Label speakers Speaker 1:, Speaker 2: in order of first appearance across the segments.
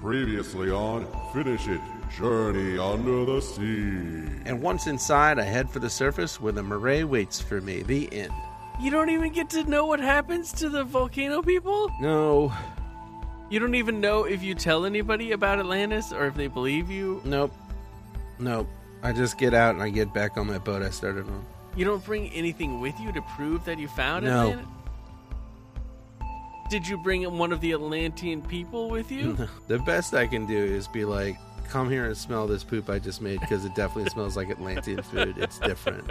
Speaker 1: Previously on Finish It Journey Under the Sea.
Speaker 2: And once inside, I head for the surface where the Marais waits for me, the inn.
Speaker 3: You don't even get to know what happens to the volcano people?
Speaker 2: No,
Speaker 3: You don't even know if you tell anybody about Atlantis or if they believe you.
Speaker 2: nope, nope. I just get out and I get back on that boat I started on.
Speaker 3: You don't bring anything with you to prove that you found
Speaker 2: No.
Speaker 3: Atlantis? Did you bring one of the Atlantean people with you?
Speaker 2: The best I can do is be like, come here and smell this poop I just made because it definitely smells like Atlantean food. It's different.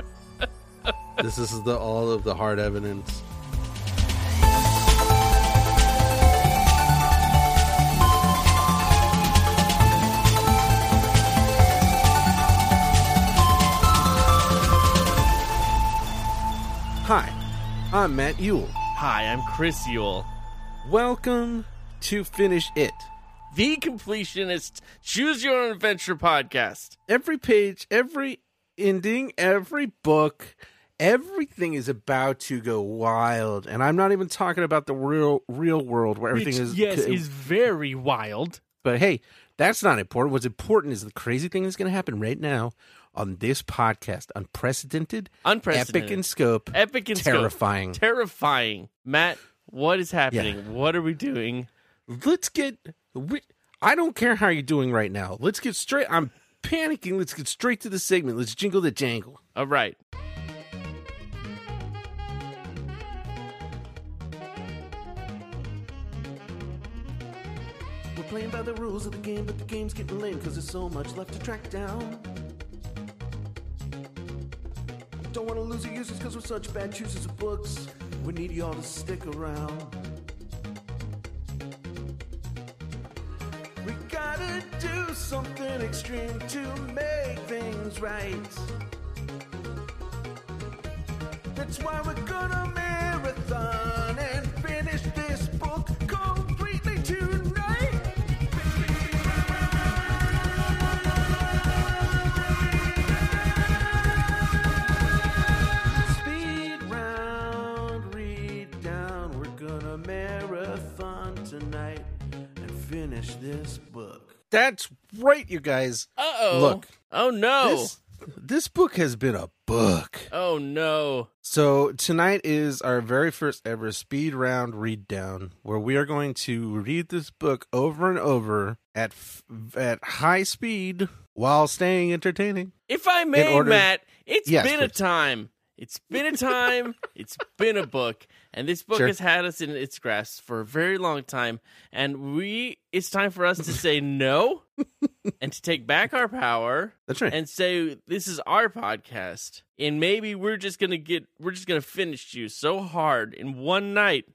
Speaker 2: This is the all of the hard evidence. Hi, I'm Matt Ewell.
Speaker 3: Hi, I'm Chris Yule,
Speaker 2: Welcome to Finish It.
Speaker 3: the completionist Choose Your Own Adventure podcast.
Speaker 2: every page, every ending, every book, everything is about to go wild, and I'm not even talking about the real real world where everything is.
Speaker 3: very wild.
Speaker 2: but hey, that's not important. What's important is the crazy thing that's going to happen right now on this podcast, unprecedented,
Speaker 3: Unprecedented.
Speaker 2: epic in scope,
Speaker 3: Epic and scope.
Speaker 2: terrifying.
Speaker 3: Terrifying. Matt, what is happening? What are we doing?
Speaker 2: Let's get. We, I don't care how you're doing right now. Let's get straight. I'm panicking. Let's get straight to the segment. Let's jingle the jangle.
Speaker 3: All right.
Speaker 2: We're playing by the rules of the game, but the game's getting lame because there's so much left to track down. Don't want to lose our users because we're such bad choosers of books. We need y'all to stick around. We gotta do something extreme to make things right. That's why we're gonna marathon and finish this book completely tonight. Speed round, read down. We're gonna marathon tonight and finish this book. That's right, you guys.
Speaker 3: Uh oh.
Speaker 2: Look.
Speaker 3: Oh no.
Speaker 2: This, this book has been a book.
Speaker 3: Oh no.
Speaker 2: So tonight is our very first ever speed round read down, where we are going to read this book over and over at f- at high speed while staying entertaining.
Speaker 3: If I may,
Speaker 2: order-
Speaker 3: Matt, it's
Speaker 2: Yes,
Speaker 3: been a
Speaker 2: please.
Speaker 3: time. It's been a time. it's been a book. And this book
Speaker 2: Sure.
Speaker 3: has had us in its grasp for a very long time. And we it's time for us to say no and to take back our power
Speaker 2: That's right.
Speaker 3: and say this is our podcast. And maybe we're just gonna get we're just gonna finish you so hard in one night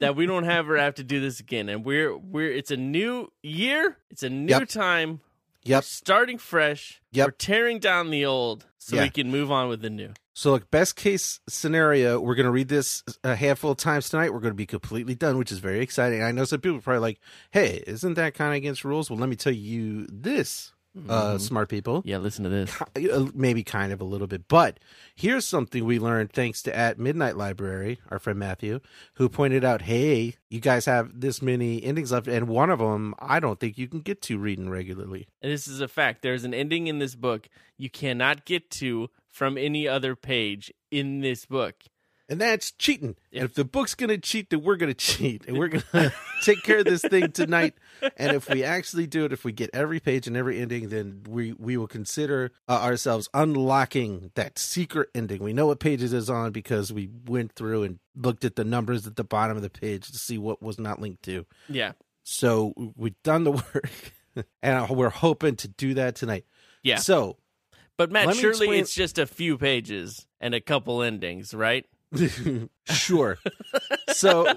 Speaker 3: that we don't ever have to do this again. And we're we're it's a new year, it's a new
Speaker 2: Yep.
Speaker 3: time. We're
Speaker 2: yep.
Speaker 3: starting fresh.
Speaker 2: Yep.
Speaker 3: We're tearing down the old so
Speaker 2: Yeah.
Speaker 3: we can move on with the new.
Speaker 2: So, like best case scenario, we're going to read this a handful of times tonight. We're going to be completely done, which is very exciting. I know some people are probably like, "Hey, isn't that kind of against rules?" Well, let me tell you this, uh, smart people.
Speaker 3: Yeah, listen to this.
Speaker 2: ki- uh, maybe kind of a little bit but here's something we learned thanks to at midnight library our friend matthew who pointed out hey you guys have this many endings left and one of them i don't think you can get to reading regularly
Speaker 3: And this is a fact. There's an ending in this book you cannot get to from any other page in this book.
Speaker 2: and that's cheating and if the book's gonna cheat then we're gonna cheat and we're gonna take care of this thing tonight and if we actually do it if we get every page and every ending then we we will consider uh, ourselves unlocking that secret ending we know what pages is on because we went through and looked at the numbers at the bottom of the page to see what was not linked to
Speaker 3: Yeah.
Speaker 2: so we've done the work and we're hoping to do that tonight
Speaker 3: Yeah.
Speaker 2: so
Speaker 3: But Matt,
Speaker 2: Let me
Speaker 3: surely
Speaker 2: explain-
Speaker 3: it's just a few pages and a couple endings, right?
Speaker 2: sure. so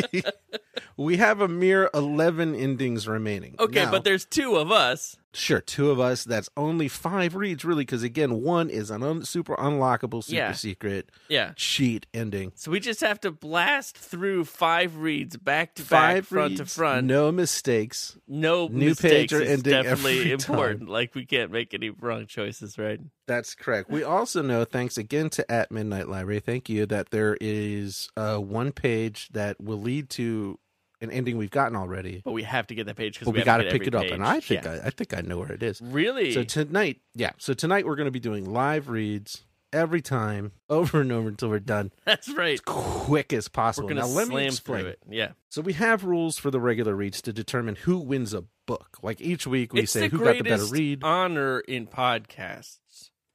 Speaker 2: we have a mere 11 endings remaining.
Speaker 3: Okay,
Speaker 2: Now,
Speaker 3: but there's two of us.
Speaker 2: sure, two of us. That's only five reads, really, because again, one is an un- super unlockable, super
Speaker 3: Yeah.
Speaker 2: secret
Speaker 3: Yeah.
Speaker 2: cheat ending.
Speaker 3: So we just have to blast through five reads back to back,
Speaker 2: Five
Speaker 3: front to
Speaker 2: reads,
Speaker 3: front.
Speaker 2: no mistakes.
Speaker 3: no
Speaker 2: New
Speaker 3: mistakes
Speaker 2: page or
Speaker 3: is
Speaker 2: ending
Speaker 3: definitely
Speaker 2: every
Speaker 3: important. Like we can't make any wrong choices, right?
Speaker 2: That's correct. We also know, thanks again to At Midnight Library, thank you, that there is uh, one page that will lead to an ending we've gotten already,
Speaker 3: But we have to get that page because
Speaker 2: but we,
Speaker 3: have
Speaker 2: got to
Speaker 3: get
Speaker 2: pick
Speaker 3: every
Speaker 2: it up.
Speaker 3: page.
Speaker 2: And I think
Speaker 3: Yeah.
Speaker 2: I, I think I know where it is.
Speaker 3: really
Speaker 2: So tonight, yeah. So tonight we're going to be doing live reads every time, over and over until we're done,
Speaker 3: that's right.
Speaker 2: quick as
Speaker 3: We're
Speaker 2: possible.
Speaker 3: gonna
Speaker 2: now let
Speaker 3: slam
Speaker 2: me
Speaker 3: through
Speaker 2: explain.
Speaker 3: it. Yeah,
Speaker 2: So we have rules for the regular reads to determine who wins a book. Like each week, we
Speaker 3: it's
Speaker 2: say
Speaker 3: the
Speaker 2: who got the
Speaker 3: greatest uh,
Speaker 2: better read.
Speaker 3: honor in podcasts.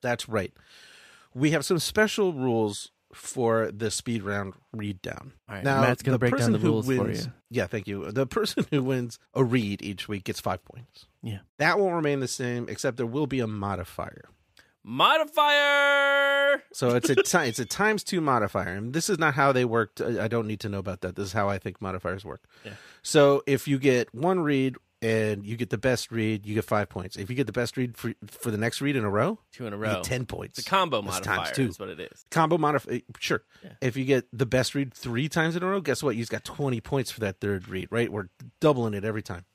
Speaker 2: That's right. We have some special rules for the speed round read down.
Speaker 3: All right,
Speaker 2: Now,
Speaker 4: Matt's gonna
Speaker 2: the
Speaker 4: break down
Speaker 2: person
Speaker 4: the
Speaker 2: who
Speaker 4: rules for
Speaker 2: wins-
Speaker 4: you.
Speaker 2: Yeah, thank you. The person who wins a read each week gets five points.
Speaker 3: Yeah.
Speaker 2: That will remain the same, except there will be a modifier.
Speaker 3: Modifier.
Speaker 2: So it's a ti- it's a times two modifier, and this is not how they worked. I I don't need to know about that. This is how I think modifiers work.
Speaker 3: Yeah.
Speaker 2: So if you get one read and you get the best read, you get five points. If you get the best read for for the next read in a row,
Speaker 3: Two in a
Speaker 2: you
Speaker 3: row.
Speaker 2: get ten points.
Speaker 3: Oh. It's a combo
Speaker 2: It's times
Speaker 3: modifier.
Speaker 2: two.
Speaker 3: Is what it is.
Speaker 2: Combo modifier, sure.
Speaker 3: Yeah.
Speaker 2: If you get the best read three times in a row, guess what? You've got twenty points for that third read, right? We're doubling it every time.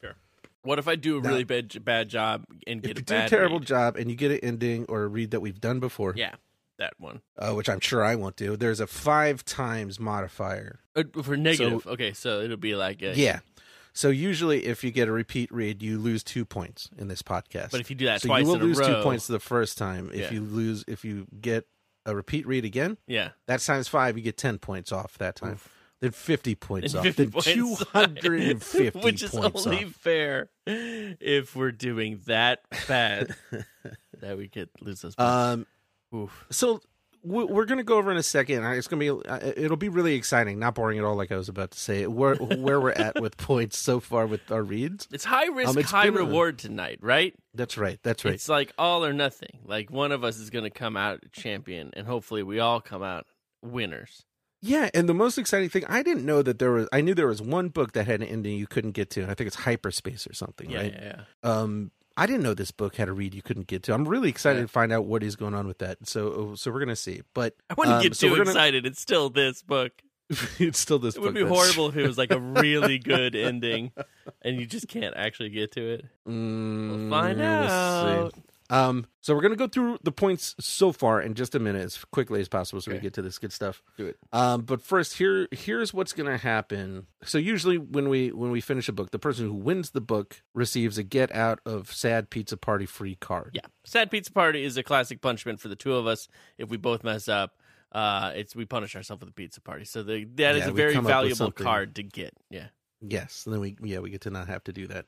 Speaker 3: What if I do a
Speaker 2: Now-
Speaker 3: really bad bad job and get
Speaker 2: if
Speaker 3: a
Speaker 2: you do
Speaker 3: bad
Speaker 2: a terrible
Speaker 3: read?
Speaker 2: job and you get an ending or a read that we've done before,
Speaker 3: Yeah, that one
Speaker 2: uh, which I'm sure I won't do, there's a five times modifier
Speaker 3: Uh, for negative. okay, so it'll be like a,
Speaker 2: Yeah. So usually, if you get a repeat read, you lose two points in this podcast.
Speaker 3: But if you do that
Speaker 2: so
Speaker 3: twice
Speaker 2: you will
Speaker 3: in a
Speaker 2: lose
Speaker 3: row,
Speaker 2: two points the first time. If
Speaker 3: Yeah.
Speaker 2: you lose, if you get a repeat read again,
Speaker 3: Yeah,
Speaker 2: that's times five. You get ten points off that time. Then fifty points
Speaker 3: And
Speaker 2: off.
Speaker 3: 50
Speaker 2: Then
Speaker 3: points.
Speaker 2: two hundred and fifty
Speaker 3: which
Speaker 2: points
Speaker 3: is
Speaker 2: off.
Speaker 3: only fair if we're doing that bad that we could lose those. points.
Speaker 2: Um.
Speaker 3: Oof.
Speaker 2: So we- we're going to go over in a second. I- It's going to be. uh, It'll be really exciting. Not boring at all. Like I was about to say, where where we're at with points so far with our reads.
Speaker 3: It's high risk,
Speaker 2: um, it's
Speaker 3: high
Speaker 2: been a-
Speaker 3: reward tonight, right?
Speaker 2: That's right. That's right.
Speaker 3: It's like all or nothing. Like one of us is going to come out champion, and hopefully we all come out winners.
Speaker 2: Yeah, and the most exciting thing I didn't know that there was I knew there was one book that had an ending you couldn't get to, and I think it's hyperspace or something,
Speaker 3: Yeah,
Speaker 2: right?
Speaker 3: yeah, yeah.
Speaker 2: Um I didn't know this book had a read you couldn't get to. I'm really excited
Speaker 3: Yeah.
Speaker 2: to find out what is going on with that. So oh, so we're gonna see. But
Speaker 3: I wouldn't
Speaker 2: um,
Speaker 3: get
Speaker 2: so
Speaker 3: too
Speaker 2: we're gonna-
Speaker 3: excited. It's still this book.
Speaker 2: it's still this
Speaker 3: It
Speaker 2: book.
Speaker 3: would be
Speaker 2: that's-
Speaker 3: horrible if it was like a really good ending, and you just can't actually get to it.
Speaker 2: Mm,
Speaker 3: We'll find
Speaker 2: see.
Speaker 3: out.
Speaker 2: Um so we're gonna go through the points so far in just a minute as quickly as possible so we
Speaker 3: Okay.
Speaker 2: get to this good stuff.
Speaker 3: Do it.
Speaker 2: Um, but first, here here's what's going to happen. So usually when we when we finish a book, the person who wins the book receives a get out of sad pizza party free card.
Speaker 3: Yeah, sad pizza party is a classic punishment for the two of us. If we both mess up, uh, it's we punish ourselves with a pizza party. So the, that is
Speaker 2: Yeah,
Speaker 3: a
Speaker 2: we
Speaker 3: very
Speaker 2: come up with
Speaker 3: valuable
Speaker 2: something.
Speaker 3: card to get. Yeah,
Speaker 2: Yes. And then we yeah we get to not have to do that.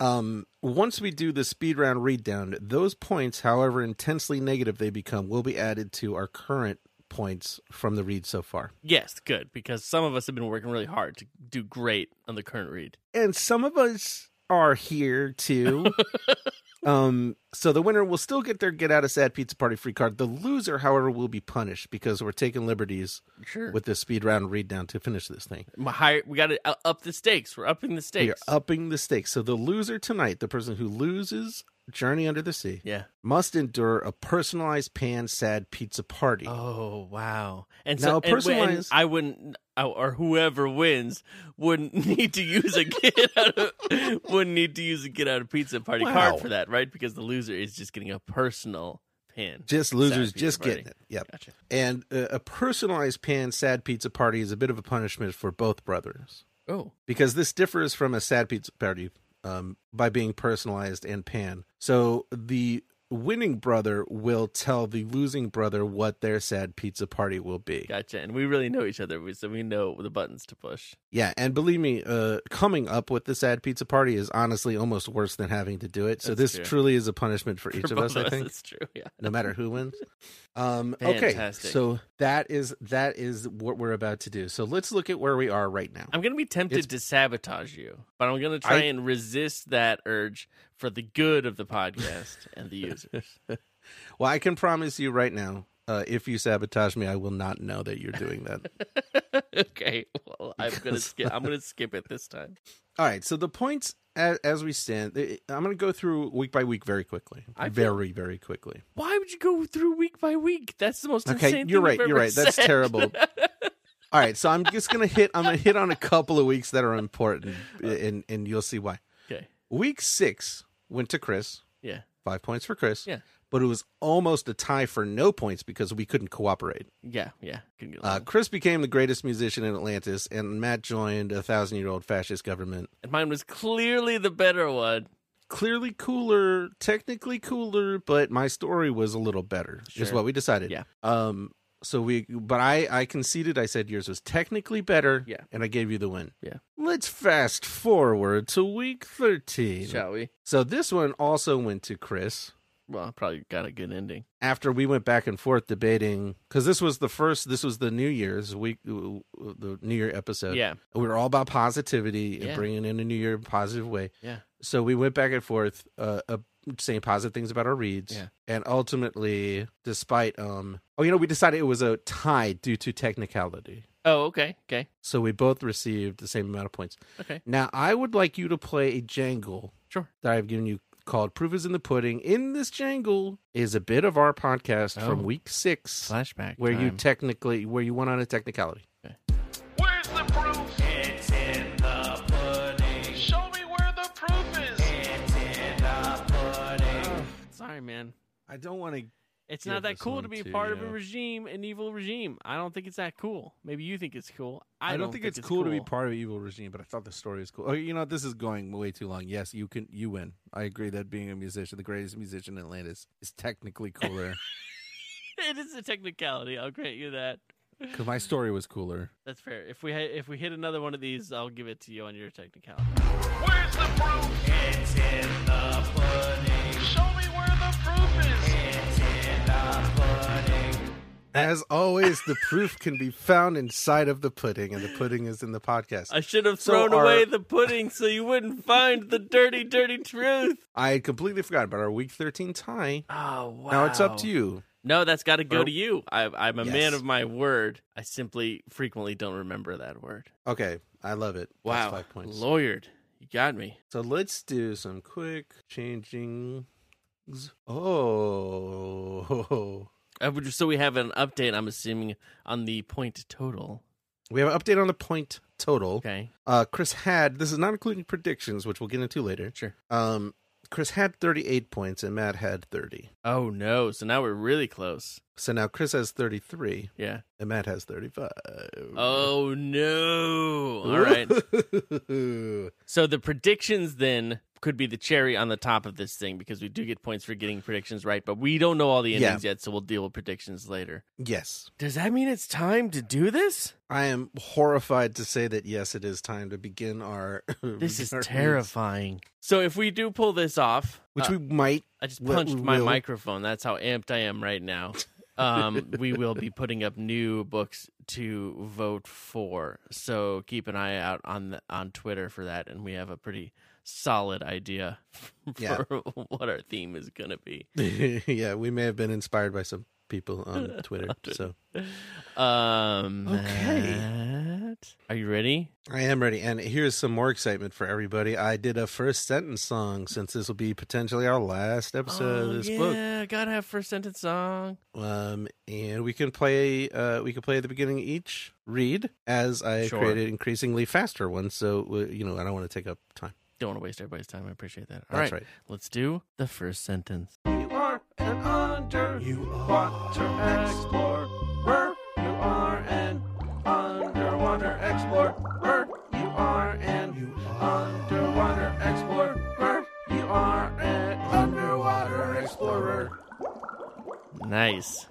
Speaker 2: Um, once we do the speed round read down, those points, however intensely negative they become, will be added to our current points from the read so far.
Speaker 3: yes, good because some of us have been working really hard to do great on the current read.
Speaker 2: and some of us are here too. um, so the winner will still get their get out of sad pizza party free card. The loser, however, will be punished because we're taking liberties
Speaker 3: Sure,
Speaker 2: with this speed round read down to finish this thing.
Speaker 3: My higher, we got to up the stakes. We're upping the
Speaker 2: We are
Speaker 3: stakes.
Speaker 2: upping the stakes. So the loser tonight, the person who loses Journey Under the Sea,
Speaker 3: yeah.
Speaker 2: must endure a personalized pan sad pizza party.
Speaker 3: Oh wow! And
Speaker 2: Now,
Speaker 3: so, and- and
Speaker 2: personalized-
Speaker 3: I wouldn't, I- or whoever wins wouldn't need to use a get out of, wouldn't need to use a get out of pizza party
Speaker 2: Wow.
Speaker 3: card for that, right? Because the loser is just getting a personal pin.
Speaker 2: Just losers,
Speaker 3: pizza
Speaker 2: just
Speaker 3: party.
Speaker 2: getting it. Yep.
Speaker 3: Gotcha.
Speaker 2: And uh, a personalized pan sad pizza party is a bit of a punishment for both brothers.
Speaker 3: Oh,
Speaker 2: because this differs from a sad pizza party um, by being personalized and pan. So the winning brother will tell the losing brother what their sad pizza party will be.
Speaker 3: gotcha. And we really know each other, we- so we know the buttons to push.
Speaker 2: Yeah, and believe me, uh, coming up with the sad pizza party is honestly almost worse than having to do it. So
Speaker 3: That's
Speaker 2: this
Speaker 3: true.
Speaker 2: truly is a punishment for each
Speaker 3: for
Speaker 2: of us,
Speaker 3: both
Speaker 2: I think,
Speaker 3: That's true. Yeah.
Speaker 2: no matter who wins. Um, okay,
Speaker 3: Fantastic.
Speaker 2: so that is that is what we're about to do. So let's look at where we are right now.
Speaker 3: I'm gonna be tempted
Speaker 2: It's-
Speaker 3: to sabotage you, but I'm gonna try
Speaker 2: I-
Speaker 3: and resist that urge for the good of the podcast and the users.
Speaker 2: Well, I can promise you right now, uh, if you sabotage me, I will not know that you're doing that.
Speaker 3: okay, well, I'm gonna skip. I'm gonna skip it this time.
Speaker 2: All right. So the points as, as we stand, they- I'm going to go through week by week very quickly,
Speaker 3: I feel-
Speaker 2: very very quickly.
Speaker 3: Why would you go through week by week? That's the most
Speaker 2: Okay,
Speaker 3: insane
Speaker 2: you're
Speaker 3: thing
Speaker 2: right.
Speaker 3: I've
Speaker 2: You're
Speaker 3: ever
Speaker 2: right. That's
Speaker 3: said.
Speaker 2: terrible. All right. So I'm just going to hit. I'm going to hit on a couple of weeks that are important, eh,
Speaker 3: Uh.
Speaker 2: and and you'll see why.
Speaker 3: okay,
Speaker 2: Week six went to Chris.
Speaker 3: yeah,
Speaker 2: Five points for Chris.
Speaker 3: Yeah.
Speaker 2: but it was almost a tie for no points because we couldn't cooperate.
Speaker 3: Yeah, yeah. Couldn't get
Speaker 2: Uh,
Speaker 3: along.
Speaker 2: Chris became the greatest musician in Atlantis, and Matt joined a thousand year old fascist government.
Speaker 3: And mine was clearly the better one.
Speaker 2: Clearly cooler, technically cooler, but my story was a little better. Is
Speaker 3: Sure.
Speaker 2: what we decided.
Speaker 3: Yeah.
Speaker 2: Um. So we, but I, I conceded. I said yours was technically better.
Speaker 3: Yeah.
Speaker 2: And I gave you the win.
Speaker 3: Yeah.
Speaker 2: Let's fast forward to week thirteen.
Speaker 3: Shall we?
Speaker 2: So this one also went to Chris
Speaker 3: Well, I probably got a good ending.
Speaker 2: after we went back and forth debating because this was the first. This was the New Year's week, the New Year episode.
Speaker 3: Yeah.
Speaker 2: we were all about positivity and
Speaker 3: Yeah.
Speaker 2: bringing in a new year in a positive way.
Speaker 3: Yeah.
Speaker 2: So we went back and forth, uh, uh, saying positive things about our reads,
Speaker 3: Yeah.
Speaker 2: and ultimately, despite um, oh, you know, we decided it was a tie due to technicality.
Speaker 3: Oh, okay. Okay.
Speaker 2: So we both received the same amount of points.
Speaker 3: Okay.
Speaker 2: Now I would like you to play a jangle
Speaker 3: Sure.
Speaker 2: that I've given you called "Proof is in the Pudding." In this jangle is a bit of our podcast
Speaker 3: Oh.
Speaker 2: from week six,
Speaker 3: Flashback.
Speaker 2: where you technically where you went on a technicality.
Speaker 4: Where's the proof? It's in the pudding. Show me where the proof is. It's in the pudding.
Speaker 3: Sorry, man.
Speaker 2: I don't want to
Speaker 3: It's
Speaker 2: Give
Speaker 3: not that
Speaker 2: this
Speaker 3: cool
Speaker 2: one
Speaker 3: to be
Speaker 2: to
Speaker 3: part of a
Speaker 2: you.
Speaker 3: regime, an evil regime. I don't think it's that cool. Maybe you think it's cool. I,
Speaker 2: I, don't, think, it's, cool, to be part of an evil regime, but I thought the story was cool. Oh, you know, this is going way too long. Yes, you can, you win. I agree that being a musician, the greatest musician in Atlantis, is technically cooler
Speaker 3: It is a technicality. I'll grant you that.
Speaker 2: because my story was cooler.
Speaker 3: That's fair. If we ha- if we hit another one of these, I'll give it to you on your technicality.
Speaker 4: Where's the proof? It's in the pudding. Show me where the proof is. It's in the pudding.
Speaker 2: As always, the proof can be found inside of the pudding, and the pudding is in the podcast.
Speaker 3: I should have
Speaker 2: So
Speaker 3: thrown
Speaker 2: our-
Speaker 3: away the pudding so you wouldn't find the dirty, dirty truth.
Speaker 2: I completely forgot about our week thirteen tie.
Speaker 3: Oh wow!
Speaker 2: Now it's up to you.
Speaker 3: No, that's got to go
Speaker 2: Or-
Speaker 3: to you. I, I'm a man
Speaker 2: Yes.
Speaker 3: of my word. I simply frequently don't remember that word.
Speaker 2: Okay, I love it.
Speaker 3: Wow,
Speaker 2: That's five points.
Speaker 3: lawyered. You got me.
Speaker 2: So let's do some quick changing. Oh,
Speaker 3: Uh, would- So we have an update. I'm assuming on the point total.
Speaker 2: we have an update on the point total.
Speaker 3: Okay.
Speaker 2: Uh, Chris had this is not including predictions, which we'll get into later.
Speaker 3: Sure.
Speaker 2: Um, Chris had 38 points and Matt had 30.
Speaker 3: Oh no! So now we're really close.
Speaker 2: So now Chris has 33
Speaker 3: Yeah.
Speaker 2: and Matt has 35.
Speaker 3: Oh no! All right. So the predictions then could be the cherry on the top of this thing because we do get points for getting predictions right, but we don't know all the
Speaker 2: Yeah.
Speaker 3: endings yet, so we'll deal with predictions later.
Speaker 2: yes,
Speaker 3: Does that mean it's time to do this?
Speaker 2: I am horrified to say that. Yes, it is time to begin our.
Speaker 3: This is
Speaker 2: our reads,
Speaker 3: terrifying. So if we do pull this off,
Speaker 2: which
Speaker 3: uh,
Speaker 2: we might.
Speaker 3: I just
Speaker 2: we-
Speaker 3: punched
Speaker 2: we
Speaker 3: my
Speaker 2: will.
Speaker 3: microphone. That's how amped I am right now. Um, we will be putting up new books to vote for, so keep an eye out on the, on Twitter for that. And we have a pretty solid idea for
Speaker 2: Yeah.
Speaker 3: what our theme is going to be.
Speaker 2: yeah, we may have been inspired by some people on Twitter. so
Speaker 3: Um,
Speaker 2: Okay.
Speaker 3: Matt, are you ready?
Speaker 2: I am ready. And here's some more excitement for everybody. I did a first sentence song since this will be potentially our last episode
Speaker 3: Oh,
Speaker 2: of uh, this
Speaker 3: yeah,
Speaker 2: book.
Speaker 3: gotta have first sentence song.
Speaker 2: Um, and we can play. Uh, we can play at the beginning of each read as I
Speaker 3: Sure.
Speaker 2: created increasingly faster ones. So uh, you know, I don't want to take up time.
Speaker 3: Don't want to waste everybody's time. I appreciate that. All
Speaker 2: That's
Speaker 3: right,
Speaker 2: right.
Speaker 3: let's do the first sentence.
Speaker 4: You are an underwater explorer. You are an underwater explorer. You are an underwater explorer. You are an underwater explorer.
Speaker 3: Nice.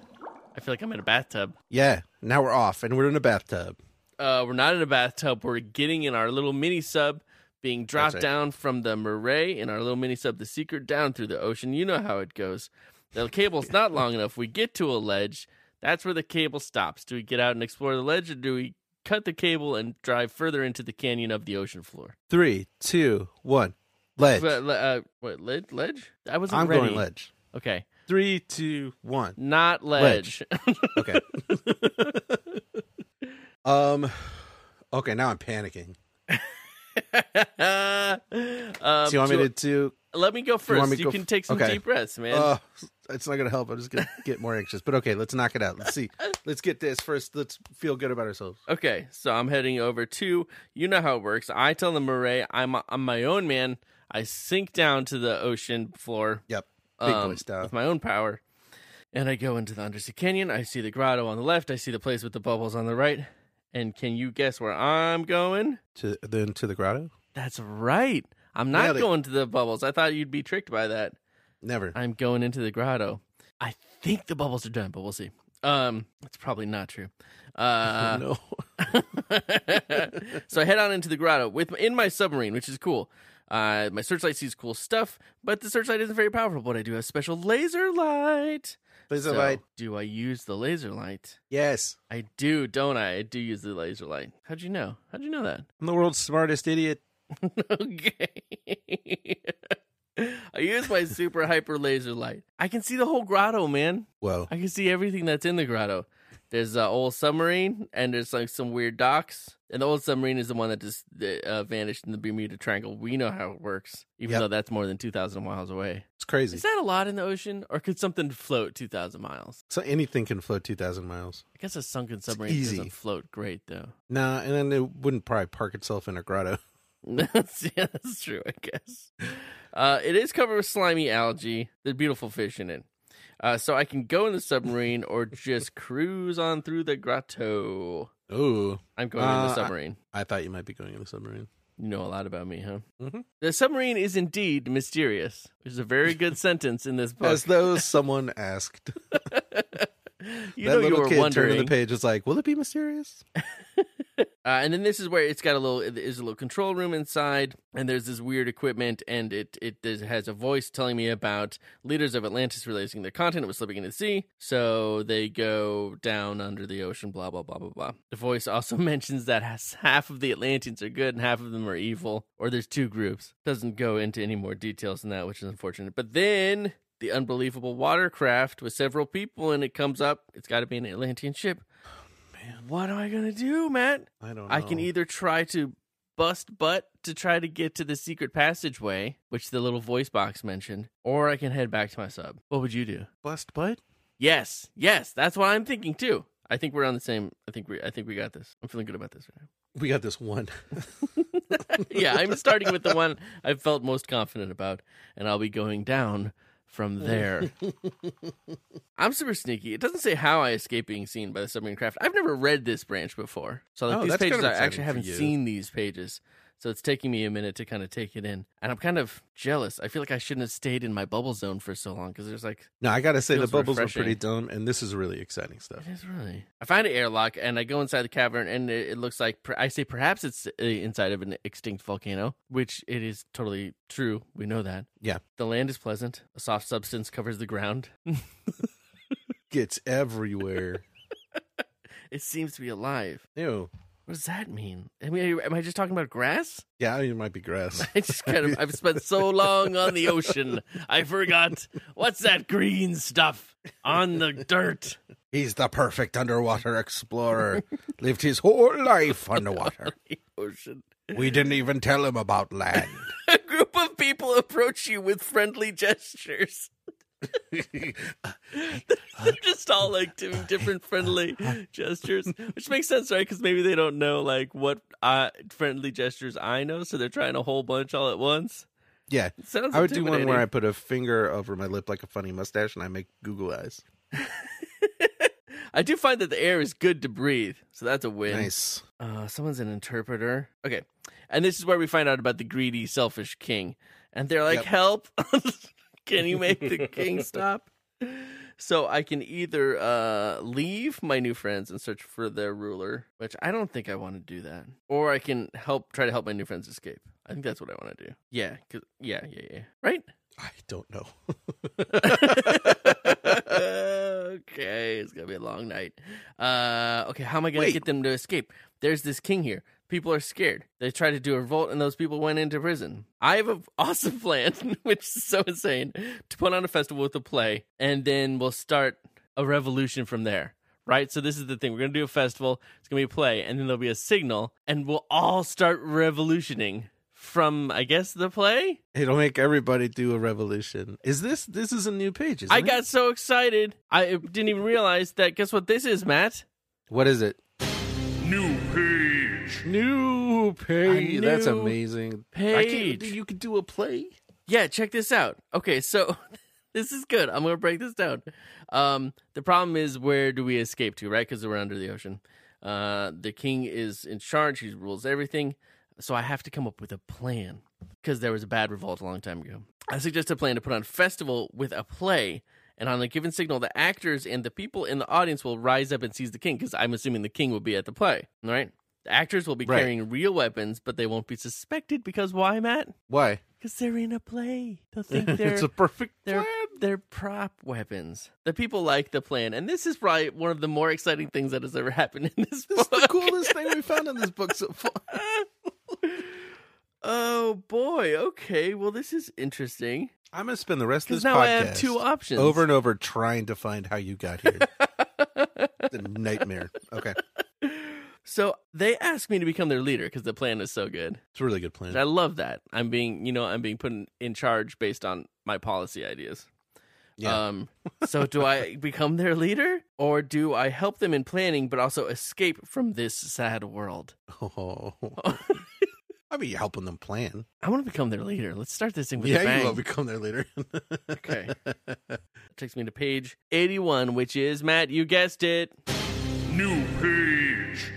Speaker 3: I feel like I'm in a bathtub.
Speaker 2: Yeah. Now we're off, and we're in a bathtub.
Speaker 3: uh, we're not in a bathtub. We're getting in our little mini sub, being dropped
Speaker 2: right.
Speaker 3: down from the Murray in our little mini sub, the secret, down through the ocean. You know how it goes. The cable's not long enough. We get to a ledge. That's where the cable stops. Do we get out and explore the ledge, or do we cut the cable and drive further into the canyon of the ocean floor?
Speaker 2: Three, two, one. Ledge.
Speaker 3: But, le- uh, what ledge? Ledge? I wasn't
Speaker 2: I'm
Speaker 3: ready.
Speaker 2: going ledge.
Speaker 3: Okay,
Speaker 2: Three, two, one.
Speaker 3: not ledge.
Speaker 2: Okay. um. Okay. Now I'm panicking.
Speaker 3: um,
Speaker 2: Do you want me to?
Speaker 3: so
Speaker 2: do?
Speaker 3: let me go
Speaker 2: you
Speaker 3: first?
Speaker 2: want
Speaker 3: You,
Speaker 2: me to go
Speaker 3: can
Speaker 2: f-
Speaker 3: take some
Speaker 2: okay.
Speaker 3: deep breaths, man.
Speaker 2: Uh, it's not gonna help. I'm just gonna get more anxious. But okay, let's knock it out. Let's see. Let's get this first. Let's feel good about ourselves.
Speaker 3: Okay, so I'm heading over to you know how it works. I tell the Murray I'm I'm my own man. I sink down to the ocean floor.
Speaker 2: Yep. Big
Speaker 3: um,
Speaker 2: boy style.
Speaker 3: with my own power. And I go into the undersea canyon. I see the grotto on the left. I see the place with the bubbles on the right. And can you guess where I'm going?
Speaker 2: To then to the grotto?
Speaker 3: That's right. I'm not
Speaker 2: Yeah, they-
Speaker 3: going to the bubbles. I thought you'd be tricked by that.
Speaker 2: Never.
Speaker 3: I'm going into the grotto. I think the bubbles are done, but we'll see. Um, it's probably not true. Uh,
Speaker 2: no.
Speaker 3: so I head on into the grotto with in my submarine, which is cool. Uh, my searchlight sees cool stuff, but the searchlight isn't very powerful. But I do have special laser light.
Speaker 2: Laser
Speaker 3: So,
Speaker 2: light.
Speaker 3: Do I use the laser light?
Speaker 2: Yes.
Speaker 3: I do, don't I? I do use the laser light. How'd you know? How'd you know that?
Speaker 2: I'm the world's smartest idiot.
Speaker 3: okay. I use my super hyper laser light. I can see the whole grotto, man.
Speaker 2: Well,
Speaker 3: I can see everything that's in the grotto. There's an old submarine, and there's like some weird docks. And the old submarine is the one that just uh, vanished in the Bermuda Triangle. We know how it works, even
Speaker 2: Yep.
Speaker 3: though that's more than 2,000 miles away.
Speaker 2: it's crazy.
Speaker 3: Is that a lot in the ocean, or could something float 2,000 miles?
Speaker 2: so anything can float 2,000 miles.
Speaker 3: I guess a sunken submarine
Speaker 2: easy.
Speaker 3: doesn't float great, though.
Speaker 2: Nah, and then it wouldn't probably park itself in a grotto.
Speaker 3: that's, yeah, that's true, I guess. Uh, it is covered with slimy algae. There's beautiful fish in it. Uh, so I can go in the submarine or just cruise on through the grotto.
Speaker 2: Oh,
Speaker 3: I'm going in
Speaker 2: Uh,
Speaker 3: the
Speaker 2: I-
Speaker 3: submarine.
Speaker 2: I thought you might be going in the submarine.
Speaker 3: You know a lot about me, huh?
Speaker 2: Mhm.
Speaker 3: The submarine is indeed mysterious, which is a very good sentence in this book.
Speaker 2: As though someone asked.
Speaker 3: you
Speaker 2: that
Speaker 3: know you
Speaker 2: little
Speaker 3: were
Speaker 2: kid turning the
Speaker 3: wondering.
Speaker 2: page was like, will it be mysterious?
Speaker 3: Uh, and then this is where it's got a little. There's a little control room inside, and there's this weird equipment, and it it there's, has a voice telling me about leaders of Atlantis releasing their content was slipping into the sea, so they go down under the ocean. Blah blah blah blah blah. The voice also mentions that has- half of the Atlanteans are good and half of them are evil, or there's two groups. Doesn't go into any more details than that, which is unfortunate. But then the unbelievable watercraft with several people, and it comes up. It's got to be an Atlantean ship. Man, what am I gonna do, Matt?
Speaker 2: I don't know.
Speaker 3: I can either try to bust butt to try to get to the secret passageway, which the little voice box mentioned, or I can head back to my sub. What would you do?
Speaker 2: Bust butt?
Speaker 3: Yes, yes, that's what I'm thinking too. I think we're on the same. I think we. I think we got this. I'm feeling good about this right
Speaker 2: We got this one.
Speaker 3: now. yeah, I'm starting with the one I felt most confident about, and I'll be going down from there. I'm super sneaky. It doesn't say how I escape being seen by the submarine craft. I've never read this branch before. So like
Speaker 2: Oh,
Speaker 3: these
Speaker 2: that's kind of
Speaker 3: pages I
Speaker 2: exciting
Speaker 3: actually
Speaker 2: for
Speaker 3: haven't
Speaker 2: you.
Speaker 3: seen these pages. So it's taking me a minute to kind of take it in. And I'm kind of jealous. I feel like I shouldn't have stayed in my bubble zone for so long because there's like
Speaker 2: No, I gotta say the
Speaker 3: Feels
Speaker 2: bubbles
Speaker 3: refreshing.
Speaker 2: are pretty dumb, and this is really exciting stuff.
Speaker 3: it is really. I find an airlock and I go inside the cavern, and it, it looks like per- I say perhaps it's uh, inside of an extinct volcano, which it is totally true. We know that.
Speaker 2: Yeah.
Speaker 3: The land is pleasant. A soft substance covers the ground.
Speaker 2: Gets everywhere.
Speaker 3: it seems to be alive.
Speaker 2: Ew.
Speaker 3: What does that mean? I mean, am I just talking about grass?
Speaker 2: Yeah, I mean, it might be grass.
Speaker 3: I just kind of, I've spent so long on the ocean, I forgot what's that green stuff on the dirt.
Speaker 2: He's the perfect underwater explorer. Lived his whole life underwater.
Speaker 3: Ocean.
Speaker 2: We didn't even tell him about land.
Speaker 3: A group of people approach you with friendly gestures. They're just all like doing different friendly gestures, which makes sense, right? Because maybe they don't know like what uh, friendly gestures I know, so they're trying a whole bunch all at once.
Speaker 2: Yeah.
Speaker 3: It sounds
Speaker 2: I would do one where I
Speaker 3: intimidating.
Speaker 2: put a finger over my lip like a funny mustache and I make Google eyes.
Speaker 3: I do find that the air is good to breathe, so that's a win.
Speaker 2: Nice.
Speaker 3: Uh, someone's an interpreter. Okay. And this is where we find out about the greedy, selfish king. And they're like,
Speaker 2: Yep.
Speaker 3: help. can you make the king stop? So I can either uh, leave my new friends and search for their ruler, which I don't think I want to do that, or I can help try to help my new friends escape. I think that's what I want to do. Yeah, 'cause- yeah, yeah, yeah. Right?
Speaker 2: I don't know.
Speaker 3: okay, it's gonna be a long night. Uh, okay, how am I gonna
Speaker 2: Wait.
Speaker 3: get them to escape? There's this king here. People are scared. They tried to do a revolt, and those people went into prison. I have an awesome plan, which is so insane, to put on a festival with a play, and then we'll start a revolution from there. Right? So this is the thing. We're gonna do a festival. It's gonna be a play, and then there'll be a signal, and we'll all start revolutioning from, I guess, the play.
Speaker 2: It'll make everybody do a revolution. Is this this is a new page? Isn't
Speaker 3: I
Speaker 2: it?
Speaker 3: got so excited. I didn't even realize that. Guess what this is, Matt?
Speaker 2: what is it?
Speaker 1: New page.
Speaker 2: New page. That's
Speaker 3: new
Speaker 2: amazing. I can't-
Speaker 3: Page.
Speaker 2: you could do a play.
Speaker 3: Yeah, check this out. Okay, so This is good. I'm gonna break this down. Um, the problem is where do we escape to, right? Because we're under the ocean. Uh, the king is in charge. He rules everything. So I have to come up with a plan because there was a bad revolt a long time ago. I suggest a plan to put on a festival with a play, and on a given signal, the actors and the people in the audience will rise up and seize the king because I'm assuming the king will be at the play, right? The actors will be
Speaker 2: Right.
Speaker 3: carrying real weapons, but they won't be suspected because why, Matt?
Speaker 2: Why?
Speaker 3: Because they're in a play. They'll think they're
Speaker 2: it's a perfect
Speaker 3: they're
Speaker 2: plan.
Speaker 3: they're prop weapons. The people like the plan, and this is probably one of the more exciting things that has ever happened in this
Speaker 2: This is
Speaker 3: book.
Speaker 2: the coolest thing we found in this book so far.
Speaker 3: oh boy, okay. Well, this is interesting
Speaker 2: I'm gonna spend the rest of
Speaker 3: because
Speaker 2: this
Speaker 3: now
Speaker 2: podcast
Speaker 3: I have two options.
Speaker 2: over and over trying to find how you got here. it's a nightmare. Okay,
Speaker 3: so they asked me to become their leader because the plan is so good.
Speaker 2: it's a really good plan.
Speaker 3: And I love that. I'm being, you know, I'm being put in, in charge based on my policy ideas.
Speaker 2: Yeah.
Speaker 3: Um, so do I become their leader or do I help them in planning but also escape from this sad world?
Speaker 2: Oh. I mean, you're helping them plan.
Speaker 3: I want to become their leader. Let's start this thing with a
Speaker 2: Yeah,
Speaker 3: bang.
Speaker 2: you will become their leader.
Speaker 3: Okay. Takes me to page 81, which is Matt, you guessed it.
Speaker 1: New page.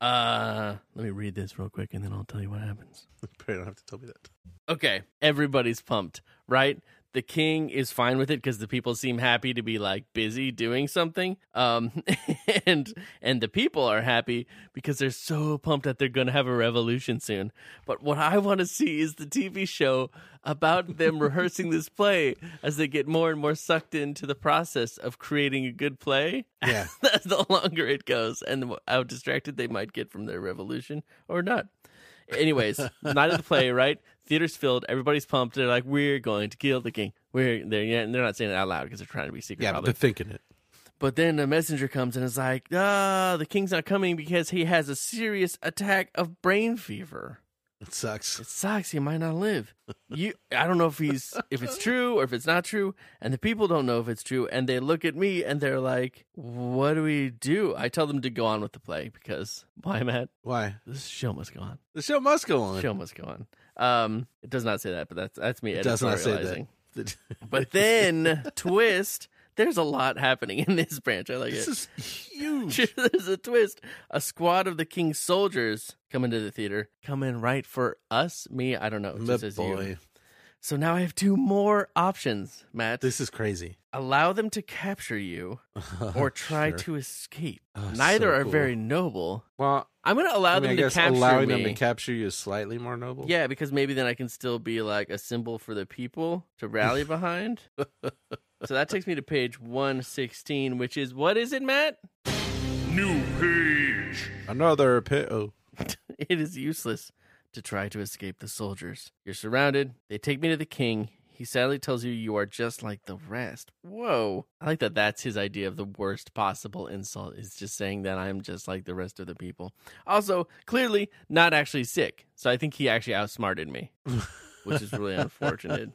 Speaker 3: Uh, let me read this real quick and then I'll tell you what happens.
Speaker 2: Probably don't have to tell me that.
Speaker 3: Okay, everybody's pumped, right? The king is fine with it because the people seem happy to be like busy doing something. Um, and and the people are happy because they're so pumped that they're gonna have a revolution soon. But what I want to see is the TV show about them rehearsing this play as they get more and more sucked into the process of creating a good play.
Speaker 2: Yeah.
Speaker 3: the longer it goes, and the mo- how distracted they might get from their revolution or not. Anyways, night of the play, right? Theater's filled. Everybody's pumped. They're like, "We're going to kill the king." We're they're yeah, and they're not saying it out loud because they're trying to be secret.
Speaker 2: Yeah, but
Speaker 3: probably.
Speaker 2: they're thinking it.
Speaker 3: But then a messenger comes and is like, ah, the king's not coming because he has a serious attack of brain fever.
Speaker 2: It sucks.
Speaker 3: It sucks. He might not live. You, I don't know if he's if it's true or if it's not true, and the people don't know if it's true. And they look at me and they're like, "What do we do?" I tell them to go on with the play because why, Matt?
Speaker 2: Why?
Speaker 3: This show must go on.
Speaker 2: The show must go on.
Speaker 3: Show must go on. Um, it does not say that, but that's that's me.
Speaker 2: It does not say
Speaker 3: editorializing.
Speaker 2: that. The-
Speaker 3: But then twist. There's a lot happening in this branch. I like it.
Speaker 2: this is huge.
Speaker 3: There's a twist. A squad of the king's soldiers come into the theater, come in right for us, me, I don't know. It
Speaker 2: My
Speaker 3: just says you.
Speaker 2: boy,
Speaker 3: So now I have two more options, Matt.
Speaker 2: this is crazy.
Speaker 3: Allow them to capture you or
Speaker 2: Uh-huh,
Speaker 3: try
Speaker 2: Sure.
Speaker 3: to escape.
Speaker 2: Oh,
Speaker 3: Neither
Speaker 2: so
Speaker 3: are
Speaker 2: cool.
Speaker 3: very noble.
Speaker 2: Well,
Speaker 3: I'm going to allow
Speaker 2: I mean, I
Speaker 3: them to
Speaker 2: guess
Speaker 3: capture
Speaker 2: allowing
Speaker 3: me.
Speaker 2: them to capture you is slightly more noble.
Speaker 3: yeah, because maybe then I can still be like a symbol for the people to rally behind. so that takes me to page 116, which is what is it, Matt?
Speaker 1: New page.
Speaker 2: Another pit. Oh,
Speaker 3: It is useless to try to escape the soldiers. You're surrounded. They take me to the king. He sadly tells you you are just like the rest. Whoa. I like that that's his idea of the worst possible insult is just saying that I'm just like the rest of the people. Also, clearly not actually sick. So I think he actually outsmarted me, which is really unfortunate.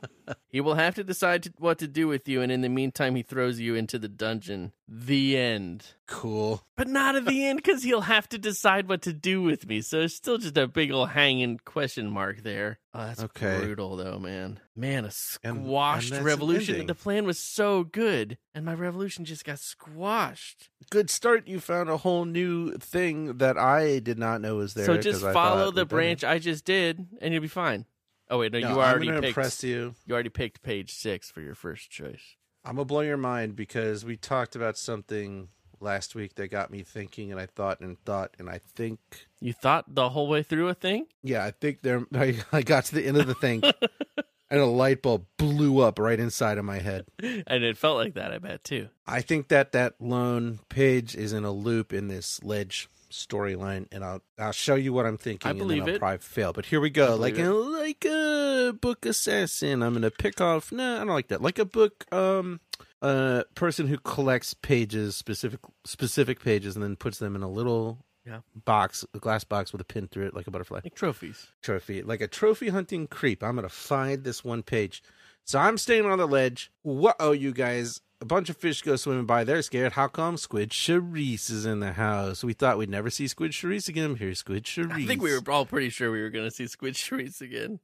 Speaker 3: He will have to decide to, what to do with you and in the meantime he throws you into the dungeon. The end
Speaker 2: cool.
Speaker 3: but not at the end because he'll have to decide what to do with me. So it's still just a big old hanging question mark there. Oh, that's
Speaker 2: Okay.
Speaker 3: brutal, though, man. Man, a
Speaker 2: And- and
Speaker 3: squashed
Speaker 2: that's an
Speaker 3: revolution.
Speaker 2: ending.
Speaker 3: the plan was so good, and my revolution just got squashed.
Speaker 2: Good start. You found a whole new thing that I did not know was there.
Speaker 3: so just
Speaker 2: 'cause I
Speaker 3: follow
Speaker 2: thought
Speaker 3: the
Speaker 2: we'd done
Speaker 3: branch I just did, and you'll be fine. Oh wait, no,
Speaker 2: it.
Speaker 3: you
Speaker 2: No, I'm
Speaker 3: already
Speaker 2: gonna
Speaker 3: picked.
Speaker 2: impress you.
Speaker 3: You already picked page six for your first choice.
Speaker 2: I'm gonna blow your mind because we talked about something last week that got me thinking, and I thought and thought, and I think,
Speaker 3: You thought the whole way through a thing.
Speaker 2: yeah, I think there. I, I got to the end of the thing, and a light bulb blew up right inside of my head.
Speaker 3: and it felt like that, I bet too.
Speaker 2: I think that that lone page is in a loop in this ledge storyline, and I'll I'll show you what I'm thinking.
Speaker 3: I believe
Speaker 2: and then I'll
Speaker 3: it.
Speaker 2: Probably fail, but here we go. Like
Speaker 3: believe
Speaker 2: a, like a book assassin, I'm gonna pick off. No, I don't like that. Like a book um uh person who collects pages specific specific pages and then puts them in a little
Speaker 3: Yeah.
Speaker 2: box, a glass box with a pin through it, like a butterfly
Speaker 3: Like trophies.
Speaker 2: trophy, like a trophy hunting creep. I'm gonna find this one page. So I'm staying on the ledge. Whoa, you guys! A bunch of fish go swimming by. They're scared. How come Squid Charisse is in the house? We thought we'd never see Squid Charisse again. Here's Squid Charisse.
Speaker 3: I think we were all pretty sure we were going to see Squid Charisse again.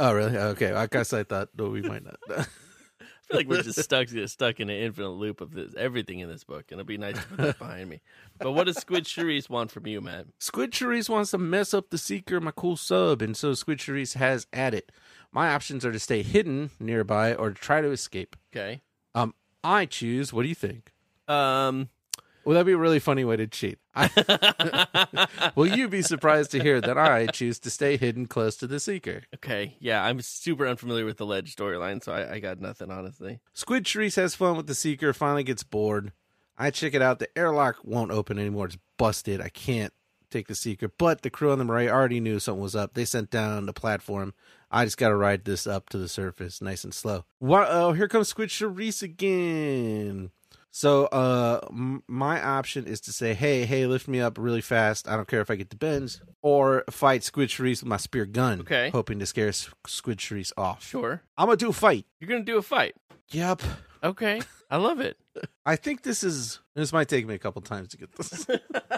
Speaker 2: Oh, really? Okay. I guess I thought no, we might not.
Speaker 3: feel like we're just stuck stuck in an infinite loop of this, everything in this book, and it'd be nice to put that behind me. But what does Squid Charisse want from you, Matt?
Speaker 2: Squid Charisse wants to mess up the Seeker, my cool sub, and so Squid Charisse has at it. My options are to stay hidden nearby or to try to escape.
Speaker 3: Okay.
Speaker 2: Um, I choose. What do you think?
Speaker 3: Um.
Speaker 2: Well, that'd be a really funny way to cheat. I, will you be surprised to hear that I choose to stay hidden close to the Seeker?
Speaker 3: Okay. Yeah, I'm super unfamiliar with the Ledge storyline, so I, I got nothing, honestly.
Speaker 2: Squid Charisse has fun with the Seeker, finally gets bored. I check it out. The airlock won't open anymore. It's busted. I can't take the Seeker. But the crew on the Marais already knew something was up. They sent down the platform. I just got to ride this up to the surface nice and slow. Wow, oh, here comes Squid Charisse again. So, uh, m- my option is to say, hey, hey, lift me up really fast. I don't care if I get the bends. Or fight Squid Charisse with my spear gun.
Speaker 3: Okay.
Speaker 2: Hoping to scare S- Squid Charisse off.
Speaker 3: Sure.
Speaker 2: I'm going to do a fight.
Speaker 3: You're gonna do a fight.
Speaker 2: Yep.
Speaker 3: Okay. I love it.
Speaker 2: I think this is this might take me a couple times to get this.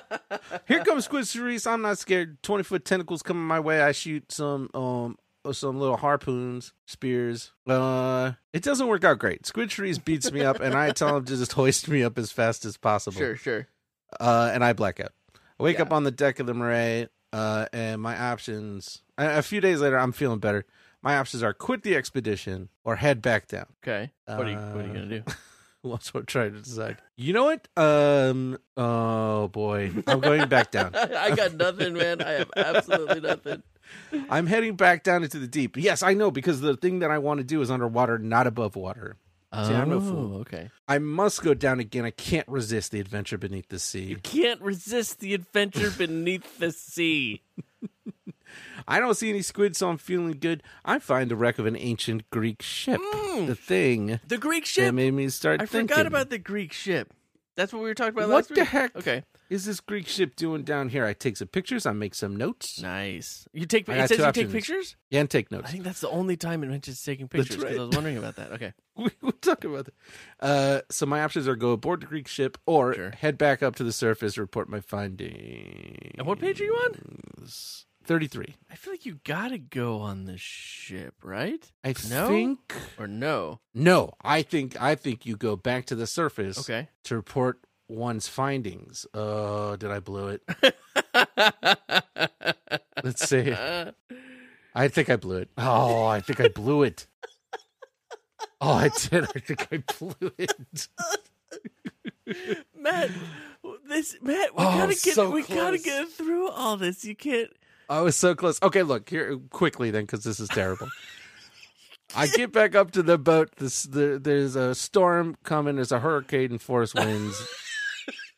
Speaker 2: Here comes Squid Cerise. I'm not scared. Twenty foot tentacles coming my way. I shoot some um some little harpoons, spears. Uh, it doesn't work out great. Squid Cerise beats me up, and I tell him to just hoist me up as fast as possible.
Speaker 3: Sure. Sure.
Speaker 2: Uh, and I black out. I wake
Speaker 3: Yeah.
Speaker 2: up on the deck of the Marais, uh, and my options. A a few days later, I'm feeling better. My options are quit the expedition or head back down.
Speaker 3: Okay. What are you What are you gonna do?
Speaker 2: Well, That's what I'm trying to decide. You know what? Um. Oh boy, I'm going back down.
Speaker 3: Uh, I got nothing, man. I have absolutely nothing.
Speaker 2: I'm heading back down into the deep. Yes, I know because the thing that I want to do is underwater, not above water. See, I'm no fool.
Speaker 3: Oh, Okay.
Speaker 2: I must go down again. I can't resist the adventure beneath the sea.
Speaker 3: You can't resist the adventure beneath the sea.
Speaker 2: I don't see any squid, so I'm feeling good. I find the wreck of an ancient Greek ship. The thing
Speaker 3: The Greek
Speaker 2: that
Speaker 3: Hmm. ship.
Speaker 2: made me start
Speaker 3: I
Speaker 2: thinking.
Speaker 3: forgot about the Greek ship. That's what we were talking about
Speaker 2: What
Speaker 3: last
Speaker 2: the
Speaker 3: week.
Speaker 2: heck?
Speaker 3: Okay.
Speaker 2: is this Greek ship doing down here? I take some pictures. I make some notes.
Speaker 3: Nice. You take.
Speaker 2: I
Speaker 3: It
Speaker 2: got
Speaker 3: says
Speaker 2: two
Speaker 3: you take
Speaker 2: options.
Speaker 3: pictures.
Speaker 2: Yeah, and take
Speaker 3: I
Speaker 2: notes.
Speaker 3: think that's the only time it mentions taking pictures because
Speaker 2: right.
Speaker 3: I was wondering about that. Okay.
Speaker 2: we will talk about that. Uh, so my options are go aboard the Greek ship or
Speaker 3: Sure.
Speaker 2: head back up to the surface, report my findings.
Speaker 3: And what page are you on?
Speaker 2: Thirty-three.
Speaker 3: I feel like you gotta go on the ship, right?
Speaker 2: I
Speaker 3: no?
Speaker 2: think
Speaker 3: or no.
Speaker 2: no. I think I think you go back to the surface
Speaker 3: Okay.
Speaker 2: to report one's findings. Oh, did I blow it? Let's see. I think I blew it. Oh, I think I blew it. Oh, I did. I think I blew it.
Speaker 3: Matt, this Matt, we
Speaker 2: Oh,
Speaker 3: gotta get
Speaker 2: so
Speaker 3: we gotta
Speaker 2: close.
Speaker 3: get through all this. You can't.
Speaker 2: I was so close. Okay, look here quickly then, because this is terrible. I get back up to the boat. This there, there's a storm coming. There's a hurricane and force winds.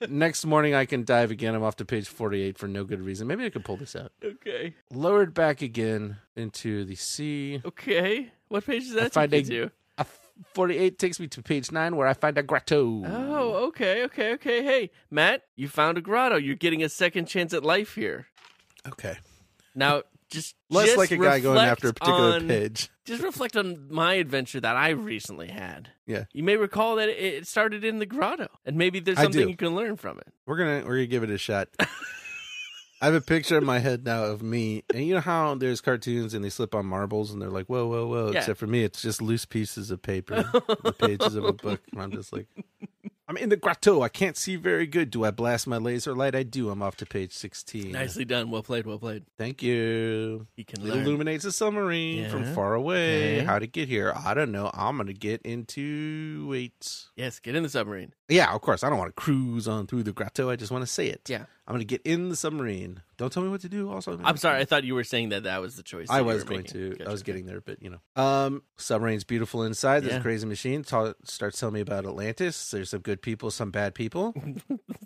Speaker 2: Next morning, I can dive again. I'm off to page 48 for no good reason. Maybe I could pull this out.
Speaker 3: Okay,
Speaker 2: Lowered back again into the sea.
Speaker 3: okay. What page is that?
Speaker 2: I find
Speaker 3: take
Speaker 2: a-
Speaker 3: you to?
Speaker 2: A 48 takes me to page nine, where I find a grotto.
Speaker 3: Oh, okay, okay, okay. Hey, Matt, you found a grotto. You're getting a second chance at life here.
Speaker 2: okay.
Speaker 3: Now, just
Speaker 2: Less
Speaker 3: just
Speaker 2: like a guy going
Speaker 3: reflect
Speaker 2: after a particular
Speaker 3: on-
Speaker 2: page.
Speaker 3: Just reflect on my adventure that I recently had.
Speaker 2: Yeah.
Speaker 3: You may recall that it- it started in the grotto, and maybe there's
Speaker 2: I
Speaker 3: something
Speaker 2: do.
Speaker 3: you can learn from it.
Speaker 2: We're gonna we're gonna give it a shot. I have a picture in my head now of me, and you know how there's cartoons and they slip on marbles and they're like, whoa, whoa, whoa.
Speaker 3: Yeah.
Speaker 2: Except for me, it's just loose pieces of paper, the pages of a book. And I'm just like, I'm in the grotto. I can't see very good. Do I blast my laser light? I do. I'm off to page 16.
Speaker 3: Nicely done. Well played. Well played.
Speaker 2: Thank you.
Speaker 3: You can
Speaker 2: It
Speaker 3: learn.
Speaker 2: illuminates a submarine
Speaker 3: Yeah.
Speaker 2: from far away.
Speaker 3: Okay.
Speaker 2: How to get here? I don't know. I'm gonna get into it.
Speaker 3: yes, get in the submarine.
Speaker 2: Yeah, of course. I don't want to cruise on through the grotto. I just want to say it.
Speaker 3: Yeah.
Speaker 2: I'm going to get in the submarine. Don't tell me what to do. Also,
Speaker 3: I'm sorry. I thought you were saying that that was the choice. that
Speaker 2: I
Speaker 3: you
Speaker 2: was
Speaker 3: were
Speaker 2: going
Speaker 3: making.
Speaker 2: to. I
Speaker 3: Gotcha.
Speaker 2: was getting there, but you know. Um, submarine's beautiful inside. There's
Speaker 3: Yeah.
Speaker 2: a crazy machine. Ta- starts telling me about Atlantis. There's some good people, some bad people.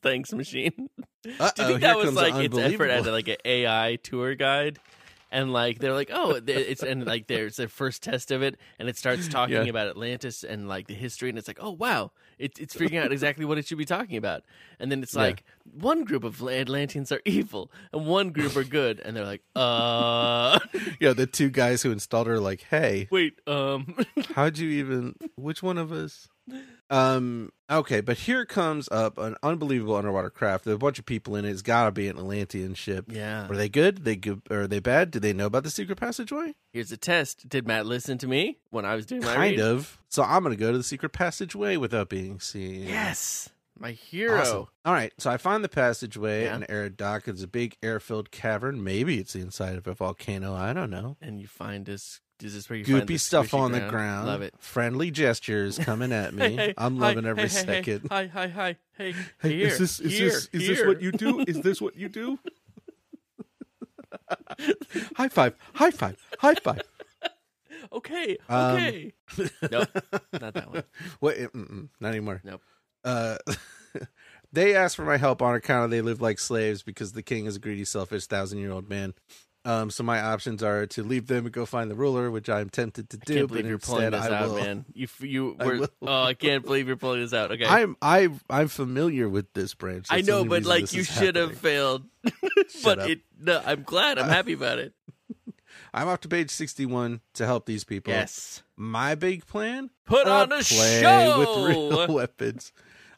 Speaker 3: Thanks, machine.
Speaker 2: Uh-oh,
Speaker 3: Do you think
Speaker 2: here
Speaker 3: that was
Speaker 2: comes
Speaker 3: like its
Speaker 2: unbelievable.
Speaker 3: effort at like an AI tour guide? And like they're like, oh, th- it's and like there's their first test of it, and it starts talking
Speaker 2: Yeah.
Speaker 3: about Atlantis and like the history, and it's like, oh wow, it, it's figuring out exactly what it should be talking about. And then it's
Speaker 2: Yeah.
Speaker 3: like one group of Atlanteans are evil, and one group are good, and they're like, uh,
Speaker 2: Yeah, the two guys who installed her are like, hey,
Speaker 3: wait, um,
Speaker 2: how'd you even? Which one of us? Um. Okay, but here comes up an unbelievable underwater craft. There's a bunch of people in it. It's got to be an Atlantean ship.
Speaker 3: Yeah.
Speaker 2: Are they good? They good? Are they bad? Do they know about the secret passageway?
Speaker 3: Here's a test. Did Matt listen to me when I was doing my
Speaker 2: kind
Speaker 3: reading?
Speaker 2: of. So I'm gonna go to the secret passageway without being seen.
Speaker 3: Yes. My hero.
Speaker 2: Awesome. All right, so I find the passageway
Speaker 3: Yeah.
Speaker 2: and air dock. It's a big air-filled cavern. Maybe it's the inside of a volcano. I don't know.
Speaker 3: And you find this. Is this where you find
Speaker 2: Goopy
Speaker 3: the
Speaker 2: stuff
Speaker 3: squishy
Speaker 2: on the ground.
Speaker 3: Love it.
Speaker 2: Friendly gestures coming at me.
Speaker 3: Hey, hey,
Speaker 2: I'm
Speaker 3: hi,
Speaker 2: loving every
Speaker 3: hey, hey, hey,
Speaker 2: second.
Speaker 3: Hi, hi, hi. Hey,
Speaker 2: Hey,
Speaker 3: here,
Speaker 2: is this is
Speaker 3: here,
Speaker 2: this is this
Speaker 3: here.
Speaker 2: what you do? Is this what you do? high five! High five! High five!
Speaker 3: Okay,
Speaker 2: Um,
Speaker 3: okay. nope, not that one.
Speaker 2: What? eh, Mm-mm, not anymore.
Speaker 3: Nope.
Speaker 2: Uh, they ask for my help on account of they live like slaves because the king is a greedy, selfish, thousand-year-old man. Um, so my options are to leave them and go find the ruler, which I am tempted to do.
Speaker 3: can't
Speaker 2: but
Speaker 3: believe you're
Speaker 2: instead
Speaker 3: pulling this
Speaker 2: I
Speaker 3: out,
Speaker 2: will-
Speaker 3: man. You, f- you,
Speaker 2: I
Speaker 3: were,
Speaker 2: will.
Speaker 3: oh, I can't believe you're pulling this out. Okay,
Speaker 2: I'm I I'm familiar with this branch.
Speaker 3: I
Speaker 2: That's the
Speaker 3: know,
Speaker 2: only
Speaker 3: but
Speaker 2: reason
Speaker 3: like
Speaker 2: this
Speaker 3: you
Speaker 2: is
Speaker 3: should have
Speaker 2: happening.
Speaker 3: failed.
Speaker 2: Shut
Speaker 3: but
Speaker 2: up. Uh,
Speaker 3: it, no, I'm glad. I'm happy about it.
Speaker 2: I'm off to page sixty-one to help these people.
Speaker 3: Yes,
Speaker 2: My big plan
Speaker 3: put
Speaker 2: Uh,
Speaker 3: on a
Speaker 2: play
Speaker 3: show.
Speaker 2: with real weapons.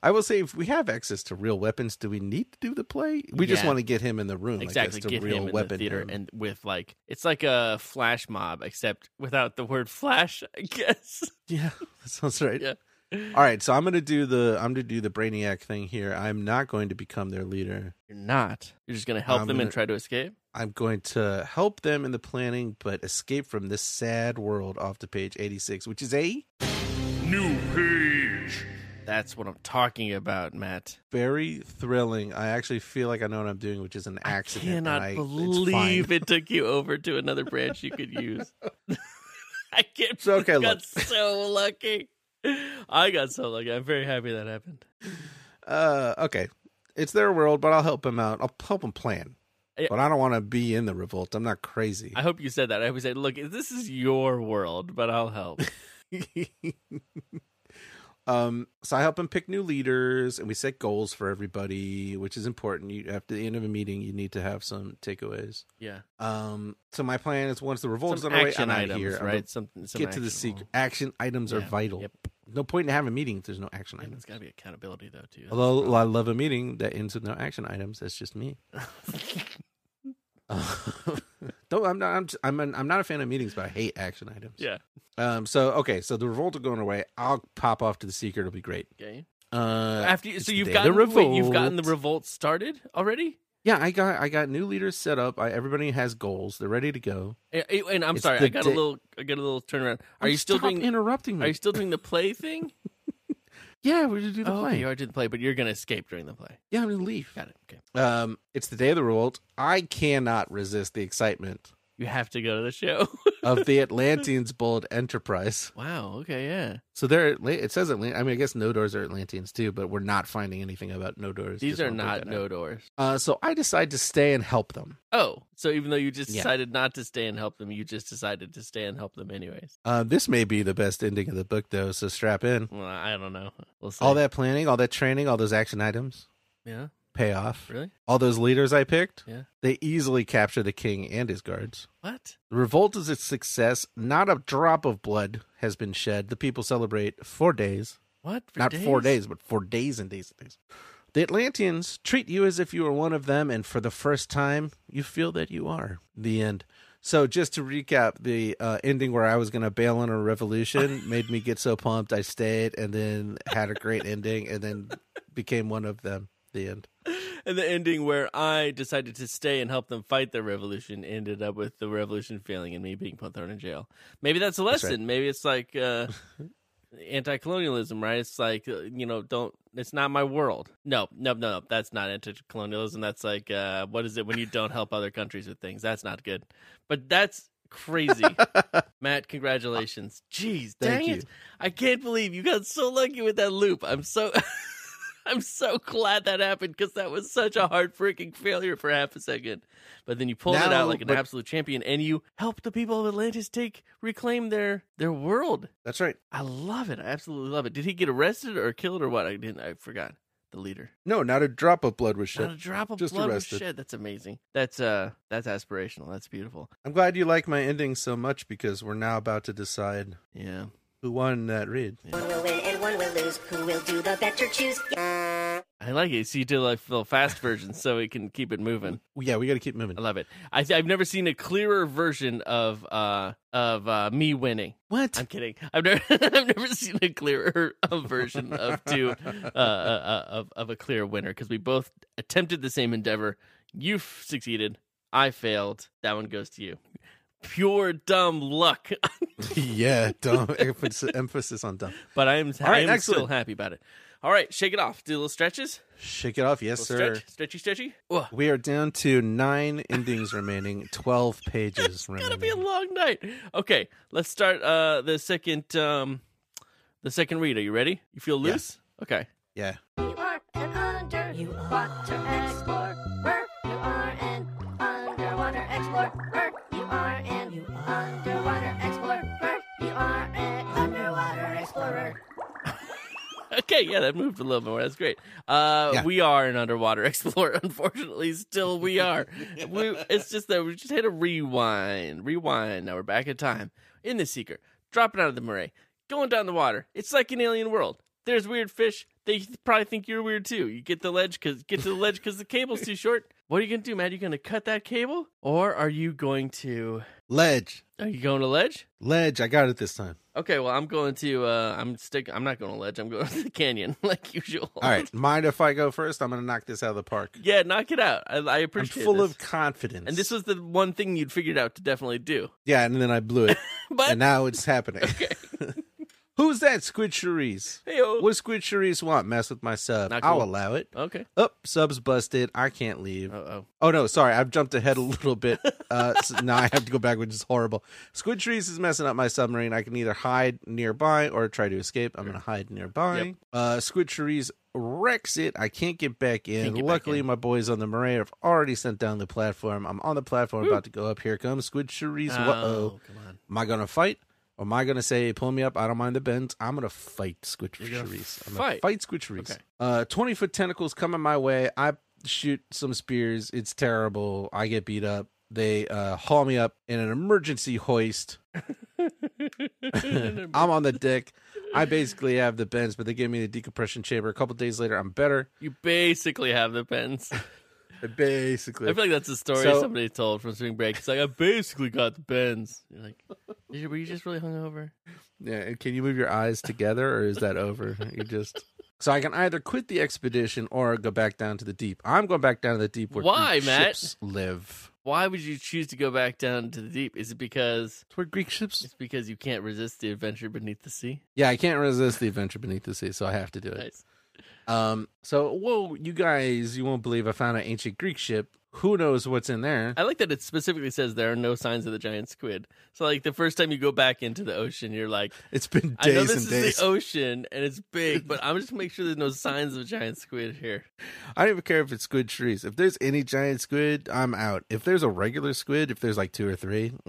Speaker 2: I will say, if we have access to real weapons, do we need to do the play? We just
Speaker 3: Yeah.
Speaker 2: want to get him in the room. I
Speaker 3: exactly,
Speaker 2: guess, to
Speaker 3: get
Speaker 2: real
Speaker 3: him in
Speaker 2: weapon
Speaker 3: the theater
Speaker 2: him.
Speaker 3: and with like it's like a flash mob, except without the word flash. I guess.
Speaker 2: yeah, that sounds right.
Speaker 3: Yeah.
Speaker 2: All right, so I'm gonna do the I'm gonna do the brainiac thing here. I'm not going to become their leader.
Speaker 3: You're not. You're just gonna help
Speaker 2: I'm
Speaker 3: them and
Speaker 2: gonna-
Speaker 3: try to escape.
Speaker 2: I'm going to help them in the planning, but escape from this sad world off to page 86, which is a
Speaker 1: New page.
Speaker 3: That's what I'm talking about, Matt.
Speaker 2: very thrilling. I actually feel like I know what I'm doing, which is an accident.
Speaker 3: I
Speaker 2: and
Speaker 3: cannot
Speaker 2: I- it's fine.
Speaker 3: believe it took you over to another branch you could use. I can't.
Speaker 2: It's okay,
Speaker 3: I
Speaker 2: look.
Speaker 3: got so lucky. I got so lucky. I'm very happy that happened.
Speaker 2: uh okay it's their world but i'll help him out i'll help him plan
Speaker 3: Yeah.
Speaker 2: but i don't want to be in the revolt i'm not crazy
Speaker 3: I hope you said that. I always say, "Look, this is your world, but I'll help."
Speaker 2: um so i help him pick new leaders and we set goals for everybody which is important you after the end of a meeting you need to have some takeaways
Speaker 3: Yeah,
Speaker 2: um so my plan is once the revolt's
Speaker 3: some
Speaker 2: underway i'm
Speaker 3: action
Speaker 2: out
Speaker 3: items,
Speaker 2: here I'm
Speaker 3: right?
Speaker 2: gonna
Speaker 3: Something. some
Speaker 2: get to the
Speaker 3: actionable.
Speaker 2: secret action items are
Speaker 3: Yeah,
Speaker 2: vital
Speaker 3: Yep.
Speaker 2: no point in having a meeting if there's no action
Speaker 3: And
Speaker 2: items
Speaker 3: It's got to be accountability though, too. That's the
Speaker 2: although i love a meeting that ends with no action items that's just me
Speaker 3: problem.
Speaker 2: Don't I'm not I'm just, I'm, an, I'm not a fan of meetings, but I hate action items.
Speaker 3: yeah.
Speaker 2: Um. So okay. So the revolt are going away. I'll pop off to the secret. It'll be great.
Speaker 3: Okay.
Speaker 2: Uh.
Speaker 3: After you,
Speaker 2: it's
Speaker 3: so
Speaker 2: the
Speaker 3: you've
Speaker 2: day of the
Speaker 3: gotten wait, you've gotten the
Speaker 2: revolt.
Speaker 3: revolt started already.
Speaker 2: yeah. I got I got new leaders set up. I, everybody has goals. They're ready to go.
Speaker 3: Eh, eh, And I'm
Speaker 2: It's
Speaker 3: sorry,
Speaker 2: the
Speaker 3: I got a
Speaker 2: day-
Speaker 3: little, I got a little turnaround. Are you still
Speaker 2: Stop
Speaker 3: doing?
Speaker 2: interrupting me?
Speaker 3: Are you still doing the play thing?
Speaker 2: yeah. We're gonna do the
Speaker 3: oh, okay,
Speaker 2: play.
Speaker 3: you are doing the play, but you're going to escape during the play.
Speaker 2: Yeah. I'm gonna leave.
Speaker 3: Got it. Okay.
Speaker 2: Um. It's the day of the revolt. I cannot resist the excitement
Speaker 3: You have to go to the show.
Speaker 2: of the Atlanteans' bold enterprise.
Speaker 3: wow. Okay. Yeah.
Speaker 2: So they're Atla- it says Atlant. I mean, I guess no doors are Atlanteans too, but we're not finding anything about no doors.
Speaker 3: These
Speaker 2: Just
Speaker 3: are
Speaker 2: wanna point
Speaker 3: not
Speaker 2: that out.
Speaker 3: no doors.
Speaker 2: Uh, so I decide to stay and help them.
Speaker 3: Oh, so even though you just
Speaker 2: Yeah.
Speaker 3: decided not to stay and help them, you just decided to stay and help them anyways.
Speaker 2: Uh, this may be the best ending of the book, though, so strap in.
Speaker 3: Well, I don't know. We'll see.
Speaker 2: All that planning, all that training, all those action items
Speaker 3: Yeah.
Speaker 2: pay off.
Speaker 3: Really?
Speaker 2: All those leaders I picked,
Speaker 3: Yeah.
Speaker 2: they easily capture the king and his guards.
Speaker 3: What?
Speaker 2: The revolt is a success. Not a drop of blood has been shed. The people celebrate four days.
Speaker 3: What? For
Speaker 2: Not four days, but four days and days and days. The Atlanteans treat you as if you were one of them, and for the first time, you feel that you are. The end. So, just to recap, the uh, ending where I was going to bail on a revolution made me get so pumped. I stayed and then had a great ending and then became one of them. The end.
Speaker 3: And the ending where I decided to stay and help them fight the revolution ended up with the revolution failing and me being put thrown in jail. Maybe that's a
Speaker 2: That's right.
Speaker 3: lesson. Maybe it's like uh, anti-colonialism, right? It's like uh, you know, don't. It's not my world. No, no, no, no. That's not anti-colonialism. That's like uh, what is it when you don't help other countries with things? That's not good. But that's crazy, Matt. Congratulations. Jeez,
Speaker 2: Thank
Speaker 3: dang
Speaker 2: you.
Speaker 3: it! I can't believe you got so lucky with that loop. I'm so. I'm so glad that happened because that was such a hard freaking failure for half a second. But then you pulled it
Speaker 2: Now-
Speaker 3: out like an
Speaker 2: but-
Speaker 3: absolute champion, and you helped the people of Atlantis take reclaim their their world.
Speaker 2: That's right.
Speaker 3: I love it. I absolutely love it. Did he get arrested or killed or what? I didn't. I forgot. The leader.
Speaker 2: No, not a drop of blood was shed.
Speaker 3: Not a drop of
Speaker 2: Just
Speaker 3: blood
Speaker 2: arrested.
Speaker 3: was shed. That's amazing. That's uh, that's aspirational. That's beautiful.
Speaker 2: I'm glad you like my ending so much because we're now about to decide
Speaker 3: Yeah.
Speaker 2: who won that read.
Speaker 5: One will win and one will lose. Who will do the better choose?
Speaker 3: I like it. So you did like the fast version, so it can keep it moving.
Speaker 2: Yeah, we got to keep moving.
Speaker 3: I love it. I th- I've never seen a clearer version of uh of uh, me winning.
Speaker 2: What?
Speaker 3: I'm kidding. I've never I've never seen a clearer uh, version of two uh, uh, uh, of of a clear winner because we both attempted the same endeavor. You f- succeeded. I failed. That one goes to you. Pure dumb luck,
Speaker 2: yeah, dumb. emphasis, emphasis on dumb.
Speaker 3: but I am,
Speaker 2: All right,
Speaker 3: I am still
Speaker 2: excellent.
Speaker 3: happy about it. All right, shake it off. Do little stretches.
Speaker 2: Shake it off, yes, sir.
Speaker 3: Little Stretch, stretchy, stretchy. Ugh.
Speaker 2: We are down to nine endings remaining, twelve pages remaining.
Speaker 3: gotta be a long night. Okay, let's start uh the second um the second read. Are you ready? You feel
Speaker 2: Yeah.
Speaker 3: loose? Okay.
Speaker 2: yeah,
Speaker 6: You are an underwater explorer. You are an underwater explorer. You are an underwater explorer. You are an underwater explorer.
Speaker 3: Okay, yeah, that moved a little more. That's great. Uh
Speaker 2: Yeah.
Speaker 3: we are an underwater explorer, unfortunately, still we are. we it's just that we just hit a rewind. Rewind. Now we're back in time. In the seeker, dropping out of the moray, going down the water. It's like an alien world. There's weird fish. They probably think you're weird too. You get the ledge cuz get to the ledge cuz the cable's too short. What are you going to do, man? Are you going to cut that cable or are you going to
Speaker 2: ledge,
Speaker 3: Are you going to ledge?
Speaker 2: ledge. I got it this time.
Speaker 3: Okay, well I'm going to uh I'm stick I'm not going to ledge, I'm going to the canyon like usual.
Speaker 2: All right, mind if I go first? I'm gonna knock this out of the park.
Speaker 3: Yeah, knock it out. I, I
Speaker 2: I'm
Speaker 3: appreciate
Speaker 2: full
Speaker 3: this.
Speaker 2: of confidence.
Speaker 3: And this was the one thing you'd figured out to definitely do.
Speaker 2: yeah, and then I blew it,
Speaker 3: But
Speaker 2: and now it's happening. Who's that, Squid Cherise?
Speaker 3: Hey-o.
Speaker 2: What does Squid Cherise want? Mess with my sub?
Speaker 3: Not
Speaker 2: I'll
Speaker 3: cool.
Speaker 2: allow it.
Speaker 3: Okay.
Speaker 2: Up, sub's busted. I can't leave.
Speaker 3: Uh oh.
Speaker 2: Oh no, sorry, I've jumped ahead a little bit. Uh, so now I have to go back, which is horrible. Squid Trees is messing up my submarine. I can either hide nearby or try to escape. I'm going to hide nearby.
Speaker 3: Yep.
Speaker 2: Uh, Squid Trees wrecks it. I can't get back in.
Speaker 3: Can't get back
Speaker 2: Luckily,
Speaker 3: in.
Speaker 2: my boys on the Marais have already sent down the platform. I'm on the platform, about to go up. Here comes Squid Trees. Whoa.
Speaker 3: come on.
Speaker 2: Am I going to fight? Or am I going to say, pull me up? I don't mind the bends. I'm going to fight Squid
Speaker 3: You're gonna
Speaker 2: Trees. I'm
Speaker 3: fight.
Speaker 2: fight Squid Trees.
Speaker 3: Okay.
Speaker 2: Uh, 20 foot tentacles coming my way. I shoot some spears. It's terrible. I get beat up. They uh, haul me up in an emergency hoist. I'm on the deck. I basically have the bends, but they give me the decompression chamber. A couple days later, I'm better.
Speaker 3: You basically have the pens. I
Speaker 2: Basically.
Speaker 3: feel like that's a story
Speaker 2: So-
Speaker 3: somebody told from spring break. It's like I basically got the pens. You're like, "You- were you just really hungover?
Speaker 2: Yeah, and can you move your eyes together or is that over? You just so I can either quit the expedition or go back down to the deep. I'm going back down to the deep where
Speaker 3: Why,
Speaker 2: Greek
Speaker 3: Matt?
Speaker 2: ships live.
Speaker 3: Why would you choose to go back down to the deep? Is it because
Speaker 2: It's where Greek ships
Speaker 3: it's because you can't resist the adventure beneath the sea?
Speaker 2: Yeah, I can't resist the adventure beneath the sea, so I have to do it.
Speaker 3: Nice.
Speaker 2: Um so whoa, you guys, you won't believe I found an ancient Greek ship. Who knows what's in there?
Speaker 3: I like that it specifically says there are no signs of the giant squid. So like the first time you go back into the ocean, you're like,
Speaker 2: It's been
Speaker 3: I know
Speaker 2: days
Speaker 3: this
Speaker 2: and
Speaker 3: is
Speaker 2: days.
Speaker 3: the ocean and it's big, but I'm just gonna make sure there's no signs of a giant squid here.
Speaker 2: I don't even care if it's squid trees. If there's any giant squid, I'm out. If there's a regular squid, if there's like two or three,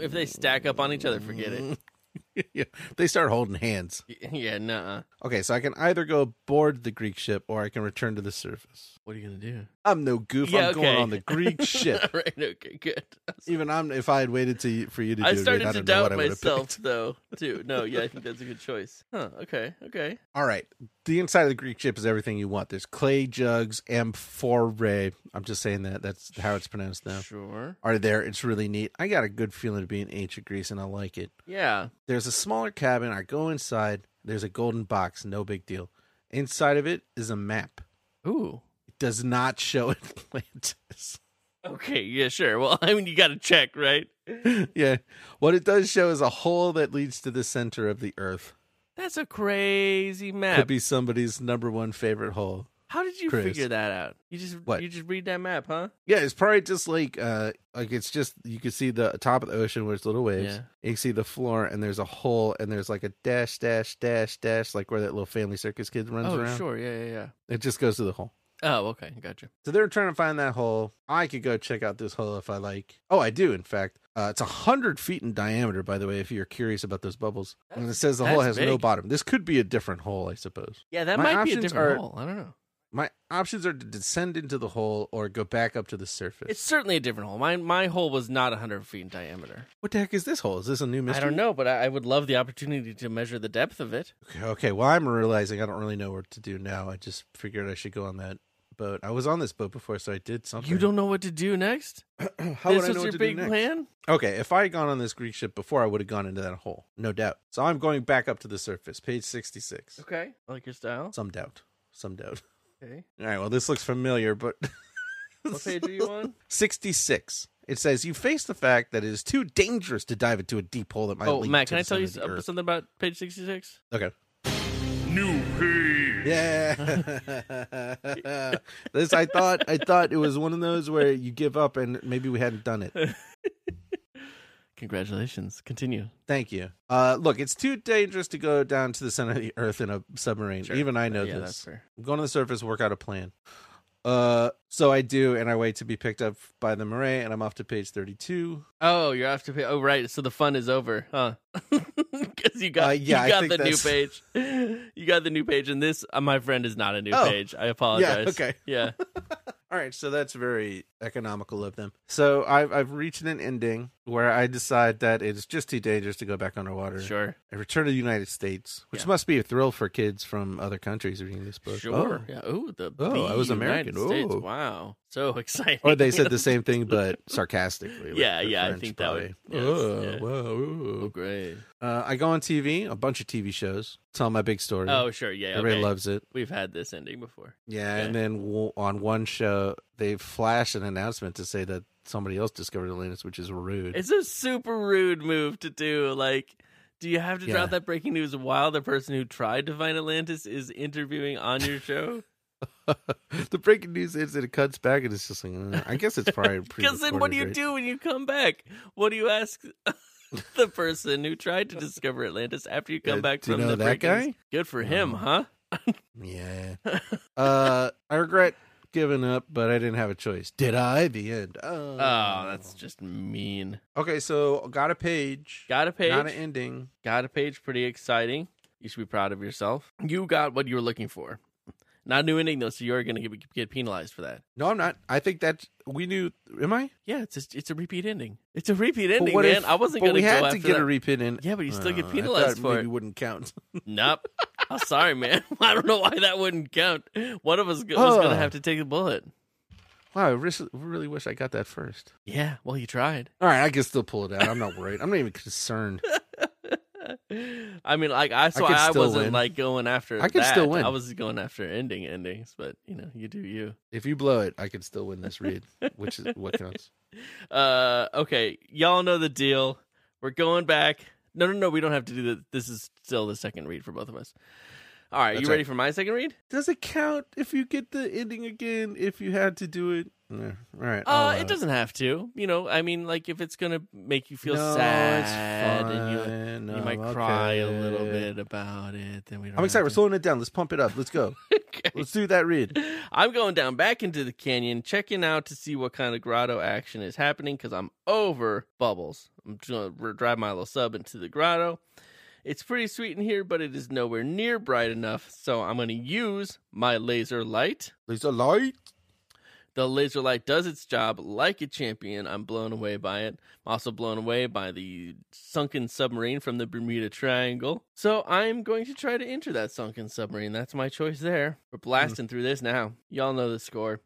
Speaker 3: If they stack up on each other, forget it.
Speaker 2: yeah, they start holding hands.
Speaker 3: Yeah, nah.
Speaker 2: Okay, so I can either go board the Greek ship or I can return to the surface.
Speaker 3: What are you gonna do?
Speaker 2: I'm no goof.
Speaker 3: Yeah,
Speaker 2: I'm going
Speaker 3: okay.
Speaker 2: on the Greek
Speaker 3: All
Speaker 2: ship.
Speaker 3: right, okay, good.
Speaker 2: Even I'm, if I had waited to, for you to do
Speaker 3: I
Speaker 2: it,
Speaker 3: started
Speaker 2: I
Speaker 3: to
Speaker 2: don't know what
Speaker 3: doubt
Speaker 2: I would have
Speaker 3: myself
Speaker 2: picked.
Speaker 3: though, too. No, yeah, I think that's a good choice. Huh, okay, okay.
Speaker 2: All right, the inside of the Greek ship is everything you want. There's clay jugs, amphorae. I'm just saying that. That's how it's pronounced now.
Speaker 3: Sure.
Speaker 2: Are there? It's really neat. I got a good feeling to be in ancient Greece, and I like it.
Speaker 3: Yeah.
Speaker 2: There's a smaller cabin. I go inside. There's a golden box. No big deal. Inside of it is a map.
Speaker 3: Ooh.
Speaker 2: It does not show Atlantis.
Speaker 3: Okay, yeah, sure. Well, I mean you gotta check, right?
Speaker 2: yeah. What it does show is a hole that leads to the center of the earth.
Speaker 3: That's a crazy
Speaker 2: Could
Speaker 3: map.
Speaker 2: be somebody's number one favorite hole.
Speaker 3: How did you
Speaker 2: Chris.
Speaker 3: figure that out? You just
Speaker 2: What?
Speaker 3: you just read that map, huh?
Speaker 2: Yeah, it's probably just like uh like it's just you can see the top of the ocean where it's little waves.
Speaker 3: Yeah.
Speaker 2: You can see the floor and there's a hole and there's like a dash dash dash dash like where that little family circus kid runs
Speaker 3: oh,
Speaker 2: around.
Speaker 3: sure, yeah, yeah, yeah.
Speaker 2: It just goes to the hole.
Speaker 3: Oh, okay, gotcha.
Speaker 2: So they're trying to find that hole. I could go check out this hole if I like. Oh, I do, in fact. Uh, it's a hundred feet in diameter, by the way. If you're curious about those bubbles, and it says the hole
Speaker 3: that's
Speaker 2: has no
Speaker 3: big.
Speaker 2: bottom. This could be a different hole, I suppose.
Speaker 3: Yeah, that
Speaker 2: My
Speaker 3: might be a
Speaker 2: options
Speaker 3: different
Speaker 2: are-
Speaker 3: hole. I don't know.
Speaker 2: My options are to descend into the hole or go back up to the surface.
Speaker 3: It's certainly a different hole. My my hole was not 100 feet in diameter.
Speaker 2: what the heck is this hole? Is this a new mystery?
Speaker 3: I don't know, but I, I would love the opportunity to measure the depth of it.
Speaker 2: Okay, okay, well, I'm realizing I don't really know what to do now. I just figured I should go on that boat. I was on this boat before, so I did something.
Speaker 3: You don't know what to do next.
Speaker 2: How
Speaker 3: this
Speaker 2: would I
Speaker 3: was
Speaker 2: know what
Speaker 3: your
Speaker 2: to do
Speaker 3: big
Speaker 2: next?
Speaker 3: plan.
Speaker 2: Okay, if I had gone on this Greek ship before, I would have gone into that hole, no doubt. So I'm going back up to the surface. Page sixty-six.
Speaker 3: Okay, I like your style.
Speaker 2: Some doubt. Some doubt.
Speaker 3: Okay,
Speaker 2: All right. Well, this looks familiar, but
Speaker 3: what page are you on?
Speaker 2: 66. It says you face the fact that it is too dangerous to dive into a deep hole that might
Speaker 3: Oh,
Speaker 2: lead
Speaker 3: Matt,
Speaker 2: to
Speaker 3: can I
Speaker 2: the
Speaker 3: tell you
Speaker 2: center of the
Speaker 3: something
Speaker 2: earth.
Speaker 3: about page 66?
Speaker 2: Okay.
Speaker 1: New page.
Speaker 2: Yeah. this I thought I thought it was one of those where you give up and maybe we hadn't done it.
Speaker 3: Congratulations. Continue.
Speaker 2: Thank you. Uh look, it's too dangerous to go down to the center of the earth in a submarine. Even I know
Speaker 3: yeah,
Speaker 2: this.
Speaker 3: that's fair.
Speaker 2: I'm going to the surface, work out a plan. Uh so I do and I wait to be picked up by the moray and I'm off to page 32.
Speaker 3: Oh, you're off to pay. Oh, right. So the fun is over, huh? Because you got
Speaker 2: Uh, yeah, I
Speaker 3: you got
Speaker 2: think
Speaker 3: the new
Speaker 2: that's-
Speaker 3: page. You got the new page, and this, uh, my friend, is not a new
Speaker 2: Oh.
Speaker 3: page. I apologize.
Speaker 2: okay.
Speaker 3: Yeah.
Speaker 2: All right, so that's very economical of them. So I've I've reached an ending where I decide that it's just too dangerous to go back underwater.
Speaker 3: Sure.
Speaker 2: I return to the United States, which
Speaker 3: Yeah.
Speaker 2: must be a thrill for kids from other countries reading this book.
Speaker 3: Sure.
Speaker 2: Oh.
Speaker 3: Yeah. Ooh, the
Speaker 2: Oh,
Speaker 3: the
Speaker 2: I was
Speaker 3: United
Speaker 2: American.
Speaker 3: States.
Speaker 2: Ooh.
Speaker 3: Wow. So exciting.
Speaker 2: Or they said the same thing, but sarcastically.
Speaker 3: Yeah,
Speaker 2: they're
Speaker 3: yeah, I think that would- yes,
Speaker 2: oh,
Speaker 3: yeah.
Speaker 2: wow,
Speaker 3: Oh,
Speaker 2: ooh.
Speaker 3: great.
Speaker 2: Uh, I go on TV, a bunch of TV shows, tell my big story.
Speaker 3: Oh, sure. Yeah.
Speaker 2: Everybody
Speaker 3: okay.
Speaker 2: loves it.
Speaker 3: We've had this ending before.
Speaker 2: Yeah,
Speaker 3: Okay.
Speaker 2: and then w- on one show, they flash an announcement to say that somebody else discovered Atlantis, which is rude.
Speaker 3: It's a super rude move to do. Like, do you have to
Speaker 2: Yeah.
Speaker 3: drop that breaking news while the person who tried to find Atlantis is interviewing on your show?
Speaker 2: the breaking news is that it cuts back, and it's just like, uh, I guess it's probably pre
Speaker 3: Because then what do you do when you come back? What do you ask the person who tried to discover Atlantis after you come
Speaker 2: Uh,
Speaker 3: back
Speaker 2: do you
Speaker 3: from
Speaker 2: know
Speaker 3: the
Speaker 2: that
Speaker 3: breaking news?
Speaker 2: guy?
Speaker 3: Good for him, huh?
Speaker 2: Yeah. uh, I regret giving up, but I didn't have a choice. Did I? The end. Oh,
Speaker 3: Oh, that's just mean.
Speaker 2: okay. So got a page.
Speaker 3: Got a page.
Speaker 2: Not an ending.
Speaker 3: Got a page. Pretty exciting. You should be proud of yourself. You got what you were looking for. Not a new ending though, so you're going to get, get penalized for that.
Speaker 2: No, I'm not. I think that we knew. Am I?
Speaker 3: Yeah, it's just, it's a repeat ending. It's a repeat ending,
Speaker 2: But what
Speaker 3: man.
Speaker 2: if-
Speaker 3: I wasn't
Speaker 2: but
Speaker 3: going
Speaker 2: we
Speaker 3: go
Speaker 2: had
Speaker 3: after
Speaker 2: to get
Speaker 3: that.
Speaker 2: a repin in.
Speaker 3: Yeah, but you still get
Speaker 2: Uh, I
Speaker 3: penalized
Speaker 2: thought
Speaker 3: for
Speaker 2: maybe
Speaker 3: it.
Speaker 2: Wouldn't count.
Speaker 3: Nope. I'm sorry, man. I don't know why that wouldn't count. One of us go- was going
Speaker 2: Ugh.
Speaker 3: to have to take the bullet.
Speaker 2: Wow, I ris- really wish I got that first.
Speaker 3: Yeah, well, you tried.
Speaker 2: All right, I can still pull it out. I'm not worried. I'm not even concerned.
Speaker 3: I mean, like I so
Speaker 2: could
Speaker 3: I,
Speaker 2: still
Speaker 3: wasn't
Speaker 2: win.
Speaker 3: like going after.
Speaker 2: I could
Speaker 3: that.
Speaker 2: still win.
Speaker 3: I was going after ending endings, but you know, you do you.
Speaker 2: If you blow it, I can still win this read, which is what counts.
Speaker 3: Uh, okay, y'all know the deal. We're going back. No, no, no. We don't have to do that. This is still the second read for both of us. All right,
Speaker 2: That's
Speaker 3: you ready
Speaker 2: right.
Speaker 3: for my second read?
Speaker 2: Does it count if you get the ending again? If you had to do it, yeah. all right. Oh, I'll
Speaker 3: Uh,
Speaker 2: allow
Speaker 3: it doesn't have to. You know, I mean, like if it's gonna make you feel
Speaker 2: No, it's
Speaker 3: sad and you
Speaker 2: fine.
Speaker 3: you
Speaker 2: No,
Speaker 3: might
Speaker 2: I'm
Speaker 3: cry a
Speaker 2: okay.
Speaker 3: little bit about it, then we. Don't
Speaker 2: I'm excited. We're
Speaker 3: have to-
Speaker 2: slowing it down. Let's pump it up. Let's go.
Speaker 3: Okay.
Speaker 2: Let's do that read.
Speaker 3: I'm going down back into the canyon, checking out to see what kind of grotto action is happening because I'm over bubbles. I'm just going to drive my little sub into the grotto. It's pretty sweet in here, but it is nowhere near bright enough, so I'm going to use my laser light.
Speaker 2: There's a light.
Speaker 3: The laser light does its job like a champion. I'm blown away by it. I'm also blown away by the sunken submarine from the Bermuda Triangle. So I'm going to try to enter that sunken submarine. That's my choice there. We're blasting through this now. Y'all know the score.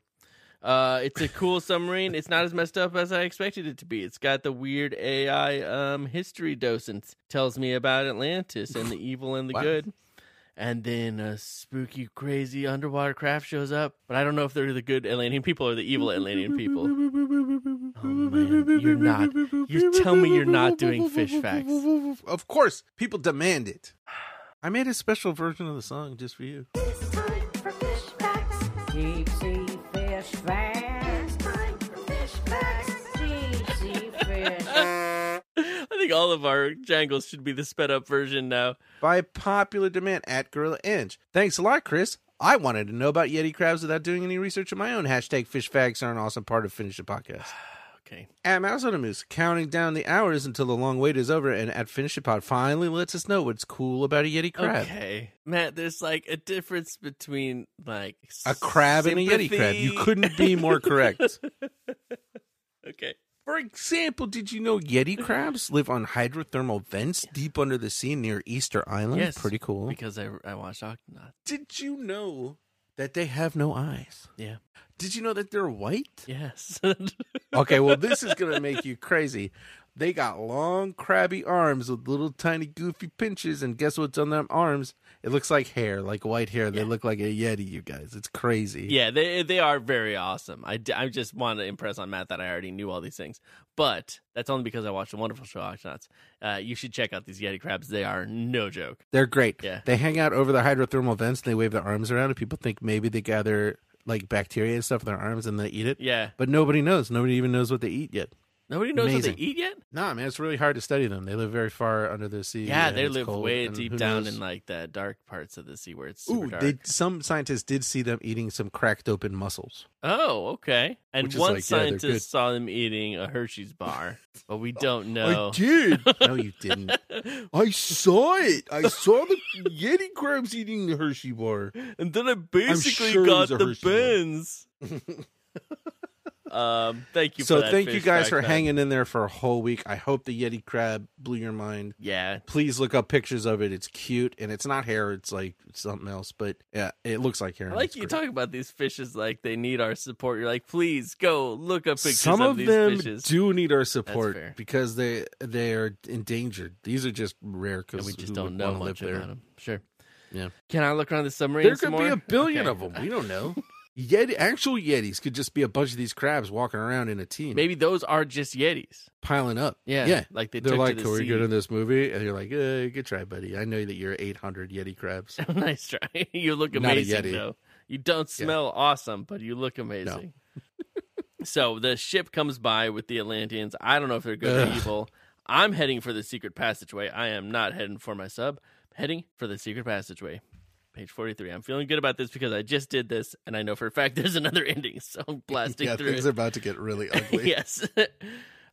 Speaker 3: Uh, it's a cool submarine. It's not as messed up as I expected it to be. It's got the weird AI um, history docent tells me about Atlantis and the evil and the
Speaker 2: Wow.
Speaker 3: good. And then a spooky, crazy underwater craft shows up. But I don't know if they're the good Atlantean people or the evil Atlantean people. Oh, man. You're not. You tell me you're not doing fish facts.
Speaker 2: Of course, people demand it. I made a special version of the song just for you.
Speaker 6: It's time for fish facts.
Speaker 7: Deep sea fish facts.
Speaker 6: It's time for fish facts.
Speaker 7: Deep sea fish.
Speaker 3: I think all of our jangles should be the sped up version now.
Speaker 2: By popular demand at Gorilla Inch. Thanks a lot, Chris. I wanted to know about Yeti crabs without doing any research of my own. Hashtag fish facts are an awesome part of Finish the Podcast.
Speaker 3: Okay.
Speaker 2: At Mouse on a Moose, counting down the hours until the long wait is over, and at Finish It Pod finally lets us know what's cool about a Yeti crab.
Speaker 3: Okay. Matt, there's like a difference between like
Speaker 2: A crab and a Yeti crab. You
Speaker 3: sympathy-
Speaker 2: couldn't be more correct.
Speaker 3: Okay.
Speaker 2: For example, did you know Yeti crabs live on hydrothermal vents deep under the sea near Easter Island?
Speaker 3: Yes.
Speaker 2: Pretty cool.
Speaker 3: Because I I watched Octonaut.
Speaker 2: Did you know that they have no eyes?
Speaker 3: Yeah.
Speaker 2: Did you know that they're white?
Speaker 3: Yes.
Speaker 2: Okay, well, this is going to make you crazy. They got long, crabby arms with little tiny, goofy pinches, and guess what's on them arms? It looks like hair, like white hair. They
Speaker 3: Yeah.
Speaker 2: look like a Yeti, you guys. It's crazy.
Speaker 3: yeah, they they are very awesome. I, d- I just want to impress on Matt that I already knew all these things, but that's only because I watched a wonderful show, Octonauts. Uh, you should check out these Yeti crabs. They are no joke.
Speaker 2: They're great.
Speaker 3: Yeah.
Speaker 2: They hang out over the hydrothermal vents and they wave their arms around, and people think maybe they gather like bacteria and stuff in their arms and they eat it.
Speaker 3: Yeah.
Speaker 2: But nobody knows. Nobody even knows what they eat yet.
Speaker 3: Nobody knows
Speaker 2: Amazing.
Speaker 3: what they eat yet.
Speaker 2: Nah, man, it's really hard to study them. They live very far under the sea.
Speaker 3: Yeah,
Speaker 2: and
Speaker 3: they
Speaker 2: it's
Speaker 3: live
Speaker 2: cold,
Speaker 3: way
Speaker 2: and
Speaker 3: deep
Speaker 2: who
Speaker 3: down
Speaker 2: knows?
Speaker 3: in like the dark parts of the sea where it's super
Speaker 2: Ooh,
Speaker 3: dark.
Speaker 2: they, some scientists did see them eating some cracked open mussels.
Speaker 3: Oh, okay. And
Speaker 2: Which is
Speaker 3: one
Speaker 2: like, yeah, they're
Speaker 3: scientist
Speaker 2: good.
Speaker 3: saw them eating a Hershey's bar, but we don't know.
Speaker 2: did. no, you didn't. I saw it. I saw the Yeti crabs eating the Hershey bar.
Speaker 3: and then I basically
Speaker 2: sure it
Speaker 3: got
Speaker 2: was a
Speaker 3: the
Speaker 2: Hershey bar.
Speaker 3: bins. um, thank you.
Speaker 2: so
Speaker 3: for that
Speaker 2: thank you
Speaker 3: fish
Speaker 2: guys
Speaker 3: fact,
Speaker 2: for
Speaker 3: man.
Speaker 2: hanging in there for a whole week. I hope the Yeti crab blew your mind.
Speaker 3: Yeah,
Speaker 2: Please look up pictures of it. It's cute and it's not hair. It's like something else, but yeah, it looks like hair.
Speaker 3: I
Speaker 2: and
Speaker 3: like
Speaker 2: it's
Speaker 3: you
Speaker 2: great.
Speaker 3: talking about these fishes like they need our support. You're like, please go look up pictures
Speaker 2: Some
Speaker 3: of,
Speaker 2: of
Speaker 3: these
Speaker 2: them
Speaker 3: fishes.
Speaker 2: do need our support
Speaker 3: fair.
Speaker 2: because they they are endangered. These are just rare
Speaker 3: and
Speaker 2: because
Speaker 3: we just don't know
Speaker 2: live
Speaker 3: much
Speaker 2: there.
Speaker 3: about them. Sure.
Speaker 2: Yeah.
Speaker 3: Can I look around the submarine?
Speaker 2: There
Speaker 3: some
Speaker 2: could be a
Speaker 3: more?
Speaker 2: billion
Speaker 3: Okay.
Speaker 2: of them. We don't know. Yeti, actual Yetis could just be a bunch of these crabs walking around in a team,
Speaker 3: Maybe those are just yetis.
Speaker 2: piling up.
Speaker 3: Yeah,
Speaker 2: yeah.
Speaker 3: like they
Speaker 2: They are
Speaker 3: took
Speaker 2: like,
Speaker 3: to
Speaker 2: "Are
Speaker 3: the
Speaker 2: we
Speaker 3: sea.
Speaker 2: good in this movie?" And you're like, uh, "Good try, buddy. I know that you're 800 Yeti crabs."
Speaker 3: nice try. You look
Speaker 2: Not a
Speaker 3: amazing,
Speaker 2: Yeti.
Speaker 3: though. You don't smell awesome, but you look amazing. so the ship comes by with the Atlanteans. I don't know if they're good or
Speaker 2: Ugh.
Speaker 3: evil. I'm heading for the secret passageway. I am not heading for my sub. Heading for the secret passageway. Page 43. I'm feeling good about this because I just did this and I know for a fact there's another ending. So I'm blasting
Speaker 2: yeah,
Speaker 3: through
Speaker 2: things
Speaker 3: it.
Speaker 2: are about to get really ugly.
Speaker 3: yes. Uh,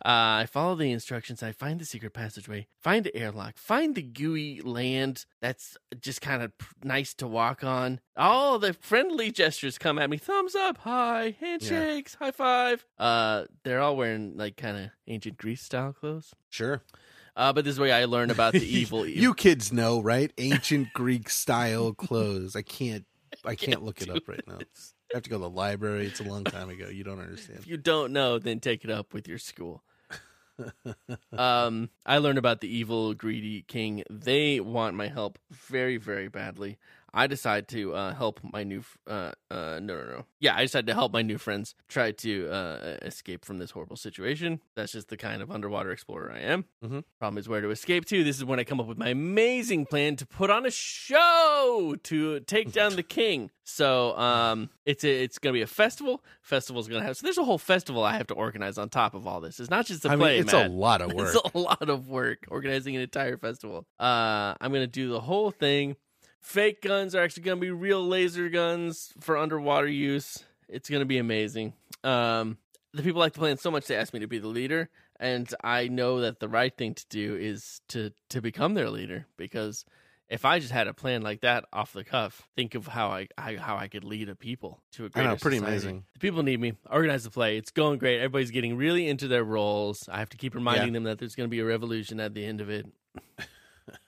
Speaker 3: I follow the instructions. I find the secret passageway, find the airlock, find the gooey land that's just kind of nice to walk on. All the friendly gestures come at me thumbs up, hi, handshakes, high five. Uh, they're all wearing like kind of ancient Greece style clothes.
Speaker 2: Sure.
Speaker 3: Uh, but this way I learn about the evil.
Speaker 2: you kids know, right? Ancient Greek style clothes. I can't. I can't look it up right now. I have to go to the library. It's a long time ago. You don't understand.
Speaker 3: if you don't know, then take it up with your school. um, I learned about the evil, greedy king. They want my help very, very badly. I decide to uh, help my new. f- Uh, uh, no, no, no. Yeah, I decided to help my new friends try to uh, escape from this horrible situation. That's just the kind of underwater explorer I am.
Speaker 2: Mhm.
Speaker 3: Problem is where to escape to. This is when I come up with my amazing plan to put on a show to take down the king. So um, it's a, it's gonna be a festival. Festival's gonna have so there's a whole festival I have to organize on top of all this. It's not just the
Speaker 2: I mean,
Speaker 3: play.
Speaker 2: it's
Speaker 3: Matt.
Speaker 2: a lot of work.
Speaker 3: It's a lot of work organizing an entire festival. Uh, I'm gonna do the whole thing. Fake guns are actually gonna be real laser guns for underwater use. It's gonna be amazing. Um, the people like the plan so much they asked me to be the leader, and I know that the right thing to do is to to become their leader because if I just had a plan like that off the cuff, think of how I, I how I could lead a people to a
Speaker 2: I
Speaker 3: greater
Speaker 2: know, pretty
Speaker 3: society.
Speaker 2: amazing.
Speaker 3: The people need me. Organize the play. It's going great. Everybody's getting really into their roles. I have to keep reminding
Speaker 2: Yeah.
Speaker 3: them that there's going to be a revolution at the end of it.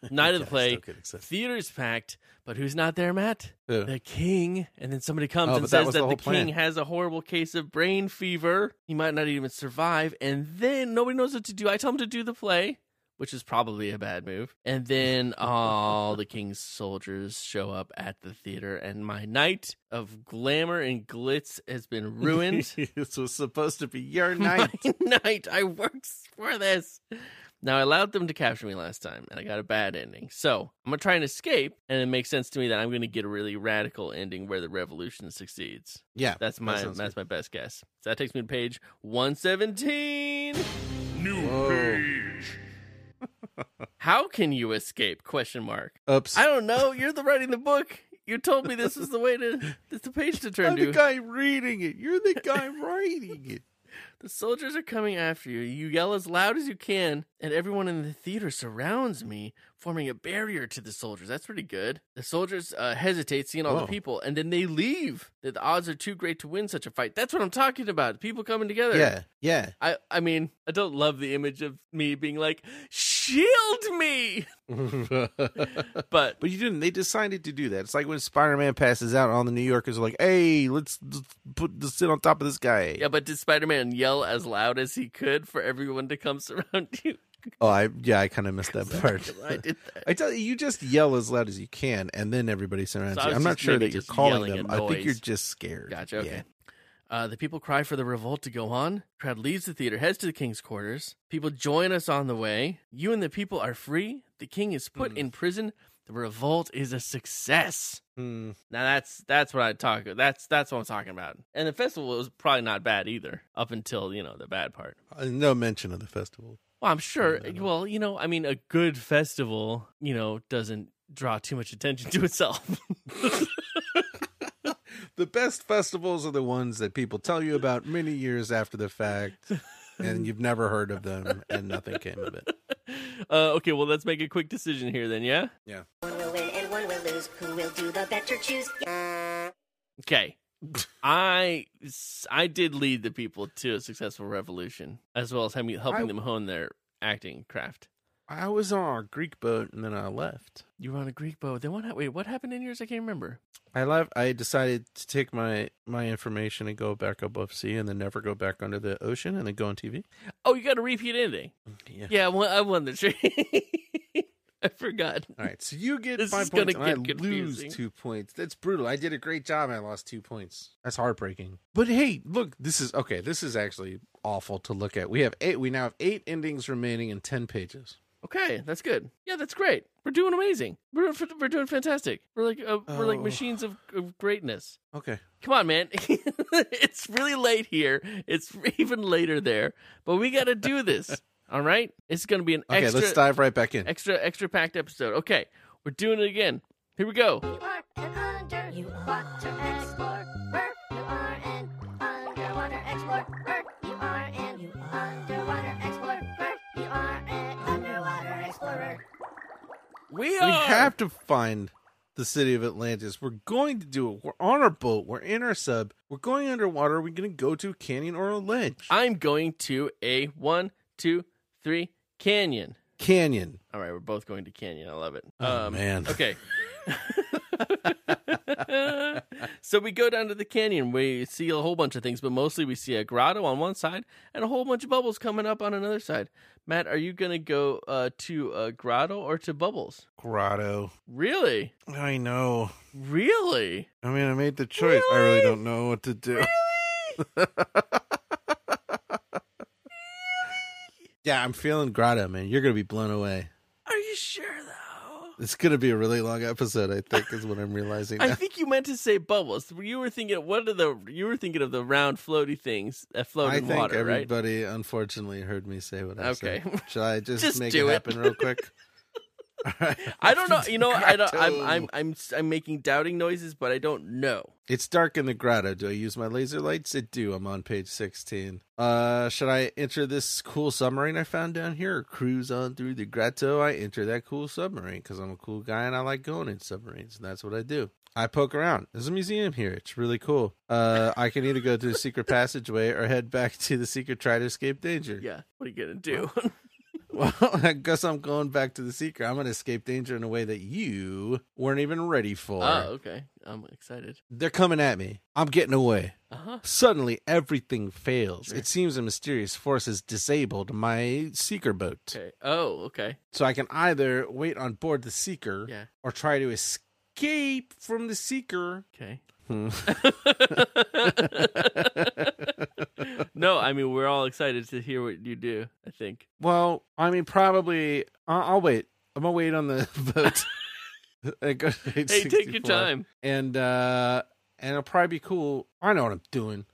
Speaker 3: Night of the
Speaker 2: Yeah, I
Speaker 3: play.
Speaker 2: still could accept-
Speaker 3: Theater's packed, but who's not there, Matt?
Speaker 2: Who?
Speaker 3: The king. And then somebody comes
Speaker 2: Oh,
Speaker 3: and
Speaker 2: but that
Speaker 3: says
Speaker 2: was
Speaker 3: that
Speaker 2: the
Speaker 3: the,
Speaker 2: whole plan.
Speaker 3: king has a horrible case of brain fever. He might not even survive. And then nobody knows what to do. I tell him to do the play, which is probably a bad move. And then all the king's soldiers show up at the theater, and my night of glamour and glitz has been ruined
Speaker 2: this was supposed to be your night.
Speaker 3: Oh my night. I worked for this. Now I allowed them to capture me last time, and I got a bad ending. So I'm gonna try and escape, and it makes sense to me that I'm gonna get a really radical ending where the revolution succeeds.
Speaker 2: Yeah,
Speaker 3: That's my
Speaker 2: sounds
Speaker 3: that's my best guess. So that takes me to page 117.
Speaker 1: New
Speaker 2: Whoa.
Speaker 1: page.
Speaker 3: How can you escape? Question mark.
Speaker 2: good. Oops.
Speaker 3: I don't know. You're the writing the book. You told me this was the way to this is the page to turn
Speaker 2: I'm the
Speaker 3: to.
Speaker 2: guy reading it. You're the guy writing it.
Speaker 3: The soldiers are coming after you. You yell as loud as you can, and everyone in the theater surrounds me, forming a barrier to the soldiers. That's pretty good. The soldiers uh, hesitate, seeing all
Speaker 2: Whoa.
Speaker 3: the people, and then they leave. That the odds are too great to win such a fight. That's what I'm talking about. People coming together.
Speaker 2: Yeah, yeah.
Speaker 3: I, I mean, I don't love the image of me being like, shield me.
Speaker 2: but
Speaker 3: But
Speaker 2: you didn't. They decided to do that. It's like when Spider Man passes out, all the New Yorkers are like, "Hey, let's, let's put let's sit on top of this guy."
Speaker 3: yeah, but did Spider Man yell as loud as he could for everyone to come surround you?
Speaker 2: Oh, I yeah, I kind of missed that part.
Speaker 3: I did that.
Speaker 2: I tell you, you just yell as loud as you can, and then everybody surrounds
Speaker 3: So I
Speaker 2: you.
Speaker 3: was
Speaker 2: I'm not
Speaker 3: just
Speaker 2: sure
Speaker 3: maybe
Speaker 2: that you're
Speaker 3: just
Speaker 2: calling
Speaker 3: yelling
Speaker 2: them.
Speaker 3: at
Speaker 2: I think you're
Speaker 3: noise.
Speaker 2: just scared.
Speaker 3: Gotcha. Okay.
Speaker 2: Yeah.
Speaker 3: Uh, the people cry for the revolt to go on. Crowd leaves the theater, heads to the king's quarters. People join us on the way. You and the people are free. The king is put in prison. The revolt is a success.
Speaker 2: Hmm.
Speaker 3: Now that's that's what I talk. That's that's what I'm talking about. And the festival was probably not bad either, up until you know the bad part.
Speaker 2: Uh, no mention of the festival.
Speaker 3: Well, I'm sure.
Speaker 2: no, no.
Speaker 3: Well, you know, I mean, a good festival, you know, doesn't draw too much attention to itself.
Speaker 2: The best festivals are the ones that people tell you about many years after the fact, and you've never heard of them, and nothing came of it.
Speaker 3: uh, okay, well, let's make a quick decision here then. Yeah.
Speaker 5: One will win and one will lose. Who will do the better choose?
Speaker 3: Okay. I I did lead the people to a successful revolution, as well as having, helping
Speaker 2: I-
Speaker 3: them hone their acting craft.
Speaker 2: I was on our Greek boat, and then I left.
Speaker 3: You were on a Greek boat. Then what? hap- Wait, what happened in yours? I can't remember.
Speaker 2: I left. I decided to take my my information and go back above sea, and then never go back under the ocean, and then go on TV.
Speaker 3: Oh, you got to repeat anything.
Speaker 2: Yeah.
Speaker 3: Yeah, I won, I won the trade. I forgot.
Speaker 2: All right, so you get
Speaker 3: This
Speaker 2: five
Speaker 3: is gonna
Speaker 2: points, and I
Speaker 3: get confusing.
Speaker 2: lose two points. That's brutal. I did a great job. and I lost two points. That's heartbreaking. But hey, look, this is okay. This is actually awful to look at. We have eight. We now have eight endings remaining and ten pages.
Speaker 3: Okay, that's good. Yeah, that's great. We're doing amazing. We're doing f- we're doing fantastic. We're like uh, we're like
Speaker 2: Oh.
Speaker 3: machines of, of greatness.
Speaker 2: Okay.
Speaker 3: Come on, man. it's really late here. It's even later there. But we got to do this. All right. It's going to be an
Speaker 2: Okay.
Speaker 3: extra
Speaker 2: Let's dive right back in.
Speaker 3: extra extra packed episode. Okay, we're doing it again. Here we go.
Speaker 6: You are an under you water explorer. You are an underwater explorer. You are an underwater explorer. You are an underwater explorer.
Speaker 3: We
Speaker 2: We
Speaker 3: are.
Speaker 2: have to find the city of Atlantis. We're going to do it. We're on our boat. We're in our sub. We're going underwater. We're going to go to a canyon or a ledge.
Speaker 3: I'm going to a one, two, three canyon.
Speaker 2: Canyon.
Speaker 3: All right, we're both going to canyon. I love it.
Speaker 2: Oh, man.
Speaker 3: Um, Okay. so we go down to the canyon. We see a whole bunch of things, but mostly we see a grotto on one side and a whole bunch of bubbles coming up on another side. Matt, are you gonna go uh, to a grotto or to bubbles?
Speaker 2: Grotto.
Speaker 3: Really,
Speaker 2: I know.
Speaker 3: really?
Speaker 2: I mean, I made the choice. I really don't know what to do. yeah, I'm feeling grotto, man. You're gonna be blown away.
Speaker 3: Are you sure though?
Speaker 2: It's gonna be a really long episode. I think is what I'm realizing.
Speaker 3: I
Speaker 2: Now.
Speaker 3: think you meant to say bubbles. You were thinking what are the you were thinking of the round floaty things that float
Speaker 2: I
Speaker 3: in
Speaker 2: think
Speaker 3: water, right?
Speaker 2: everybody unfortunately heard me say what I
Speaker 3: Okay.
Speaker 2: said. Shall I just,
Speaker 3: Just
Speaker 2: make
Speaker 3: do
Speaker 2: it,
Speaker 3: it.
Speaker 2: happen real quick?
Speaker 3: I don't know. You know, I don't. I'm,
Speaker 2: Grotto.
Speaker 3: I'm, I'm, I'm making doubting noises, but I don't know.
Speaker 2: It's dark in the grotto. Do I use my laser lights? It do. I'm on page 16. Uh, should I enter this cool submarine I found down here or cruise on through the grotto? I enter that cool submarine because I'm a cool guy and I like going in submarines, and that's what I do. I poke around. There's a museum here. It's really cool. Uh, I can either go through a secret passageway or head back to the secret try to escape danger.
Speaker 3: Yeah. What are you gonna do?
Speaker 2: Well, I guess I'm going back to the secret. I'm going to escape danger in a way that you weren't even ready for.
Speaker 3: oh, okay. I'm excited.
Speaker 2: They're coming at me. I'm getting away.
Speaker 3: Uh huh.
Speaker 2: Suddenly, everything fails. It seems a mysterious force has disabled my seeker boat.
Speaker 3: Okay. Oh, okay.
Speaker 2: So I can either wait on board the seeker
Speaker 3: Yeah.
Speaker 2: or try to escape from the seeker.
Speaker 3: Okay.
Speaker 2: Hmm.
Speaker 3: no, I mean we're all excited to hear what you do. I think.
Speaker 2: Well, I mean, probably I- I'll wait. I'm gonna wait on the boat. I go to page
Speaker 3: Hey, take your
Speaker 2: 64.
Speaker 3: time.
Speaker 2: and uh and it'll probably be cool. I know what I'm doing.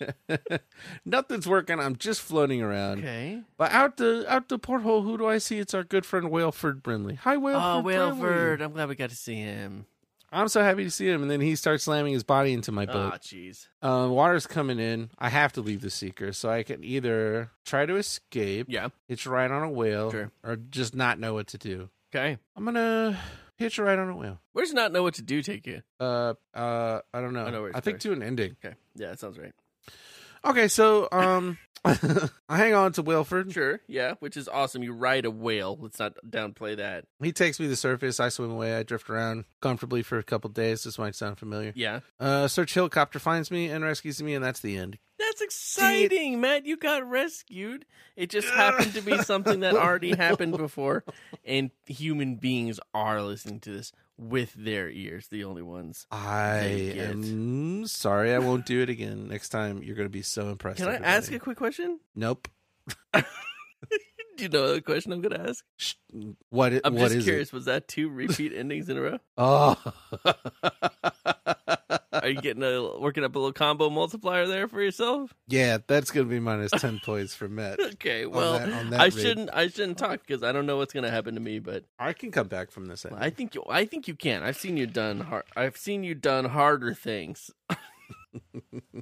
Speaker 2: Nothing's working. I'm just floating around.
Speaker 3: Okay.
Speaker 2: But out the out the porthole, who do I see? It's our good friend Wailford Brimley. Hi, Wailford.
Speaker 3: Oh,
Speaker 2: Brimley.
Speaker 3: Wilford. I'm glad we got to see him.
Speaker 2: I'm so happy to see him. And then he starts slamming his body into my
Speaker 3: Ah,
Speaker 2: boat.
Speaker 3: jeez.
Speaker 2: Um, water's coming in. I have to leave the seeker, so I can either try to escape,
Speaker 3: Yeah.
Speaker 2: hitch a ride on a whale,
Speaker 3: Sure.
Speaker 2: or just not know what to do.
Speaker 3: Okay.
Speaker 2: I'm gonna hitch a ride on a whale.
Speaker 3: Where's not know what to do take you?
Speaker 2: Uh, uh, I don't know.
Speaker 3: I know where it's
Speaker 2: I think to an ending.
Speaker 3: Okay. Yeah, that sounds right.
Speaker 2: Okay, so um, I hang on to Wilford.
Speaker 3: Sure. Yeah, which is awesome. You ride a whale. Let's not downplay that.
Speaker 2: He takes me to the surface. I swim away. I drift around comfortably for a couple days. This might sound familiar.
Speaker 3: Yeah.
Speaker 2: Uh, search helicopter finds me and rescues me, and that's the end.
Speaker 3: That's exciting, Matt. You got rescued. It just happened to be something that already happened before. And human beings are listening to this with their ears, the only ones.
Speaker 2: I
Speaker 3: Take it.
Speaker 2: am sorry. I won't do it again. Next time, you're going to be so impressed.
Speaker 3: Can I ask a
Speaker 2: everybody.
Speaker 3: quick question?
Speaker 2: Nope.
Speaker 3: Do you know the question I'm going to ask?
Speaker 2: Shh. What? i-
Speaker 3: I'm
Speaker 2: what
Speaker 3: just
Speaker 2: is
Speaker 3: curious.
Speaker 2: it?
Speaker 3: Was that two repeat endings in a row?
Speaker 2: Oh,
Speaker 3: Are you getting a working up a little combo multiplier there for yourself?
Speaker 2: yeah. That's going to be minus ten points for Matt.
Speaker 3: Okay, well,
Speaker 2: that- on that
Speaker 3: I
Speaker 2: rate.
Speaker 3: shouldn't. I shouldn't talk because I don't know what's going to happen to me. But
Speaker 2: I can come back from this. I
Speaker 3: I think you. I think you can. I've seen you done. Har- I've seen you done harder things.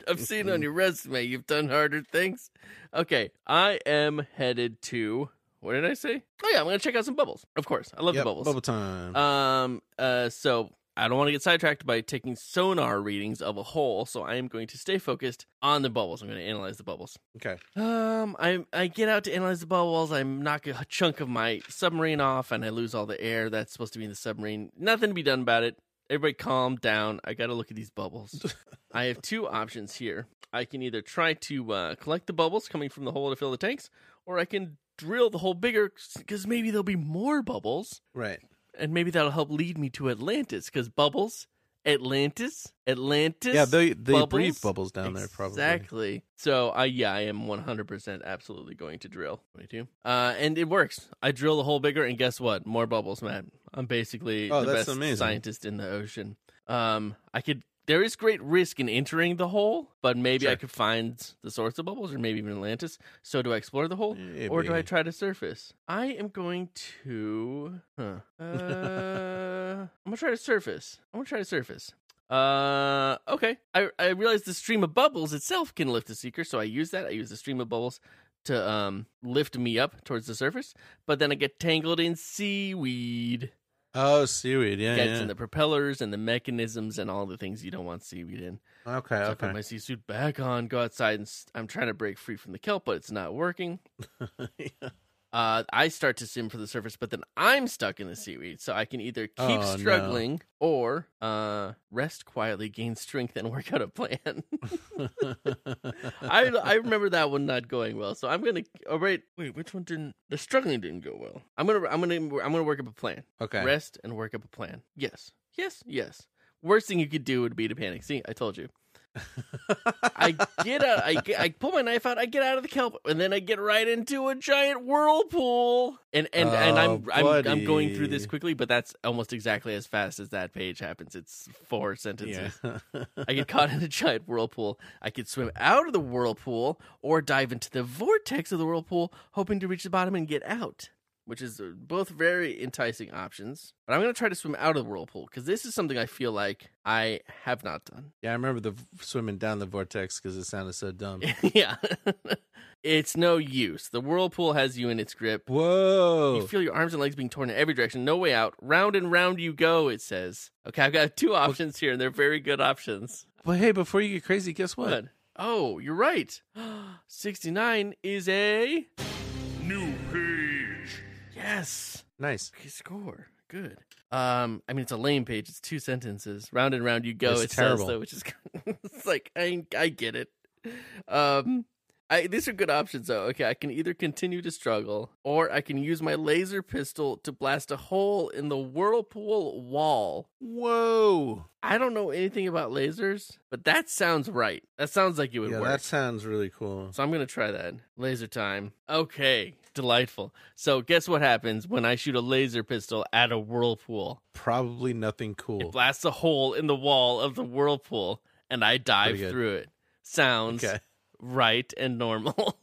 Speaker 3: I've seen on your resume you've done harder things. Okay, I am headed to. What did I say? Oh yeah, I'm going to check out some bubbles. Of course, I love
Speaker 2: Yep,
Speaker 3: the bubbles.
Speaker 2: Bubble time.
Speaker 3: Um. Uh. So I don't want to get sidetracked by taking sonar readings of a hole. So I am going to stay focused on the bubbles. I'm going to analyze the bubbles.
Speaker 2: okay.
Speaker 3: Um. I I get out to analyze the bubbles. I knock a chunk of my submarine off, and I lose all the air that's supposed to be in the submarine. Nothing to be done about it. Everybody, calm down. I got to look at these bubbles. I have two options here. I can either try to uh, collect the bubbles coming from the hole to fill the tanks, or I can drill the hole bigger because maybe there'll be more bubbles
Speaker 2: Right.
Speaker 3: and maybe that'll help lead me to Atlantis because bubbles, Atlantis, Atlantis.
Speaker 2: Yeah, they they breathe bubbles down there probably.
Speaker 3: Exactly. So, I yeah, I am 100% absolutely going to drill. 22. Uh, and it works. I drill the hole bigger, and guess what? More bubbles, man. I'm basically
Speaker 2: Oh,
Speaker 3: the
Speaker 2: that's
Speaker 3: best
Speaker 2: amazing.
Speaker 3: scientist in the ocean. Um, I could. There is great risk in entering the hole, but maybe I
Speaker 2: Sure.
Speaker 3: could find the source of bubbles, or maybe even Atlantis. So, do I explore the hole, or do I
Speaker 2: Maybe.
Speaker 3: try to surface? I am going to. Huh. Uh, I'm gonna try to surface. I'm gonna try to surface. Uh, okay. I I realized the stream of bubbles itself can lift the seeker, so I use that. I use the stream of bubbles to um lift me up towards the surface, but then I get tangled in seaweed.
Speaker 2: Oh, seaweed. Yeah.
Speaker 3: Gets
Speaker 2: yeah.
Speaker 3: in the propellers and the mechanisms and all the things you don't want seaweed in.
Speaker 2: Okay.
Speaker 3: So I
Speaker 2: Okay.
Speaker 3: put my sea suit back on, go outside, and s- I'm trying to break free from the kelp, but it's not working. uh, I start to swim for the surface, but then I'm stuck in the seaweed, so I can either keep
Speaker 2: Oh, no.
Speaker 3: struggling or uh, rest quietly, gain strength, and work out a plan. I I remember that one not going well, so I'm gonna. All right, wait, which one didn't? The struggling didn't go well. I'm gonna I'm gonna I'm gonna work up a plan.
Speaker 2: okay.
Speaker 3: Rest and work up a plan. Yes, yes, yes. Worst thing you could do would be to panic. See, I told you. I get out. I, get, I pull my knife out. I get out of the kelp, and then I get right into a giant whirlpool. And and, and I'm,
Speaker 2: Oh,
Speaker 3: I'm I'm
Speaker 2: buddy.
Speaker 3: going through this quickly, but that's almost exactly as fast as that page happens. It's four sentences.
Speaker 2: Yeah.
Speaker 3: I get caught in a giant whirlpool. I could swim out of the whirlpool or dive into the vortex of the whirlpool, hoping to reach the bottom and get out, which is uh, both very enticing options. But I'm going to try to swim out of the whirlpool because this is something I feel like I have not done.
Speaker 2: yeah. I remember the v- swimming down the vortex because it sounded so dumb.
Speaker 3: yeah. it's no use. The whirlpool has you in its grip.
Speaker 2: Whoa.
Speaker 3: You feel your arms and legs being torn in every direction. No way out. Round and round you go, it says. Okay, I've got two options here, and they're very good options.
Speaker 2: but hey, before you get crazy, guess what?
Speaker 3: What? Oh, you're right. 69 is a.
Speaker 1: New page.
Speaker 3: Yes.
Speaker 2: Nice.
Speaker 3: Okay, score. Good. Um, I mean, it's a lame page. It's two sentences. Round and round you go.
Speaker 2: It's
Speaker 3: it
Speaker 2: terrible.
Speaker 3: says, though, which is it's like I I get it. Um, I these are good options though. Okay, I can either continue to struggle or I can use my laser pistol to blast a hole in the whirlpool wall.
Speaker 2: Whoa.
Speaker 3: I don't know anything about lasers, but that sounds right. That sounds like it would
Speaker 2: Yeah,
Speaker 3: work.
Speaker 2: that sounds really cool.
Speaker 3: So I'm going to try that. Laser time. Okay. Delightful. So guess what happens when I shoot a laser pistol at a whirlpool?
Speaker 2: Probably nothing
Speaker 3: It
Speaker 2: cool.
Speaker 3: blasts a hole in the wall of the whirlpool and I dive
Speaker 2: Pretty good.
Speaker 3: through it. Sounds
Speaker 2: Okay.
Speaker 3: right and normal.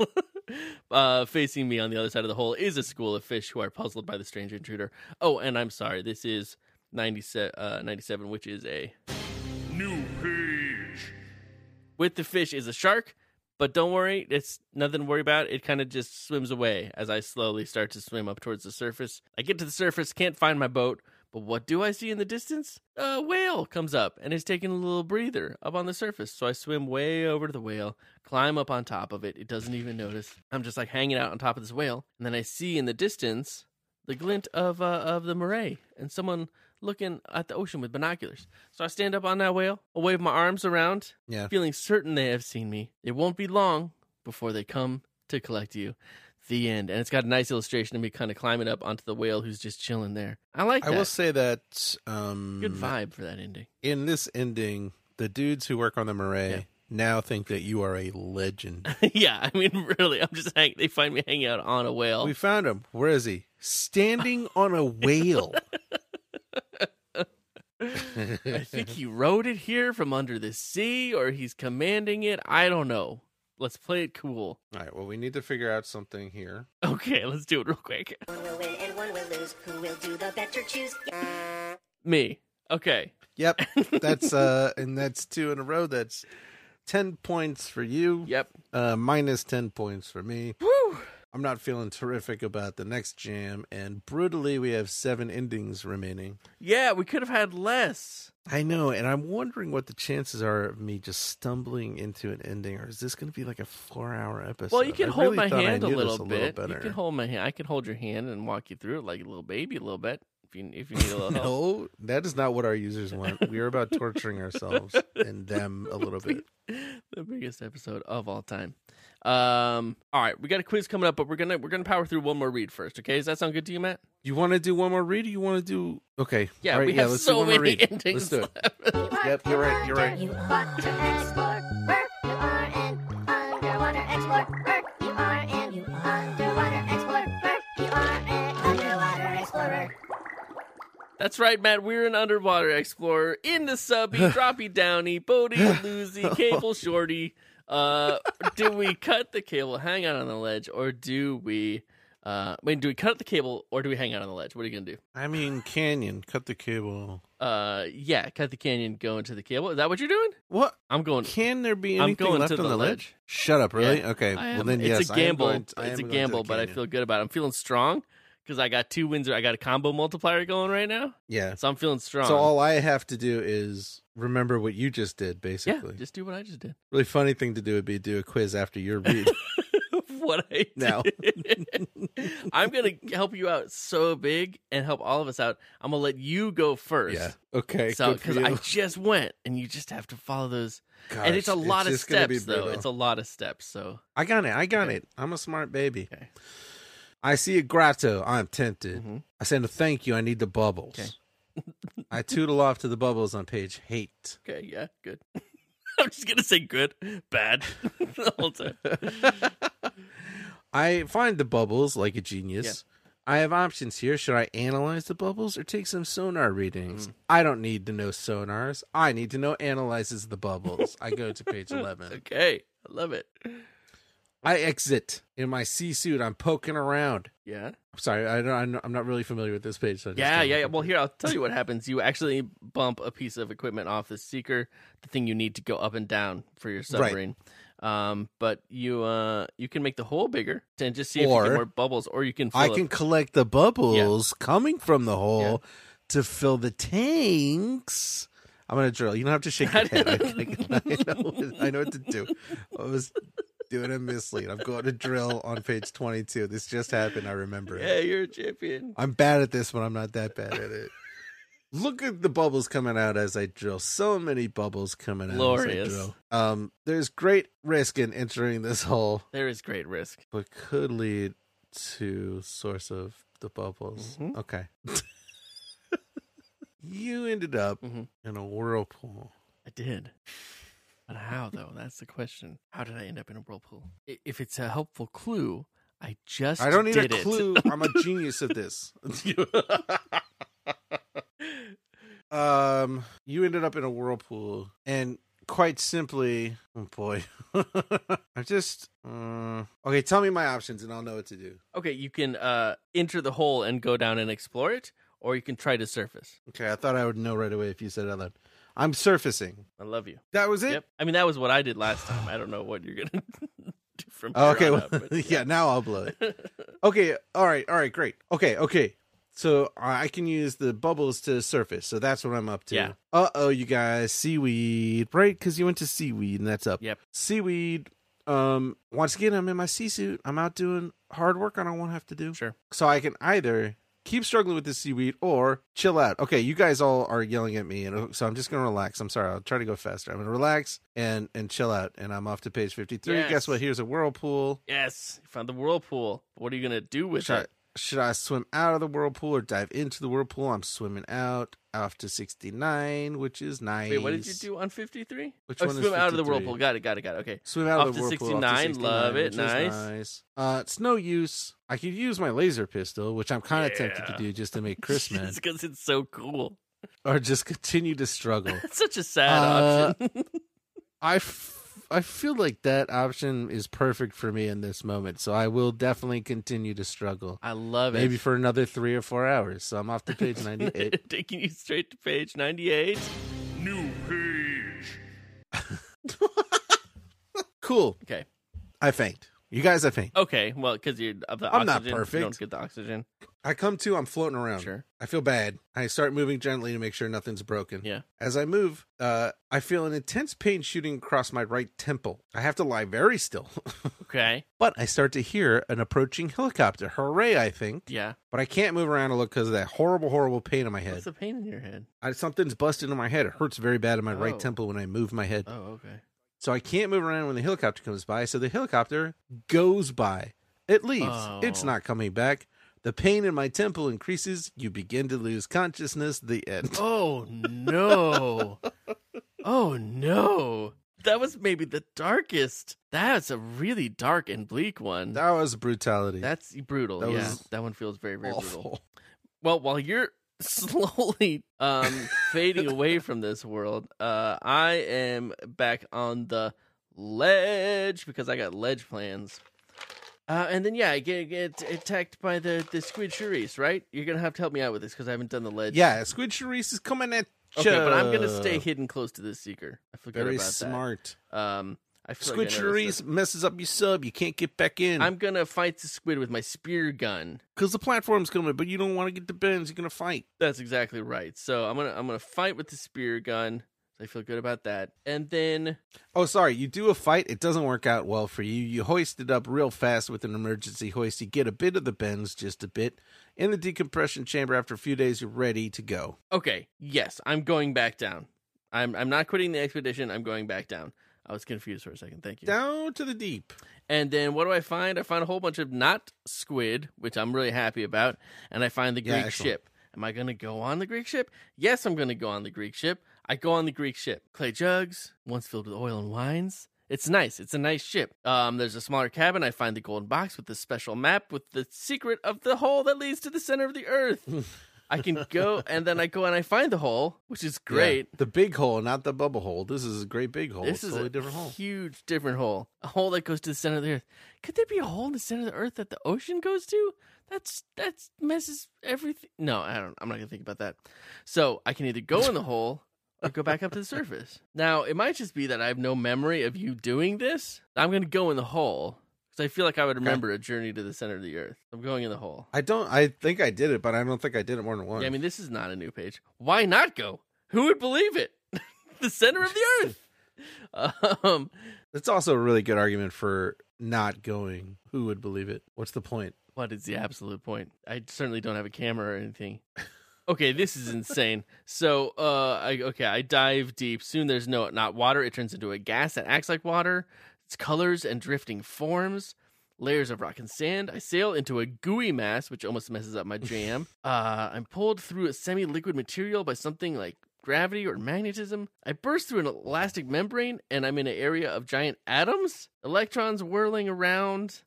Speaker 3: uh, facing me on the other side of the hole is a school of fish who are puzzled by the strange intruder. Oh, and I'm sorry. This is 97, uh, 97 which is a
Speaker 1: New page.
Speaker 3: with the fish is a shark. But don't worry, it's nothing to worry about. It kind of just swims away as I slowly start to swim up towards the surface. I get to the surface, can't find my boat, but what do I see in the distance? A whale comes up and is taking a little breather up on the surface. So I swim way over to the whale, climb up on top of it. It doesn't even notice. I'm just like hanging out on top of this whale, and then I see in the distance the glint of uh, of the moray and someone looking at the ocean with binoculars. So I stand up on that whale, I wave my arms around,
Speaker 2: Yeah.
Speaker 3: feeling certain they have seen me. It won't be long before they come to collect you. The end. And it's got a nice illustration of me kind of climbing up onto the whale who's just chilling there. I like
Speaker 2: I
Speaker 3: that.
Speaker 2: will say that um,
Speaker 3: Good vibe for that ending.
Speaker 2: in this ending, the dudes who work on the Marais
Speaker 3: Yeah.
Speaker 2: now think that you are a legend.
Speaker 3: yeah, I mean, really, I'm just hang- they find me hanging out on a whale.
Speaker 2: we found him. Where is he? Standing on a whale.
Speaker 3: I think he rode it here from under the sea, or he's commanding it. I don't know. Let's play it cool.
Speaker 2: All right. Well, we need to figure out something here.
Speaker 3: Okay, let's do it real quick.
Speaker 5: One will win and one will lose. Who will do the better choose?
Speaker 3: Me. Okay.
Speaker 2: Yep. That's uh, and that's two in a row. That's ten points for you.
Speaker 3: Yep.
Speaker 2: Uh, minus ten points for me.
Speaker 3: Woo.
Speaker 2: I'm not feeling terrific about the next jam, and brutally, we have seven endings remaining.
Speaker 3: Yeah, we could have had less.
Speaker 2: I know, and I'm wondering what the chances are of me just stumbling into an ending, or is this going to be like a four-hour episode?
Speaker 3: Well, you can
Speaker 2: I
Speaker 3: hold
Speaker 2: really
Speaker 3: my
Speaker 2: thought I
Speaker 3: hand a
Speaker 2: knew this
Speaker 3: little bit.
Speaker 2: better.
Speaker 3: you can hold my hand. I can hold your hand and walk you through it like a little baby, a little bit. If you if you need a little help.
Speaker 2: no, that is not what our users want. We are about torturing ourselves and them a little bit.
Speaker 3: the biggest episode of all time. Um. All right, we got a quiz coming up, but we're gonna we're gonna power through one more read first. Okay, does that sound good to you, Matt?
Speaker 2: You want to do one more read? Or you want to do okay?
Speaker 3: Yeah,
Speaker 2: all right,
Speaker 3: we
Speaker 2: yeah.
Speaker 3: have
Speaker 2: let's
Speaker 3: so
Speaker 2: do one
Speaker 3: many
Speaker 2: more read. Let's
Speaker 3: endings
Speaker 2: do it. Yep, you're right. You're right.
Speaker 6: You want to explore, where you are an underwater explorer, where you are an underwater explorer, where you are an underwater explorer.
Speaker 3: That's right, Matt. We're an underwater explorer in the subby, droppy downy, boaty, loosey, cable shorty. Uh, do we cut the cable, hang out on the ledge, or do we? Uh, wait, do we cut the cable or do we hang out on the ledge? What are you gonna do?
Speaker 2: I mean, canyon, cut the cable.
Speaker 3: Uh, yeah, cut the canyon, go into the cable. Is that what you're doing?
Speaker 2: What?
Speaker 3: I'm going.
Speaker 2: Can there be
Speaker 3: I'm
Speaker 2: anything
Speaker 3: going
Speaker 2: left
Speaker 3: to
Speaker 2: on
Speaker 3: the
Speaker 2: the
Speaker 3: ledge.
Speaker 2: ledge? Shut up, really?
Speaker 3: Yeah,
Speaker 2: okay.
Speaker 3: I
Speaker 2: Well
Speaker 3: am-
Speaker 2: then, yes,
Speaker 3: it's a
Speaker 2: I am
Speaker 3: gamble.
Speaker 2: going to- I
Speaker 3: it's a
Speaker 2: am going to the
Speaker 3: gamble, but I
Speaker 2: canyon.
Speaker 3: feel good about. it. I'm feeling strong because I got two wins. I got a combo multiplier going right now,
Speaker 2: yeah.
Speaker 3: so I'm feeling strong.
Speaker 2: So all I have to do is remember what you just did.
Speaker 3: yeah,
Speaker 2: Basically,
Speaker 3: just do what I just did.
Speaker 2: really funny thing to do would be do a quiz after your read.
Speaker 3: what I
Speaker 2: No.
Speaker 3: did. I'm gonna help you out so big and help all of us out. I'm gonna let you go first.
Speaker 2: yeah. Okay.
Speaker 3: So
Speaker 2: good for
Speaker 3: because
Speaker 2: you.
Speaker 3: I just went and you just have to follow those, and it's a
Speaker 2: Gosh,
Speaker 3: lot of
Speaker 2: just gonna be
Speaker 3: steps though.
Speaker 2: brutal.
Speaker 3: It's a lot of steps. So
Speaker 2: I got it. I got
Speaker 3: Okay.
Speaker 2: it. I'm a smart baby.
Speaker 3: Okay.
Speaker 2: I see a grotto. I'm tempted.
Speaker 3: Mhm.
Speaker 2: I send a thank you. I need the bubbles. I tootle off to the bubbles on page eight.
Speaker 3: okay, yeah, good. I'm just gonna say good, bad the whole time.
Speaker 2: I find the bubbles like a genius. I have options here. Should I analyze the bubbles or take some sonar readings?
Speaker 3: Mm.
Speaker 2: I don't need to know sonars. I need to know analyzes the bubbles. I go to page 11.
Speaker 3: Okay, I love it.
Speaker 2: I exit in my sea suit. I'm poking around.
Speaker 3: Yeah,
Speaker 2: I'm sorry, I don't, I'm not- I'm not really familiar with this page. So I just
Speaker 3: yeah,
Speaker 2: kinda
Speaker 3: yeah, yeah.
Speaker 2: looked
Speaker 3: Well,
Speaker 2: at
Speaker 3: here I'll tell you what happens. You actually bump a piece of equipment off the seeker, the thing you need to go up and down for your submarine. Um, but you uh you can make the hole bigger and just see if you
Speaker 2: Or-
Speaker 3: get more bubbles, or you can fill
Speaker 2: I
Speaker 3: it.
Speaker 2: can collect the bubbles coming from the hole to fill the tanks. I'm gonna drill. You don't have to shake your head. I, I, I know. I know what to do. I was doing a mislead. I'm going to drill on page 22. This just happened. I remember.
Speaker 3: Yeah,
Speaker 2: It.
Speaker 3: you're a champion.
Speaker 2: I'm bad at this, but I'm not that bad at it. Look at the bubbles coming out as I drill. So many bubbles coming out.
Speaker 3: Glorious.
Speaker 2: As I drill. Um, there's great risk in entering this hole
Speaker 3: There is great risk.
Speaker 2: but could lead to source of the bubbles.
Speaker 3: Mhm.
Speaker 2: Okay. you ended up
Speaker 3: Mhm.
Speaker 2: in a whirlpool.
Speaker 3: I did. But how though? That's the question. How did I end up in a whirlpool? I- If it's a helpful clue, I just
Speaker 2: I don't need
Speaker 3: did
Speaker 2: a
Speaker 3: it.
Speaker 2: clue. I'm a genius at this. um, you ended up in a whirlpool, and quite simply, oh boy, I just uh, okay. Tell me my options, and I'll know what to do.
Speaker 3: Okay, you can uh, enter the hole and go down and explore it, or you can try to surface.
Speaker 2: Okay, I thought I would know right away if you said it out loud. I'm surfacing.
Speaker 3: I love you.
Speaker 2: That was it.
Speaker 3: Yep. I mean, that was what I did last time. I don't know what you're gonna do from
Speaker 2: Oh, okay.
Speaker 3: here on
Speaker 2: well,
Speaker 3: out, but-
Speaker 2: yeah, now I'll blow it. Okay. All right. All right. Great. Okay. Okay. So I can use the bubbles to surface. So that's what I'm up to.
Speaker 3: Yeah.
Speaker 2: Uh oh, you guys. Seaweed, right? Because you went to seaweed and that's up.
Speaker 3: Yep.
Speaker 2: Seaweed. Um, once again, I'm in my sea suit. I'm out doing hard work and I won't have to do.
Speaker 3: Sure.
Speaker 2: So I can either keep struggling with this seaweed or chill out. Okay, you guys all are yelling at me, and uh, so I'm just gonna relax. I'm sorry. I'll try to go faster. I'm gonna relax and and chill out. And I'm off to page 53. Guess
Speaker 3: Yes.
Speaker 2: what? Here's a whirlpool.
Speaker 3: Yes, you found the whirlpool. What are you gonna do with
Speaker 2: Should I,
Speaker 3: it?
Speaker 2: should I swim out of the whirlpool or dive into the whirlpool? I'm swimming out off to 69, which is nice.
Speaker 3: Wait, what did you do on fifty three?
Speaker 2: Which
Speaker 3: oh,
Speaker 2: one is
Speaker 3: swim out of the
Speaker 2: 53?
Speaker 3: whirlpool. Got it. Got it. Got it. Okay.
Speaker 2: Swim out
Speaker 3: Off
Speaker 2: of the
Speaker 3: to
Speaker 2: whirlpool.
Speaker 3: 69, love it,
Speaker 2: which is
Speaker 3: nice.
Speaker 2: nice. Uh, it's no use. I could use my laser pistol, which I'm kind of tempted to
Speaker 3: Yeah.
Speaker 2: do just to make Chris mad,
Speaker 3: because it's so cool.
Speaker 2: or just continue to struggle.
Speaker 3: That's such a sad
Speaker 2: Uh,
Speaker 3: option.
Speaker 2: I, f- I feel like that option is perfect for me in this moment, so I will definitely continue to struggle.
Speaker 3: I love
Speaker 2: Maybe
Speaker 3: it.
Speaker 2: for another three or four hours. So I'm off to page 98.
Speaker 3: Taking you straight to page ninety eight.
Speaker 1: New page.
Speaker 2: cool.
Speaker 3: Okay.
Speaker 2: I faint. You guys, I faint.
Speaker 3: Okay. Well, because you're of the
Speaker 2: I'm not
Speaker 3: oxygen. You
Speaker 2: perfect.
Speaker 3: don't get the oxygen.
Speaker 2: I come to, I'm floating around.
Speaker 3: Sure.
Speaker 2: I feel bad. I start moving gently to make sure nothing's broken.
Speaker 3: Yeah.
Speaker 2: As I move, uh, I feel an intense pain shooting across my right temple. I have to lie very still,
Speaker 3: Okay.
Speaker 2: but I start to hear an approaching helicopter. Hooray, I think.
Speaker 3: Yeah.
Speaker 2: But I can't move around to look because of that horrible, horrible pain in my head.
Speaker 3: What's the pain in your head?
Speaker 2: I, something's busted in my head. It hurts very bad in my
Speaker 3: Oh.
Speaker 2: right temple when I move my head.
Speaker 3: Oh, okay.
Speaker 2: So I can't move around when the helicopter comes by. So the helicopter goes by. It leaves.
Speaker 3: Oh.
Speaker 2: It's not coming back. The pain in my temple increases. You begin to lose consciousness. The end.
Speaker 3: Oh no. oh no. That was maybe the darkest. That's a really dark and bleak one.
Speaker 2: That was brutality.
Speaker 3: That's brutal.
Speaker 2: That
Speaker 3: yeah.
Speaker 2: was
Speaker 3: That one feels very, very brutal.
Speaker 2: awful.
Speaker 3: Well, while you're slowly um fading away from this world, uh I am back on the ledge because I got ledge plans. Uh, and then yeah, I get, get attacked by the the squid charisse, right? You're gonna have to help me out with this because I haven't done the ledge.
Speaker 2: Yeah, Squid Charisse is coming at
Speaker 3: Okay,
Speaker 2: ya.
Speaker 3: but I'm gonna stay hidden close to this seeker. I forgot
Speaker 2: Very
Speaker 3: about
Speaker 2: smart.
Speaker 3: that. Um, I feel
Speaker 2: Squid
Speaker 3: like I noticed
Speaker 2: Charisse messes up your sub. You can't get back
Speaker 3: that.
Speaker 2: in
Speaker 3: I'm gonna fight the squid with my spear gun.
Speaker 2: because the platform's coming, but you don't want to get the bends. You're gonna fight.
Speaker 3: That's exactly right. So I'm gonna I'm gonna fight with the spear gun. I feel good about that. And then
Speaker 2: Oh, sorry. You do a fight. It doesn't work out well for you. You hoist it up real fast with an emergency hoist. You get a bit of the bends, just a bit. In the decompression chamber, after a few days, you're ready to go.
Speaker 3: okay, yes, I'm going back down. I'm I'm not quitting the expedition. I'm going back down. I was confused for a second. Thank you.
Speaker 2: Down to the deep.
Speaker 3: And then what do I find? I find a whole bunch of not squid, which I'm really happy about, and I find the
Speaker 2: Yeah,
Speaker 3: Greek
Speaker 2: excellent.
Speaker 3: ship. Am I going to go on the Greek ship? Yes, I'm going to go on the Greek ship. I go on the Greek ship. Clay jugs, once filled with oil and wines. It's nice. It's a nice ship. Um, there's a smaller cabin. I find the golden box with the special map with the secret of the hole that leads to the center of the earth. I can go, and then I go and I find the hole, which is great.
Speaker 2: Yeah. The big hole, not the bubble hole. This is a great big hole. it's
Speaker 3: This is
Speaker 2: totally
Speaker 3: a
Speaker 2: different hole.
Speaker 3: huge different hole. A hole that goes to the center of the earth. Could there be a hole in the center of the earth that the ocean goes to? That's that's messes everything. No, I don't. I'm not gonna think about that. So I can either go in the hole or go back up to the surface. Now it might just be that I have no memory of you doing this. I'm gonna go in the hole because I feel like I would remember a journey to the center of the earth. I'm going in the hole.
Speaker 2: I don't. I think I did it, but I don't think I did it more than once.
Speaker 3: Yeah, I mean this is not a new page. Why not go? Who would believe it? the center of the earth. um.
Speaker 2: That's also a really good argument for not going. Who would believe it? What's the point?
Speaker 3: What is the absolute point? I certainly don't have a camera or anything. Okay, this is insane. So, uh, I, okay, I dive deep. Soon there's no not water. It turns into a gas that acts like water. Its colors and drifting forms, layers of rock and sand. I sail into a gooey mass, which almost messes up my jam. uh, I'm pulled through a semi-liquid material by something like gravity or magnetism. I burst through an elastic membrane, and I'm in an area of giant atoms, electrons whirling around.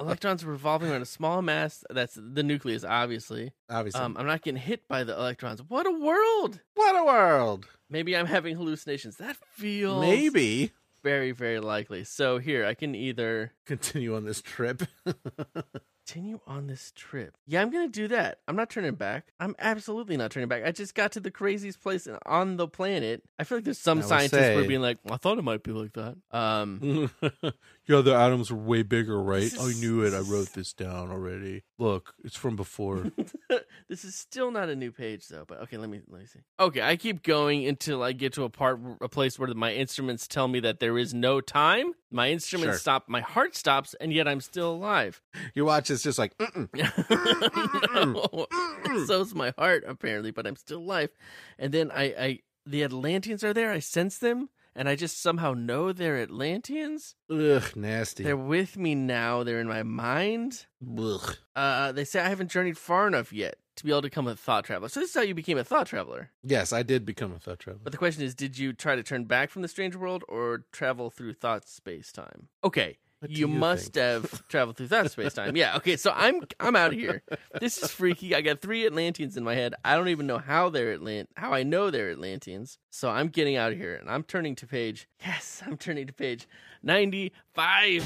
Speaker 3: electrons are revolving around a small mass that's the nucleus obviously
Speaker 2: Obviously,
Speaker 3: um, i'm not getting hit by the electrons what a world
Speaker 2: what a world.
Speaker 3: maybe i'm having hallucinations that feels
Speaker 2: Maybe
Speaker 3: very very likely so here i can either
Speaker 2: continue on this trip.
Speaker 3: continue on this trip. Yeah, I'm gonna do that. I'm not turning back. I'm absolutely not turning back. I just got to the craziest place on the planet. I feel like there's
Speaker 2: I
Speaker 3: some
Speaker 2: will
Speaker 3: scientists who are
Speaker 2: say-
Speaker 3: being like, I thought it might be like that. Um,
Speaker 2: Your other atoms were way bigger, right?
Speaker 3: This
Speaker 2: I
Speaker 3: is-
Speaker 2: knew it. I wrote this down already. Look, it's from before.
Speaker 3: this is still not a new page though. But okay, let me let me see. Okay, I keep going until I get to a part a place where my instruments tell me that there is no time. My instruments
Speaker 2: Sure.
Speaker 3: stop. My heart stops, and yet I'm still alive.
Speaker 2: Your watch is just like, Mm-mm.
Speaker 3: no. So's my heart apparently, but I'm still alive. And then I, I the Atlanteans are there. I sense them, and I just somehow know they're Atlanteans.
Speaker 2: ugh, nasty.
Speaker 3: They're with me now. They're in my mind.
Speaker 2: Ugh.
Speaker 3: Uh, they say I haven't journeyed far enough yet to be able to become a thought traveler. So this is how you became a thought traveler.
Speaker 2: Yes, I did become a thought traveler.
Speaker 3: But the question is, did you try to turn back from the strange world or travel through thought space time? Okay.
Speaker 2: What do you
Speaker 3: You, must
Speaker 2: think?
Speaker 3: have traveled through thought space time. Yeah. Okay. So I'm I'm out of here. This is freaky. I got three Atlanteans in my head. I don't even know how they're Atlant how I know they're Atlanteans. So I'm getting out of here and I'm turning to page. Yes, I'm turning to page ninety five.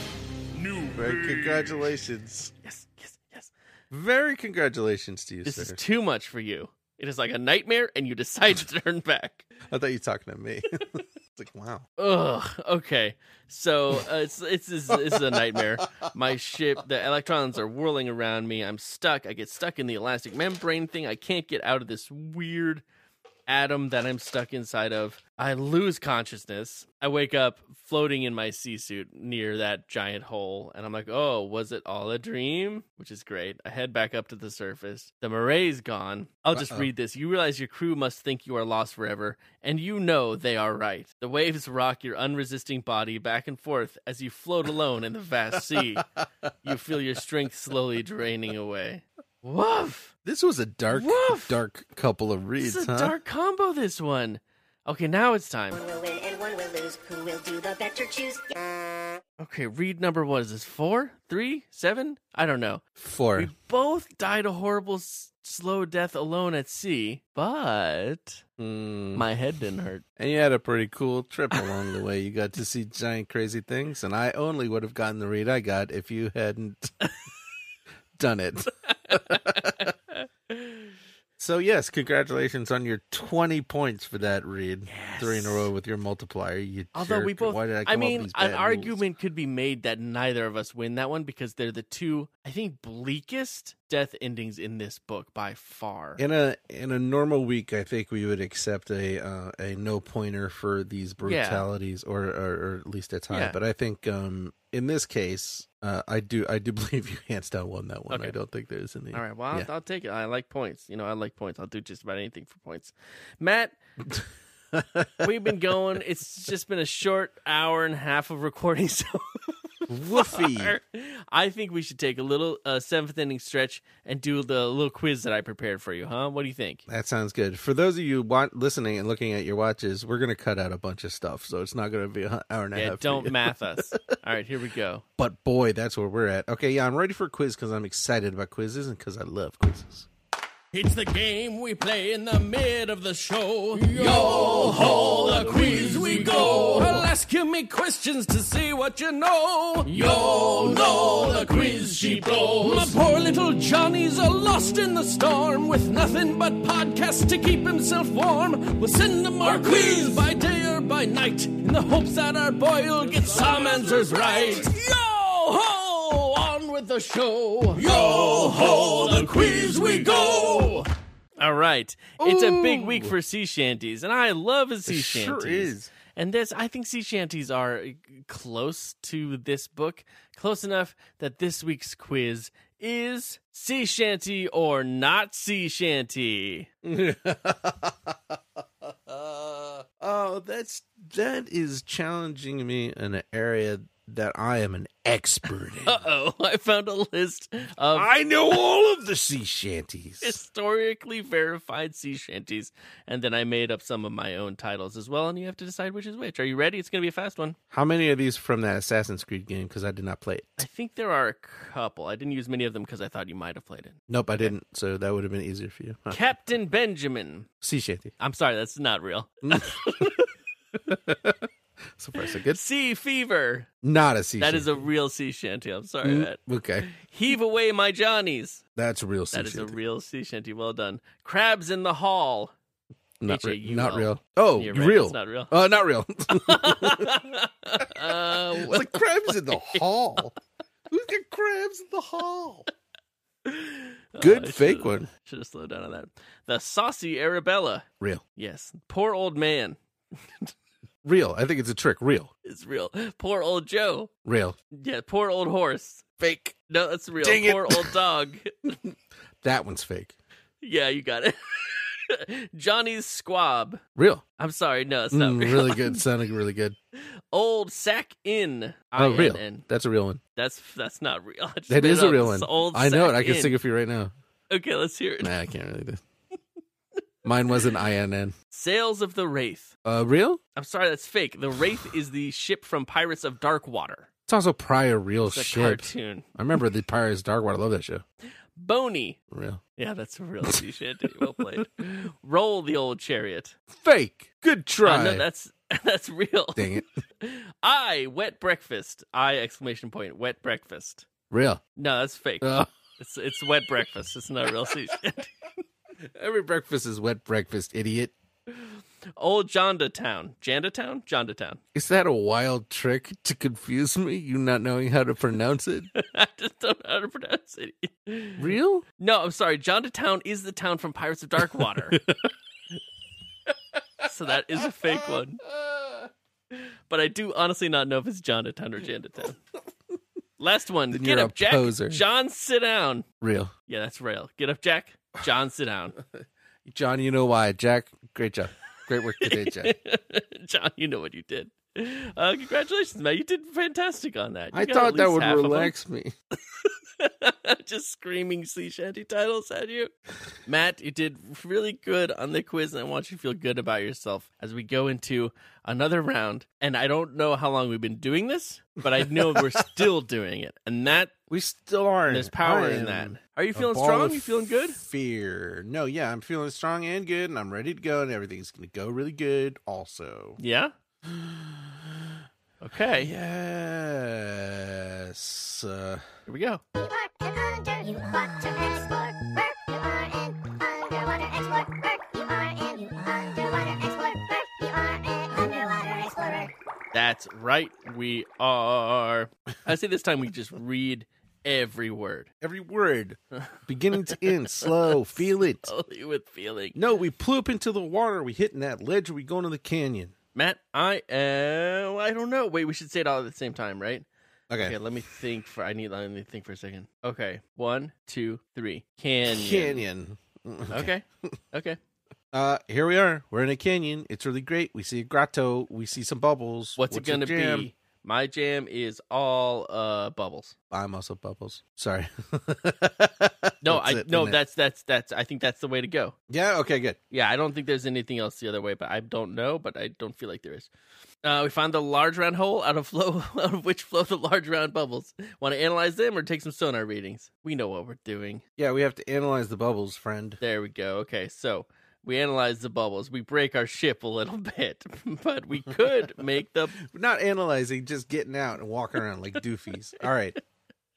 Speaker 2: Very congratulations.
Speaker 3: Yes. Yes. Yes.
Speaker 2: Very congratulations to you,
Speaker 3: This is
Speaker 2: sir.
Speaker 3: too much for you. It is like a nightmare, and you decide to turn back.
Speaker 2: I thought you were talking to me. it's like, wow.
Speaker 3: Ugh. Okay. So uh, it's it's this is a nightmare. My ship, the electrons are whirling around me. I'm stuck. I get stuck in the elastic membrane thing. I can't get out of this weird atom that I'm stuck inside of. I lose consciousness. I wake up floating in my sea suit near that giant hole, and I'm like, oh, was it all a dream? Which is great. I head back up to the surface. The Moray's gone. I'll just
Speaker 2: Uh-oh.
Speaker 3: read this. You realize your crew must think you are lost forever, and you know they are right. The waves rock your unresisting body back and forth as you float alone in the vast sea. You feel your strength slowly draining away. Woof!
Speaker 2: This was a dark,
Speaker 3: Woof.
Speaker 2: dark couple of reads,
Speaker 3: It's a
Speaker 2: huh?
Speaker 3: dark combo, this one. Okay, now it's time.
Speaker 5: One will win and one will lose. Who will do the better choose?
Speaker 3: Okay, read number what is this? Four, three, seven? I don't know.
Speaker 2: Four.
Speaker 3: We both died a horrible s- slow death alone at sea, but
Speaker 2: Mm.
Speaker 3: my head didn't hurt.
Speaker 2: And you had a pretty cool trip along the way. You got to see giant crazy things, and I only would have gotten the read I got if you hadn't done it. so yes, congratulations on your twenty points for that read. Three in a row with your multiplier. You
Speaker 3: Although we
Speaker 2: jerk.
Speaker 3: both,
Speaker 2: Why did I,
Speaker 3: I,
Speaker 2: come up with
Speaker 3: mean,
Speaker 2: these bad
Speaker 3: an
Speaker 2: rules?
Speaker 3: argument could be made that neither of us win that one because they're the two, I think, bleakest death endings in this book by far.
Speaker 2: in a in a normal week, I think we would accept a uh, a no pointer for these brutalities, or, or or at least a tie.
Speaker 3: Yeah.
Speaker 2: But I think um, in this case, uh, I do I do believe you hands down won that one.
Speaker 3: Okay.
Speaker 2: I don't think there's any.
Speaker 3: All right, well, I'll,
Speaker 2: Yeah.
Speaker 3: I'll take it. I like points. You know, I like points. I'll do just about anything for points. Matt, we've been going. It's just been a short hour and a half of recording so
Speaker 2: Woofy.
Speaker 3: far. I think we should take a little uh, seventh inning stretch and do the little quiz that I prepared for you, huh? What do you think?
Speaker 2: That sounds good. For those of you wa- listening and looking at your watches, we're gonna cut out a bunch of stuff, so it's not gonna be an hour and a
Speaker 3: Yeah,
Speaker 2: half. for
Speaker 3: don't
Speaker 2: you.
Speaker 3: math us. All right, here we go.
Speaker 2: But boy, that's where we're at. Okay, yeah, I'm ready for a quiz because I'm excited about quizzes and because I love quizzes.
Speaker 3: It's the game we play in the mid of the show. Yo ho, the quiz we go. I'll ask you me questions to see what you know. Yo no, the quiz she blows. My poor little Johnny's a lost in the storm with nothing but podcasts to keep himself warm. We'll send him our quiz by day or by night in the hopes that our boy'll get some answers right. Yo ho, on with the show. Yo ho, the quiz we go. All right. It's a big week for sea shanties, and I love a sea
Speaker 2: It sure
Speaker 3: shanties.
Speaker 2: is.
Speaker 3: And this, I think sea shanties are close to this book, close enough that this week's quiz is sea shanty or not sea shanty.
Speaker 2: oh, that's that is challenging me in an area that I am an expert in.
Speaker 3: Uh oh, I found a list of
Speaker 2: I know all of the sea shanties.
Speaker 3: historically verified sea shanties, and then I made up some of my own titles as well, and you have to decide which is which. Are you ready? It's going to be a fast one.
Speaker 2: How many of these from that Assassin's Creed game? Because I did not play
Speaker 3: I
Speaker 2: it.
Speaker 3: think there are a couple. I didn't use many of them because I thought you might have played it.
Speaker 2: Nope, I didn't. So that would have been easier for you. Huh.
Speaker 3: Captain Benjamin.
Speaker 2: Sea shanty.
Speaker 3: I'm sorry, that's not real.
Speaker 2: So far, so good.
Speaker 3: Sea fever.
Speaker 2: Not a sea. Mm-hmm.
Speaker 3: That is a real sea shanty. I'm sorry that.
Speaker 2: okay.
Speaker 3: Heave away my Johnnies.
Speaker 2: That's a real sea.
Speaker 3: That is a
Speaker 2: shanty.
Speaker 3: real sea shanty. Well done. Crabs in the hall.
Speaker 2: not, re-
Speaker 3: H-A-U-L.
Speaker 2: not real. Oh,
Speaker 3: You're right,
Speaker 2: real.
Speaker 3: it's not real.
Speaker 2: Uh, not real.
Speaker 3: Uh,
Speaker 2: It's like crabs in the hall. Who's got crabs in the hall?
Speaker 3: oh,
Speaker 2: Good fake one.
Speaker 3: Should have slowed down on that. The saucy Arabella.
Speaker 2: Real.
Speaker 3: Yes. Poor old man.
Speaker 2: Real. I think it's a trick. Real.
Speaker 3: It's real. Poor old Joe.
Speaker 2: Real.
Speaker 3: Yeah. Poor old horse.
Speaker 2: Fake.
Speaker 3: No, that's real.
Speaker 2: Dang it.
Speaker 3: poor old dog.
Speaker 2: That one's fake.
Speaker 3: yeah, you got it. Johnny's squab.
Speaker 2: Real.
Speaker 3: I'm sorry. No, it's not
Speaker 2: Mm,
Speaker 3: real.
Speaker 2: Really good. Sounding really good.
Speaker 3: Old sack in.
Speaker 2: Oh, real.
Speaker 3: I-N-N.
Speaker 2: That's a real one.
Speaker 3: That's that's not real. I just
Speaker 2: That
Speaker 3: made
Speaker 2: is
Speaker 3: it
Speaker 2: a
Speaker 3: up.
Speaker 2: real
Speaker 3: It's
Speaker 2: one.
Speaker 3: Old
Speaker 2: I know it. I
Speaker 3: sack
Speaker 2: can
Speaker 3: in.
Speaker 2: sing it for you right now.
Speaker 3: Okay, let's hear it.
Speaker 2: Nah, I can't really do. Mine was an INN.
Speaker 3: Sails of the Wraith.
Speaker 2: Uh, real?
Speaker 3: I'm sorry, that's fake. The Wraith is the ship from Pirates of Darkwater.
Speaker 2: It's also prior real
Speaker 3: It's a
Speaker 2: shit.
Speaker 3: cartoon.
Speaker 2: I remember the Pirates Dark Water. I love that show.
Speaker 3: Bony.
Speaker 2: Real.
Speaker 3: Yeah, that's a real sea shanty. Well played. Roll the old chariot.
Speaker 2: Fake. Good
Speaker 3: Uh,
Speaker 2: try.
Speaker 3: no, that's that's real.
Speaker 2: Dang it.
Speaker 3: I wet breakfast. I exclamation point wet breakfast.
Speaker 2: Real.
Speaker 3: No, that's fake.
Speaker 2: Uh,
Speaker 3: It's it's wet breakfast. It's not real sea shanty.
Speaker 2: every breakfast is wet breakfast, idiot.
Speaker 3: Old Jonda Town. Janda Town. Jonda Town.
Speaker 2: Is that a wild trick to confuse me? You not knowing how to pronounce it?
Speaker 3: I just don't know how to pronounce it.
Speaker 2: Real?
Speaker 3: No, I'm sorry. Jonda Town is the town from Pirates of Darkwater. so that is a fake one. But I do honestly not know if it's Jonda Town or Janda Town. Last one.
Speaker 2: Then
Speaker 3: Get
Speaker 2: you're
Speaker 3: up,
Speaker 2: a
Speaker 3: Jack.
Speaker 2: poser.
Speaker 3: John, sit down.
Speaker 2: Real.
Speaker 3: Yeah, that's real. Get up, Jack. John, sit down.
Speaker 2: John, you know why. Jack, great job. Great work today, Jack.
Speaker 3: John, you know what you did. Uh, congratulations, man. You did fantastic on that. You
Speaker 2: I
Speaker 3: got at
Speaker 2: thought that
Speaker 3: least
Speaker 2: would
Speaker 3: half of 'em.
Speaker 2: relax me.
Speaker 3: just screaming sea shanty titles at you. Matt, you did really good on the quiz, and I want you to feel good about yourself as we go into another round. And I don't know how long we've been doing this, but I know we're still doing it, and that
Speaker 2: We still are.
Speaker 3: there's power
Speaker 2: I
Speaker 3: in that.
Speaker 2: am
Speaker 3: Are you
Speaker 2: a
Speaker 3: feeling
Speaker 2: ball
Speaker 3: strong?
Speaker 2: of
Speaker 3: You feeling good?
Speaker 2: Fear. No, yeah, I'm feeling strong and good, and I'm ready to go, and everything's going to go really good also.
Speaker 3: Yeah. Okay,
Speaker 2: Yes. Uh,
Speaker 3: here we go.
Speaker 6: You are an underwater explorer. You are an underwater explorer. You are an underwater explorer. You are an underwater explorer.
Speaker 3: That's right, we are. I say this time we just read every word.
Speaker 2: every word, beginning to end, slow, feel it.
Speaker 3: Totally with feeling.
Speaker 2: No, we blew up into the water. We hitting that ledge. We going to the canyon.
Speaker 3: Matt, I am. I don't know. Wait, we should say it all at the same time, right? Okay, let me think for. I need. I need to think for a second. Okay, one, two, three. Canyon.
Speaker 2: Canyon.
Speaker 3: Okay. Okay.
Speaker 2: Uh, here we are. We're in a canyon. It's really great. We see a grotto. We see some bubbles.
Speaker 3: What's, it
Speaker 2: your
Speaker 3: gonna
Speaker 2: jam?
Speaker 3: be? My jam is all uh bubbles.
Speaker 2: I'm also bubbles. Sorry.
Speaker 3: No,
Speaker 2: That's
Speaker 3: I
Speaker 2: it,
Speaker 3: no.
Speaker 2: isn't it?
Speaker 3: That's that's that's. I think that's the way to go.
Speaker 2: yeah. Okay, good.
Speaker 3: Yeah, I don't think there's anything else the other way, but I don't know. But I don't feel like there is. Uh, we found the large round hole out of flow out of which flow the large round bubbles. Want to analyze them or take some sonar readings? We know what we're doing.
Speaker 2: Yeah, we have to analyze the bubbles, friend.
Speaker 3: There we go. Okay, so we analyze the bubbles. We break our ship a little bit, but we could make the.
Speaker 2: We're not analyzing, just getting out and walking around like doofies. All right.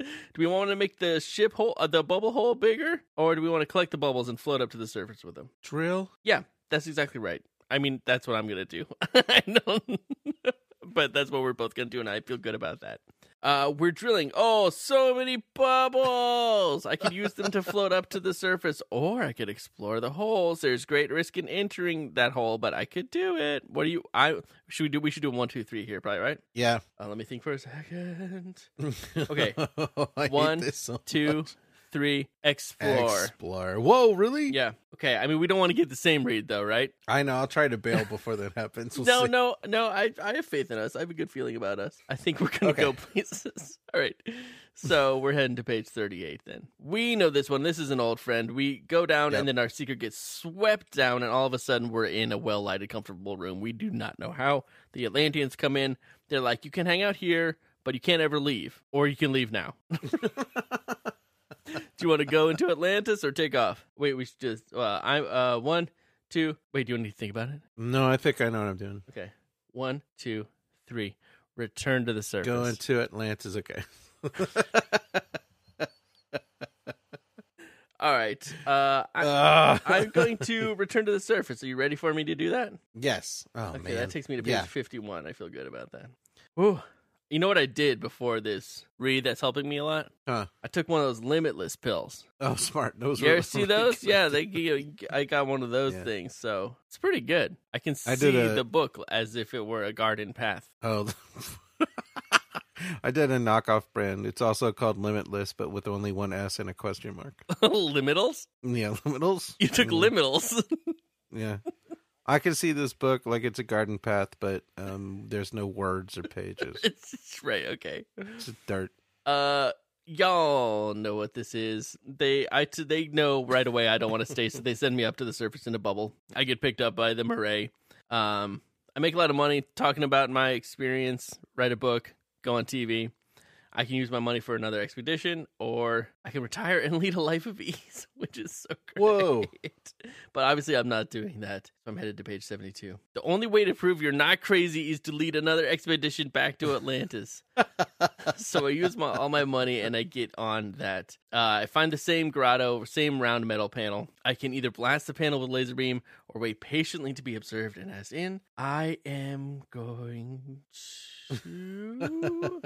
Speaker 3: Do we want to make the ship hole, uh, the bubble hole bigger, or do we want to collect the bubbles and float up to the surface with them?
Speaker 2: Drill.
Speaker 3: Yeah, that's exactly right. I mean, that's what I'm gonna do. I know, but that's what we're both gonna do, and I feel good about that. Uh, we're drilling. Oh, so many bubbles! I could use them to float up to the surface, or I could explore the holes. There's great risk in entering that hole, but I could do it. What do you? I should we do? We should do one, two, three here, probably, right?
Speaker 2: Yeah.
Speaker 3: Uh, let me think for a second. Okay,
Speaker 2: Oh, I hate
Speaker 3: One,
Speaker 2: this so
Speaker 3: two,
Speaker 2: much.
Speaker 3: three, explore.
Speaker 2: Explore. Whoa, really?
Speaker 3: Yeah. Okay. I mean, we don't want to get the same read though, right?
Speaker 2: I know. I'll try to bail before that happens. We'll
Speaker 3: no,
Speaker 2: see.
Speaker 3: no, no. I I have faith in us. I have a good feeling about us. I think we're gonna
Speaker 2: Okay.
Speaker 3: go places. All right. So we're heading to page thirty-eight. Then we know this one. This is an old friend. We go down,
Speaker 2: Yep.
Speaker 3: and then our secret gets swept down, and all of a sudden we're in a well-lighted, comfortable room. We do not know how. The Atlanteans come in. They're like, "You can hang out here, but you can't ever leave, or you can leave now." do you want to go into Atlantis or take off? Wait, we should just. Uh, I uh one, two. Wait, do you want to think about it?
Speaker 2: No, I think I know what I'm doing.
Speaker 3: Okay. One, two, three, Return to the Surface.
Speaker 2: Going to Atlantis. Okay.
Speaker 3: All right. Uh, I,
Speaker 2: Ah.
Speaker 3: I'm going to return to the surface. Are you ready for me to do that?
Speaker 2: yes. Oh
Speaker 3: okay,
Speaker 2: man.
Speaker 3: that takes me to page
Speaker 2: Yeah.
Speaker 3: 51. I feel good about that. Whew. You know what I did before this read that's helping me a lot?
Speaker 2: Huh.
Speaker 3: I took one of those limitless pills.
Speaker 2: Oh, smart. Those.
Speaker 3: You
Speaker 2: were-
Speaker 3: ever see those? Yeah, they. gi- I got one of those
Speaker 2: Yeah.
Speaker 3: things, so it's pretty good. I can see
Speaker 2: I did a-
Speaker 3: the book as if it were a garden path.
Speaker 2: Oh. I did a knockoff brand. It's also called Limitless, but with only one S and a question mark.
Speaker 3: limitals?
Speaker 2: Yeah, limitals.
Speaker 3: You took
Speaker 2: Mm.
Speaker 3: limitals?
Speaker 2: Yeah. I can see this book like it's a garden path, but um, there's no words or pages.
Speaker 3: it's, it's right. Okay.
Speaker 2: It's just dirt.
Speaker 3: Uh, y'all know what this is. They, I, t- they know right away. I don't want to stay, so they send me up to the surface in a bubble. I get picked up by the Murray. Um, I make a lot of money talking about my experience. Write a book. Go on TV. I can use my money for another expedition, or I can retire and lead a life of ease, which is so great.
Speaker 2: Whoa.
Speaker 3: But obviously, I'm not doing that. So I'm headed to page 72. The only way to prove you're not crazy is to lead another expedition back to Atlantis. so I use my all my money and I get on that. Uh, I find the same grotto, same round metal panel. I can either blast the panel with laser beam or wait patiently to be observed. And as in, I am going to.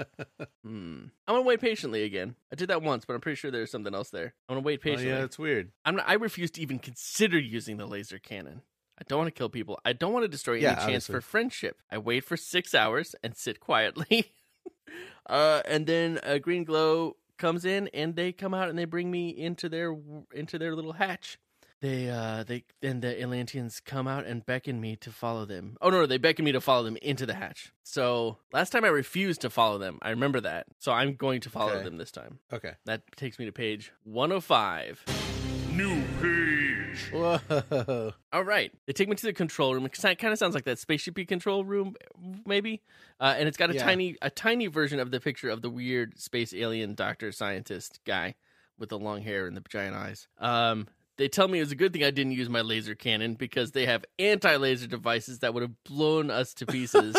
Speaker 3: hmm. I'm gonna wait patiently again. I did that once, but I'm pretty sure there's something else there. I'm gonna wait
Speaker 2: Oh,
Speaker 3: patiently.
Speaker 2: yeah, it's weird.
Speaker 3: I'm not, I refuse to even consider using the laser cannon. I don't want to kill people. I don't want to destroy
Speaker 2: Yeah,
Speaker 3: any chance
Speaker 2: obviously.
Speaker 3: for friendship. I wait for six hours and sit quietly. uh, and then a green glow comes in, and they come out and they bring me into their into their little hatch. They uh they then the Atlanteans come out and beckon me to follow them. Oh no, no, they beckon me to follow them into the hatch. So last time I refused to follow them. I remember that. So I'm going to follow
Speaker 2: Okay.
Speaker 3: them this time.
Speaker 2: Okay.
Speaker 3: That takes me to page 105.
Speaker 1: New page.
Speaker 2: Whoa.
Speaker 3: All right. They take me to the control room. It kind of sounds like that spaceshipy control room, maybe. Uh, and it's got a
Speaker 2: Yeah.
Speaker 3: tiny, a tiny version of the picture of the weird space alien doctor scientist guy with the long hair and the giant eyes. Um, they tell me it was a good thing I didn't use my laser cannon because they have anti-laser devices that would have blown us to pieces.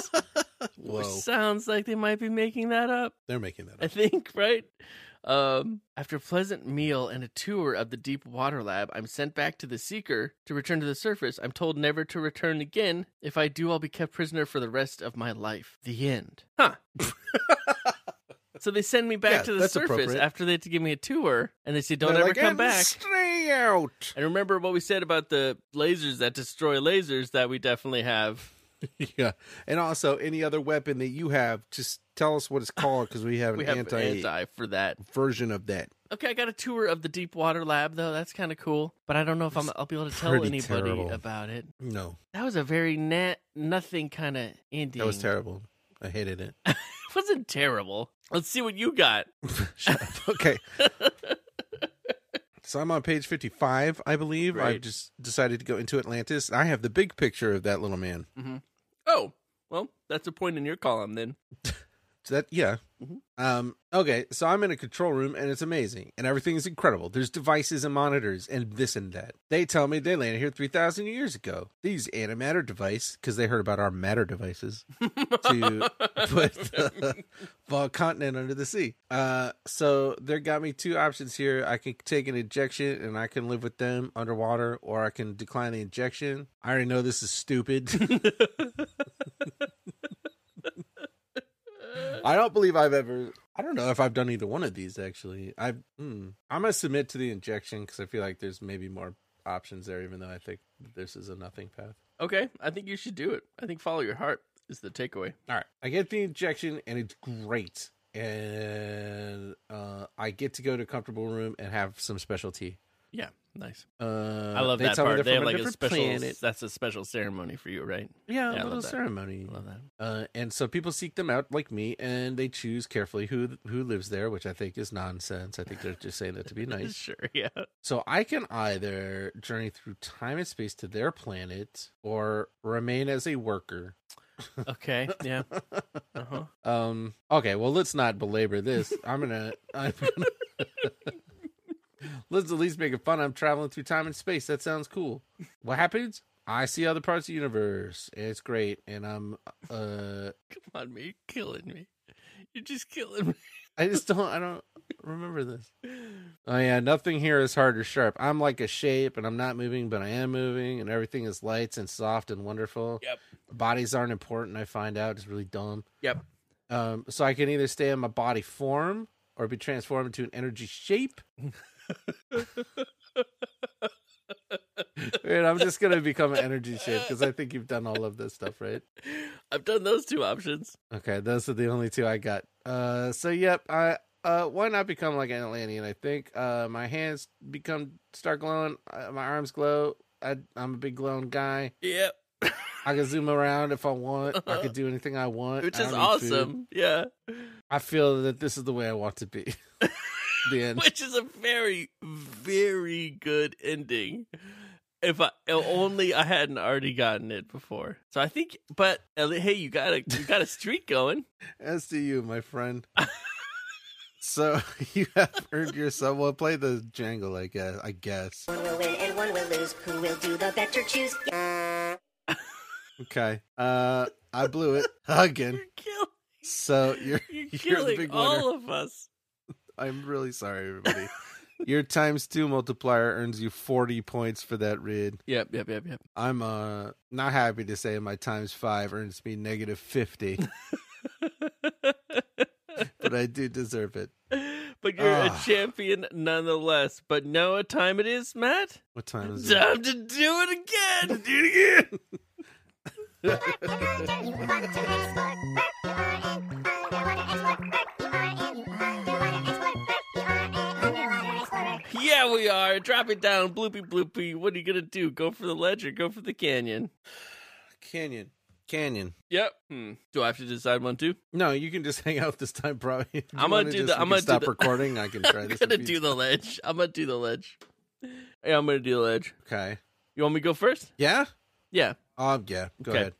Speaker 2: Whoa.
Speaker 3: Which sounds like they might be making that up.
Speaker 2: They're making that
Speaker 3: I
Speaker 2: up.
Speaker 3: think, right? Um, after a pleasant meal and a tour of the deep water lab, I'm sent back to the seeker to return to the surface. I'm told never to return again. If I do, I'll be kept prisoner for the rest of my life. The end. Huh. so they send me back
Speaker 2: Yeah,
Speaker 3: to the
Speaker 2: that's
Speaker 3: surface
Speaker 2: appropriate.
Speaker 3: after they had to give me a tour, and they say, don't
Speaker 2: They're
Speaker 3: ever
Speaker 2: like,
Speaker 3: come
Speaker 2: "And
Speaker 3: back.
Speaker 2: Stay out.
Speaker 3: And remember what we said about the lasers that destroy lasers that we definitely have.
Speaker 2: Yeah. And also, any other weapon that you have, just tell us what it's called because we have an
Speaker 3: We have
Speaker 2: anti
Speaker 3: anti for that.
Speaker 2: version of that.
Speaker 3: Okay, I got a tour of the deep water lab though. That's kind of cool, but I don't know if I'm, I'll be able to tell
Speaker 2: pretty
Speaker 3: anybody
Speaker 2: terrible.
Speaker 3: about it.
Speaker 2: No,
Speaker 3: That was a very net nothing kind of ending.
Speaker 2: that was terrible. I hated it.
Speaker 3: It wasn't terrible. Let's see what you got.
Speaker 2: okay. So I'm on page 55, I believe.
Speaker 3: Right.
Speaker 2: I've just decided to go into Atlantis. I have the big picture of that little man.
Speaker 3: Oh, well, that's a point in your column then.
Speaker 2: So that yeah. Um, okay, so I'm in a control room and it's amazing and everything is incredible. There's devices and monitors and this and that. They tell me they landed here 3,000 years ago. They use antimatter device because they heard about our matter devices to put the ball continent under the sea. Uh, so they got me two options here. I can take an injection and I can live with them underwater, or I can decline the injection. I already know this is stupid. I don't believe I've ever. I don't know if I've done either one of these actually. I hmm. I'm gonna submit to the injection because I feel like there's maybe more options there, even though I think this is a nothing path.
Speaker 3: Okay, I think you should do it. I think follow your heart is the takeaway.
Speaker 2: All right, I get the injection and it's great, and uh, I get to go to a comfortable room and have some special tea.
Speaker 3: Yeah, nice.
Speaker 2: Uh,
Speaker 3: I love that
Speaker 2: tell me
Speaker 3: part.
Speaker 2: they're
Speaker 3: They have
Speaker 2: from
Speaker 3: like a
Speaker 2: different
Speaker 3: special.
Speaker 2: planet.
Speaker 3: That's a special ceremony for you, right?
Speaker 2: Yeah,
Speaker 3: Yeah, I
Speaker 2: a little
Speaker 3: love that.
Speaker 2: ceremony.
Speaker 3: Love that.
Speaker 2: Uh, and so people seek them out, like me, and they choose carefully who who lives there, which I think is nonsense. I think they're just saying that to be nice.
Speaker 3: Sure. Yeah.
Speaker 2: So I can either journey through time and space to their planet or remain as a worker.
Speaker 3: Okay. Yeah. Uh huh.
Speaker 2: Um okay, well let's not belabor this. I'm gonna I'm gonna Let's at least make it fun. I'm traveling through time and space. That sounds cool. What happens? I see other parts of the universe. and It's great, and I'm uh,
Speaker 3: Come on, man, you're killing me. You're just killing me.
Speaker 2: I just don't, I don't remember this. Oh yeah, nothing here is hard or sharp. I'm like a shape, and I'm not moving, but I am moving, and everything is lights and soft and wonderful.
Speaker 3: Yep.
Speaker 2: Bodies aren't important. I find out it's really dumb.
Speaker 3: Yep.
Speaker 2: Um, so I can either stay in my body form or be transformed into an energy shape. Wait, I'm just gonna become an energy shape because I think you've done all of this stuff, right?
Speaker 3: I've done those two options.
Speaker 2: Okay, those are the only two I got. Uh, so yep, I uh, why not become like an Atlantean? I think uh, my hands become start glowing, uh, my arms glow. I, I'm a big glowing guy.
Speaker 3: Yep.
Speaker 2: I can zoom around if I want. I can do anything I want,
Speaker 3: Which
Speaker 2: I
Speaker 3: is
Speaker 2: don't need Uh, food.
Speaker 3: awesome. Yeah.
Speaker 2: I feel that this is the way I want to be. the end.
Speaker 3: Which is a very, very good ending. If I if only I hadn't already gotten it before. So I think but uh, hey, you got a you got a streak going.
Speaker 2: As to you, my friend. so you have earned yourself. Well, play the jangle, I guess. I guess.
Speaker 5: One will win and one will lose. Who will do the better choose?
Speaker 2: Okay. Uh, I blew it again.
Speaker 3: You're killing
Speaker 2: So you're
Speaker 3: you're
Speaker 2: You're the
Speaker 3: killing
Speaker 2: big winner.
Speaker 3: all of us.
Speaker 2: I'm really sorry, everybody. Your times two multiplier earns you 40 points for that read.
Speaker 3: Yep, yep, yep, yep.
Speaker 2: I'm uh not happy to say my times five earns me negative 50, but I do deserve it.
Speaker 3: but you're
Speaker 2: Ah.
Speaker 3: a champion nonetheless. But know what time it is, Matt?
Speaker 2: What time is it?
Speaker 3: Time to do it again. Do it again. Yeah, we are. Drop it down. Bloopy bloopy. What are you gonna do? Go for the ledge or go for the canyon?
Speaker 2: Canyon. Canyon.
Speaker 3: Yep. Hmm. Do I have to decide one too?
Speaker 2: No, you can just hang out this time, probably. If you
Speaker 3: I'm gonna
Speaker 2: wanna
Speaker 3: do
Speaker 2: just- we
Speaker 3: the- I'm
Speaker 2: can
Speaker 3: gonna do
Speaker 2: stop
Speaker 3: the-
Speaker 2: recording. I can try
Speaker 3: I'm
Speaker 2: this.
Speaker 3: gonna
Speaker 2: if you-
Speaker 3: do the ledge. I'm gonna do the ledge. Yeah, I'm gonna do the ledge.
Speaker 2: Okay.
Speaker 3: You want me to go first?
Speaker 2: Yeah.
Speaker 3: Yeah.
Speaker 2: Um. Yeah. Go
Speaker 3: Okay.
Speaker 2: ahead.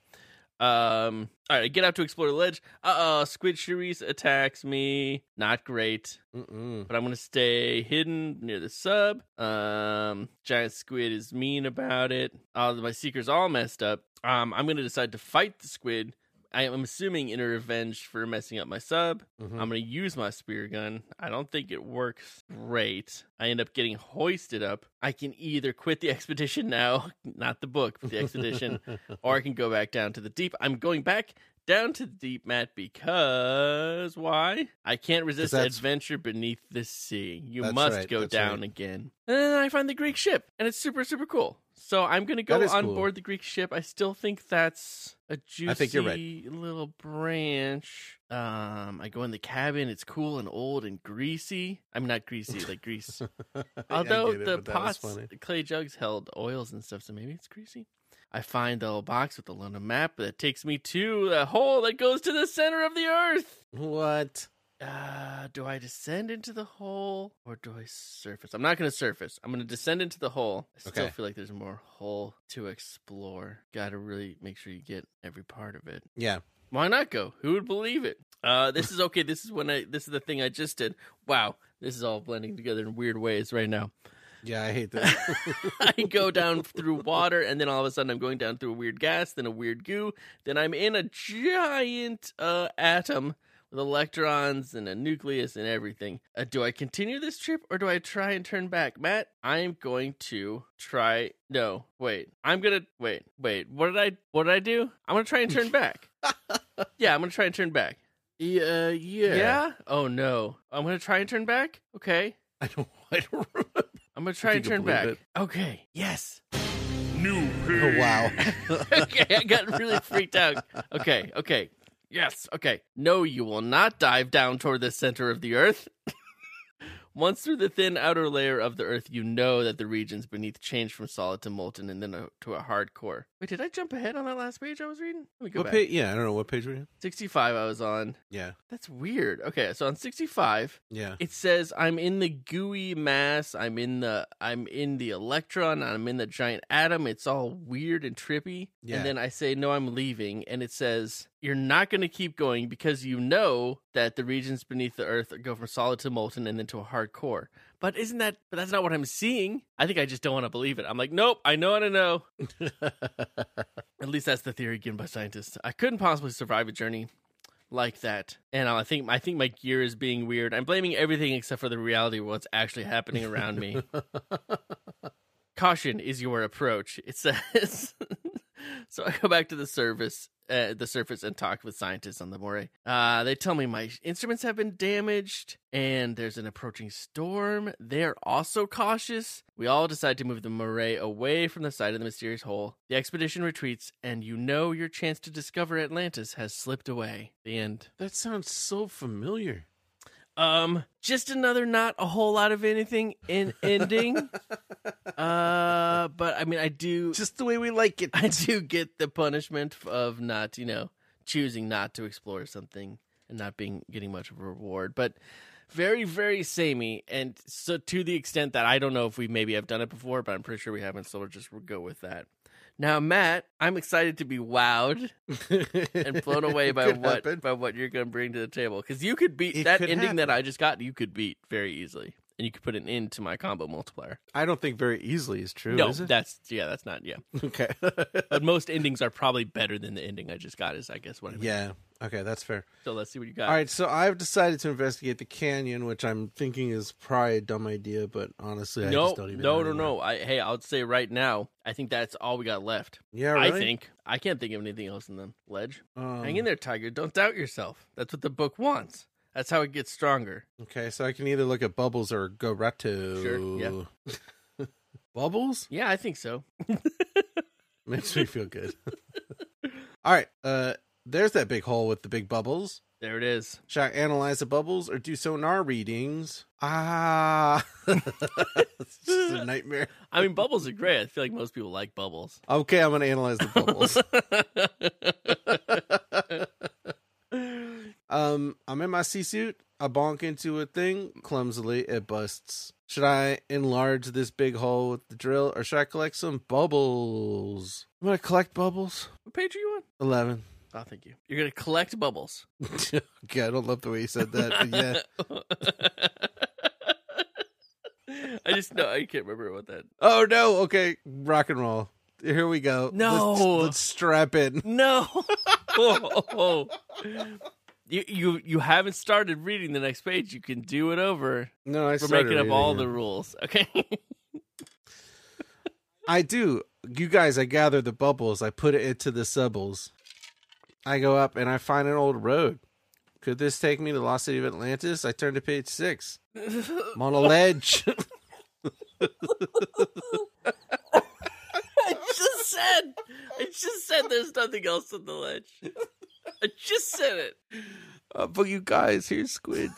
Speaker 3: Um. All right. Get out to explore the ledge. Uh. uh Squid Cherise attacks me. Not great.
Speaker 2: Mm-mm.
Speaker 3: but I'm gonna stay hidden near the sub. Um, giant squid is mean about it. Uh, my seeker's all messed up. Um, I'm gonna decide to fight the squid. I am assuming in revenge for messing up my sub.
Speaker 2: Mhm.
Speaker 3: I'm gonna use my spear gun. I don't think it works great. I end up getting hoisted up. I can either quit the expedition now, not the book, but the expedition, or I can go back down to the deep. I'm going back down to the deep, Matt, because why? I can't resist
Speaker 2: that's-
Speaker 3: adventure beneath the sea. You
Speaker 2: That's
Speaker 3: must
Speaker 2: right,
Speaker 3: go
Speaker 2: that's
Speaker 3: down
Speaker 2: right.
Speaker 3: again. And then I find the Greek ship, and it's super, super cool. So I'm gonna
Speaker 2: That
Speaker 3: go
Speaker 2: is
Speaker 3: on
Speaker 2: cool.
Speaker 3: board the Greek ship. I still think that's a juicy
Speaker 2: I think you're right.
Speaker 3: little branch. Um, I go in the cabin. It's cool and old and greasy. I'm not greasy, like grease. Although
Speaker 2: get it,
Speaker 3: the
Speaker 2: but that was
Speaker 3: pots,
Speaker 2: funny.
Speaker 3: the clay jugs held oils and stuff, so maybe it's greasy. I find the little box with the lunar map that takes me to the hole that goes to the center of the earth.
Speaker 2: What?
Speaker 3: Uh, do I descend into the hole or do I surface? I'm not going to surface. I'm going to descend into the hole. I still
Speaker 2: Okay.
Speaker 3: feel like there's more hole to explore. Got to really make sure you get every part of it.
Speaker 2: Yeah.
Speaker 3: Why not go? Who would believe it? Uh, this is okay. This is when I. This is the thing I just did. Wow, this is all blending together in weird ways right now.
Speaker 2: Yeah. I hate that.
Speaker 3: I go down through water, and then all of a sudden I'm going down through a weird gas, then a weird goo, then I'm in a giant uh, atom with electrons and a nucleus and everything. Uh, do I continue this trip or do I try and turn back, Matt? I'm going to try. No, wait. I'm gonna wait. Wait. What did I? What did I do? I'm gonna try and turn back. yeah, I'm gonna try and turn back.
Speaker 2: yeah. Yeah.
Speaker 3: yeah? Oh no. I'm gonna try and turn back. Okay.
Speaker 2: I don't. I don't remember.
Speaker 3: I'm gonna try
Speaker 2: you
Speaker 3: and
Speaker 2: can
Speaker 3: turn
Speaker 2: believe
Speaker 3: back.
Speaker 2: it.
Speaker 3: Okay. Yes.
Speaker 1: New
Speaker 2: Oh,
Speaker 1: pig.
Speaker 2: wow.
Speaker 3: okay, I got really freaked out. Okay, okay. Yes, okay. No, you will not dive down toward the center of the earth. Once through the thin outer layer of the earth, you know that the regions beneath change from solid to molten and then a, to a hard core. Wait, did I jump ahead on that last page I was reading? Let me go
Speaker 2: What
Speaker 3: back.
Speaker 2: page? Yeah. I don't know what page were you.
Speaker 3: 65 I was on.
Speaker 2: Yeah.
Speaker 3: That's weird. Okay, so on 65,
Speaker 2: Yeah.
Speaker 3: it says i'm in the gooey mass i'm in the i'm in the electron i'm in the giant atom it's all weird and trippy
Speaker 2: Yeah.
Speaker 3: and then i say no i'm leaving and it says you're not going to keep going because you know that the regions beneath the earth go from solid to molten and then to a hard core. But isn't that? But that's not what I'm seeing. I think I just don't want to believe it. I'm like, nope. I know what I know. At least that's the theory given by scientists. I couldn't possibly survive a journey like that. And I think I think my gear is being weird. I'm blaming everything except for the reality of what's actually happening around me. Caution is your approach. It says. so I go back to the service, uh, the surface, and talk with scientists on the moray. Uh, they tell me my instruments have been damaged, and there's an approaching storm. They're also cautious. We all decide to move the moray away from the side of the mysterious hole. The expedition retreats, and you know your chance to discover Atlantis has slipped away. The end.
Speaker 2: That sounds so familiar.
Speaker 3: Um, just another not a whole lot of anything in ending. uh, but I mean, I do.
Speaker 2: Just the way we like it.
Speaker 3: I do get the punishment of not, you know, choosing not to explore something and not being getting much of a reward, but very, very samey. And so, to the extent that I don't know if we maybe have done it before, but I'm pretty sure we haven't. So we'll just go with that. Now, Matt, I'm excited to be wowed and blown away by
Speaker 2: Could
Speaker 3: what
Speaker 2: happen.
Speaker 3: by what you're going to bring to the table because you could beat
Speaker 2: It
Speaker 3: that
Speaker 2: could
Speaker 3: ending that
Speaker 2: happen.
Speaker 3: I just got. You could beat very easily, and you could put an end to my combo multiplier.
Speaker 2: I don't think very easily is true.
Speaker 3: no,
Speaker 2: is it?
Speaker 3: that's yeah, that's not yeah.
Speaker 2: okay.
Speaker 3: But most endings are probably better than the ending I just got. Is I guess what I mean.
Speaker 2: yeah. Okay, that's fair.
Speaker 3: So let's see what you got.
Speaker 2: All right, so I've decided to investigate the canyon, which I'm thinking is probably a dumb idea, but honestly, I
Speaker 3: no,
Speaker 2: just don't even
Speaker 3: no,
Speaker 2: know
Speaker 3: no,
Speaker 2: anymore.
Speaker 3: no. I hey, I'll say right now. I think that's all we got left.
Speaker 2: Yeah, Oh, really?
Speaker 3: I think I can't think of anything else in the ledge.
Speaker 2: Um,
Speaker 3: Hang in there, Tiger. Don't doubt yourself. That's what the book wants. That's how it gets stronger.
Speaker 2: Okay, so I can either look at bubbles or Goretto.
Speaker 3: Sure,
Speaker 2: yeah. bubbles
Speaker 3: Yeah, I think so.
Speaker 2: makes me feel good. All right, uh, there's that big hole with the big bubbles.
Speaker 3: There it is.
Speaker 2: Should I analyze the bubbles or do sonar readings? Ah, it's just a nightmare.
Speaker 3: I mean, bubbles are great. I feel like most people like bubbles.
Speaker 2: Okay, I'm gonna analyze the bubbles. um, I'm in my sea suit. I bonk into a thing clumsily. It busts. Should I enlarge this big hole with the drill, or should I collect some bubbles? I'm gonna collect bubbles.
Speaker 3: What page are you on?
Speaker 2: Eleven.
Speaker 3: Oh, thank you. You're gonna collect bubbles.
Speaker 2: okay, I don't love the way you said that. But yeah.
Speaker 3: I just know I can't remember what that.
Speaker 2: Oh no. Okay, rock and roll. Here we go.
Speaker 3: No.
Speaker 2: Let's, let's strap in.
Speaker 3: No. You, you you haven't started reading the next page. You can do it over.
Speaker 2: No, I
Speaker 3: We're
Speaker 2: started
Speaker 3: making up
Speaker 2: reading
Speaker 3: all
Speaker 2: it.
Speaker 3: the rules. Okay.
Speaker 2: I do. You guys, I gather the bubbles. I put it into the subbles. I go up and I find an old road. Could this take me to the lost city of Atlantis? I turn to page six. I'm on a ledge.
Speaker 3: I just said. I just said there's nothing else on the ledge. I just said it.
Speaker 2: Uh, but you guys, here's Squid.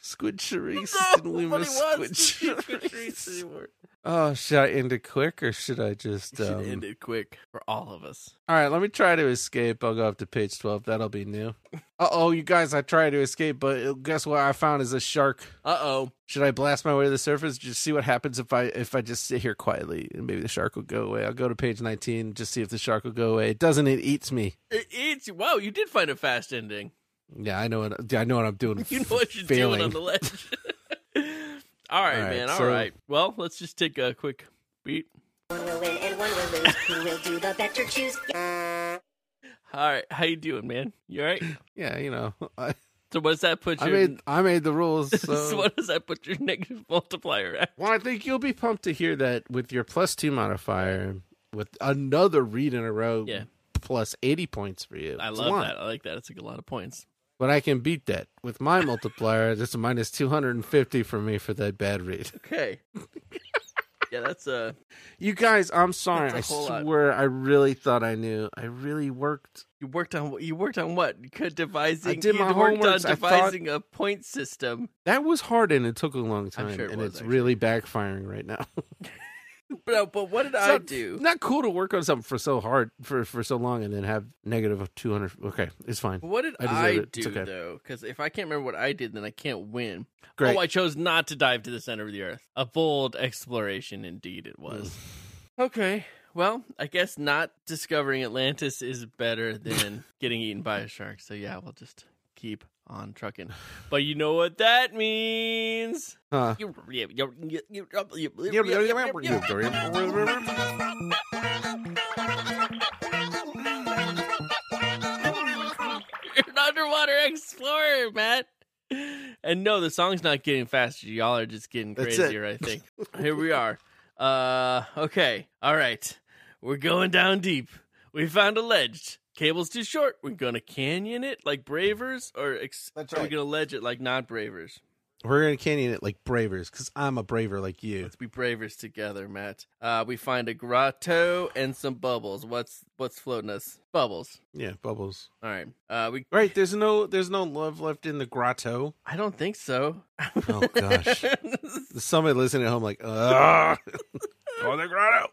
Speaker 2: Squid Charisse. and we
Speaker 3: Nobody
Speaker 2: miss
Speaker 3: wants
Speaker 2: Squid
Speaker 3: to be
Speaker 2: Charisse.
Speaker 3: Patrice anymore.
Speaker 2: Oh, should I end it quick or should I just.
Speaker 3: Should
Speaker 2: um,
Speaker 3: end it quick for all of us.
Speaker 2: All right, let me try to escape. I'll go up to page 12. That'll be new. Uh oh, you guys, I tried to escape, but uh, guess what I found is a shark.
Speaker 3: Uh oh.
Speaker 2: Should I blast my way to the surface? Just see what happens if I if I just sit here quietly and maybe the shark will go away. I'll go to page nineteen, just see if the shark will go away. It doesn't. It eats me.
Speaker 3: It, it's wow. You did find a fast ending.
Speaker 2: Yeah, I know what I know what I'm doing.
Speaker 3: You know what you're
Speaker 2: Failing.
Speaker 3: doing on the ledge. all
Speaker 2: All
Speaker 3: right,
Speaker 2: right,
Speaker 3: man. All right.
Speaker 2: so-
Speaker 3: Well, let's just take a quick beat.
Speaker 5: One will win and one will lose. Who will do the better choose?
Speaker 3: All right, how you doing, man? You all right?
Speaker 2: Yeah, you know, I,
Speaker 3: So what does that put
Speaker 2: I
Speaker 3: your?
Speaker 2: made I made the rules.
Speaker 3: so
Speaker 2: So.
Speaker 3: what does that put your negative multiplier at?
Speaker 2: Well, I think you'll be pumped to hear that with your plus two modifier, with another read in a row,
Speaker 3: Yeah.
Speaker 2: plus eighty points for you.
Speaker 3: I
Speaker 2: It's a
Speaker 3: love
Speaker 2: lot.
Speaker 3: that. I like that. It's like a lot of points.
Speaker 2: But I can beat that with my multiplier. That's a minus two hundred and fifty for me for that bad read.
Speaker 3: Okay. yeah, that's uh
Speaker 2: You guys, I'm sorry.
Speaker 3: That's a
Speaker 2: I
Speaker 3: whole lot.
Speaker 2: swear, I really thought I knew. I really worked.
Speaker 3: You worked on you worked on what? You could devising.
Speaker 2: I did
Speaker 3: you
Speaker 2: my
Speaker 3: worked on
Speaker 2: homeworks. I thought-
Speaker 3: devising a point system.
Speaker 2: That was hard, and it took a long time,
Speaker 3: sure it
Speaker 2: and
Speaker 3: was,
Speaker 2: it's
Speaker 3: actually.
Speaker 2: really backfiring right now.
Speaker 3: But, but what did
Speaker 2: It's
Speaker 3: I
Speaker 2: not-
Speaker 3: do?
Speaker 2: Not cool to work on something for so hard for for so long, and then have negative two hundred. Okay, it's fine.
Speaker 3: But What did
Speaker 2: I deserve
Speaker 3: I,
Speaker 2: it. It's
Speaker 3: do
Speaker 2: okay.
Speaker 3: though? Because if I can't remember what I did, then I can't win.
Speaker 2: Great.
Speaker 3: Oh, I chose not to dive to the center of the earth. A bold exploration indeed it was. okay. Well, I guess not discovering Atlantis is better than getting eaten by a shark. So yeah, we'll just keep on trucking. But you know what that means?
Speaker 2: Huh.
Speaker 3: You're an underwater explorer, Matt. And no, the song's not getting faster. Y'all are just getting
Speaker 2: That's it.
Speaker 3: crazier, I think. Here we are. Uh okay. All right. We're going down deep. We found a ledge. Cable's too short. We're gonna canyon it like bravers, or ex-
Speaker 2: That's
Speaker 3: are we
Speaker 2: right.
Speaker 3: gonna ledge it like not bravers?
Speaker 2: We're gonna canyon it like bravers, because I'm a braver like you.
Speaker 3: Let's be bravers together, Matt. Uh, we find a grotto and some bubbles. What's what's floating us? Bubbles.
Speaker 2: Yeah, bubbles.
Speaker 3: All right. Uh, we.
Speaker 2: Right, there's no there's no love left in the grotto.
Speaker 3: I don't think so.
Speaker 2: Oh gosh. Somebody listening at home like, ah Oh the grotto.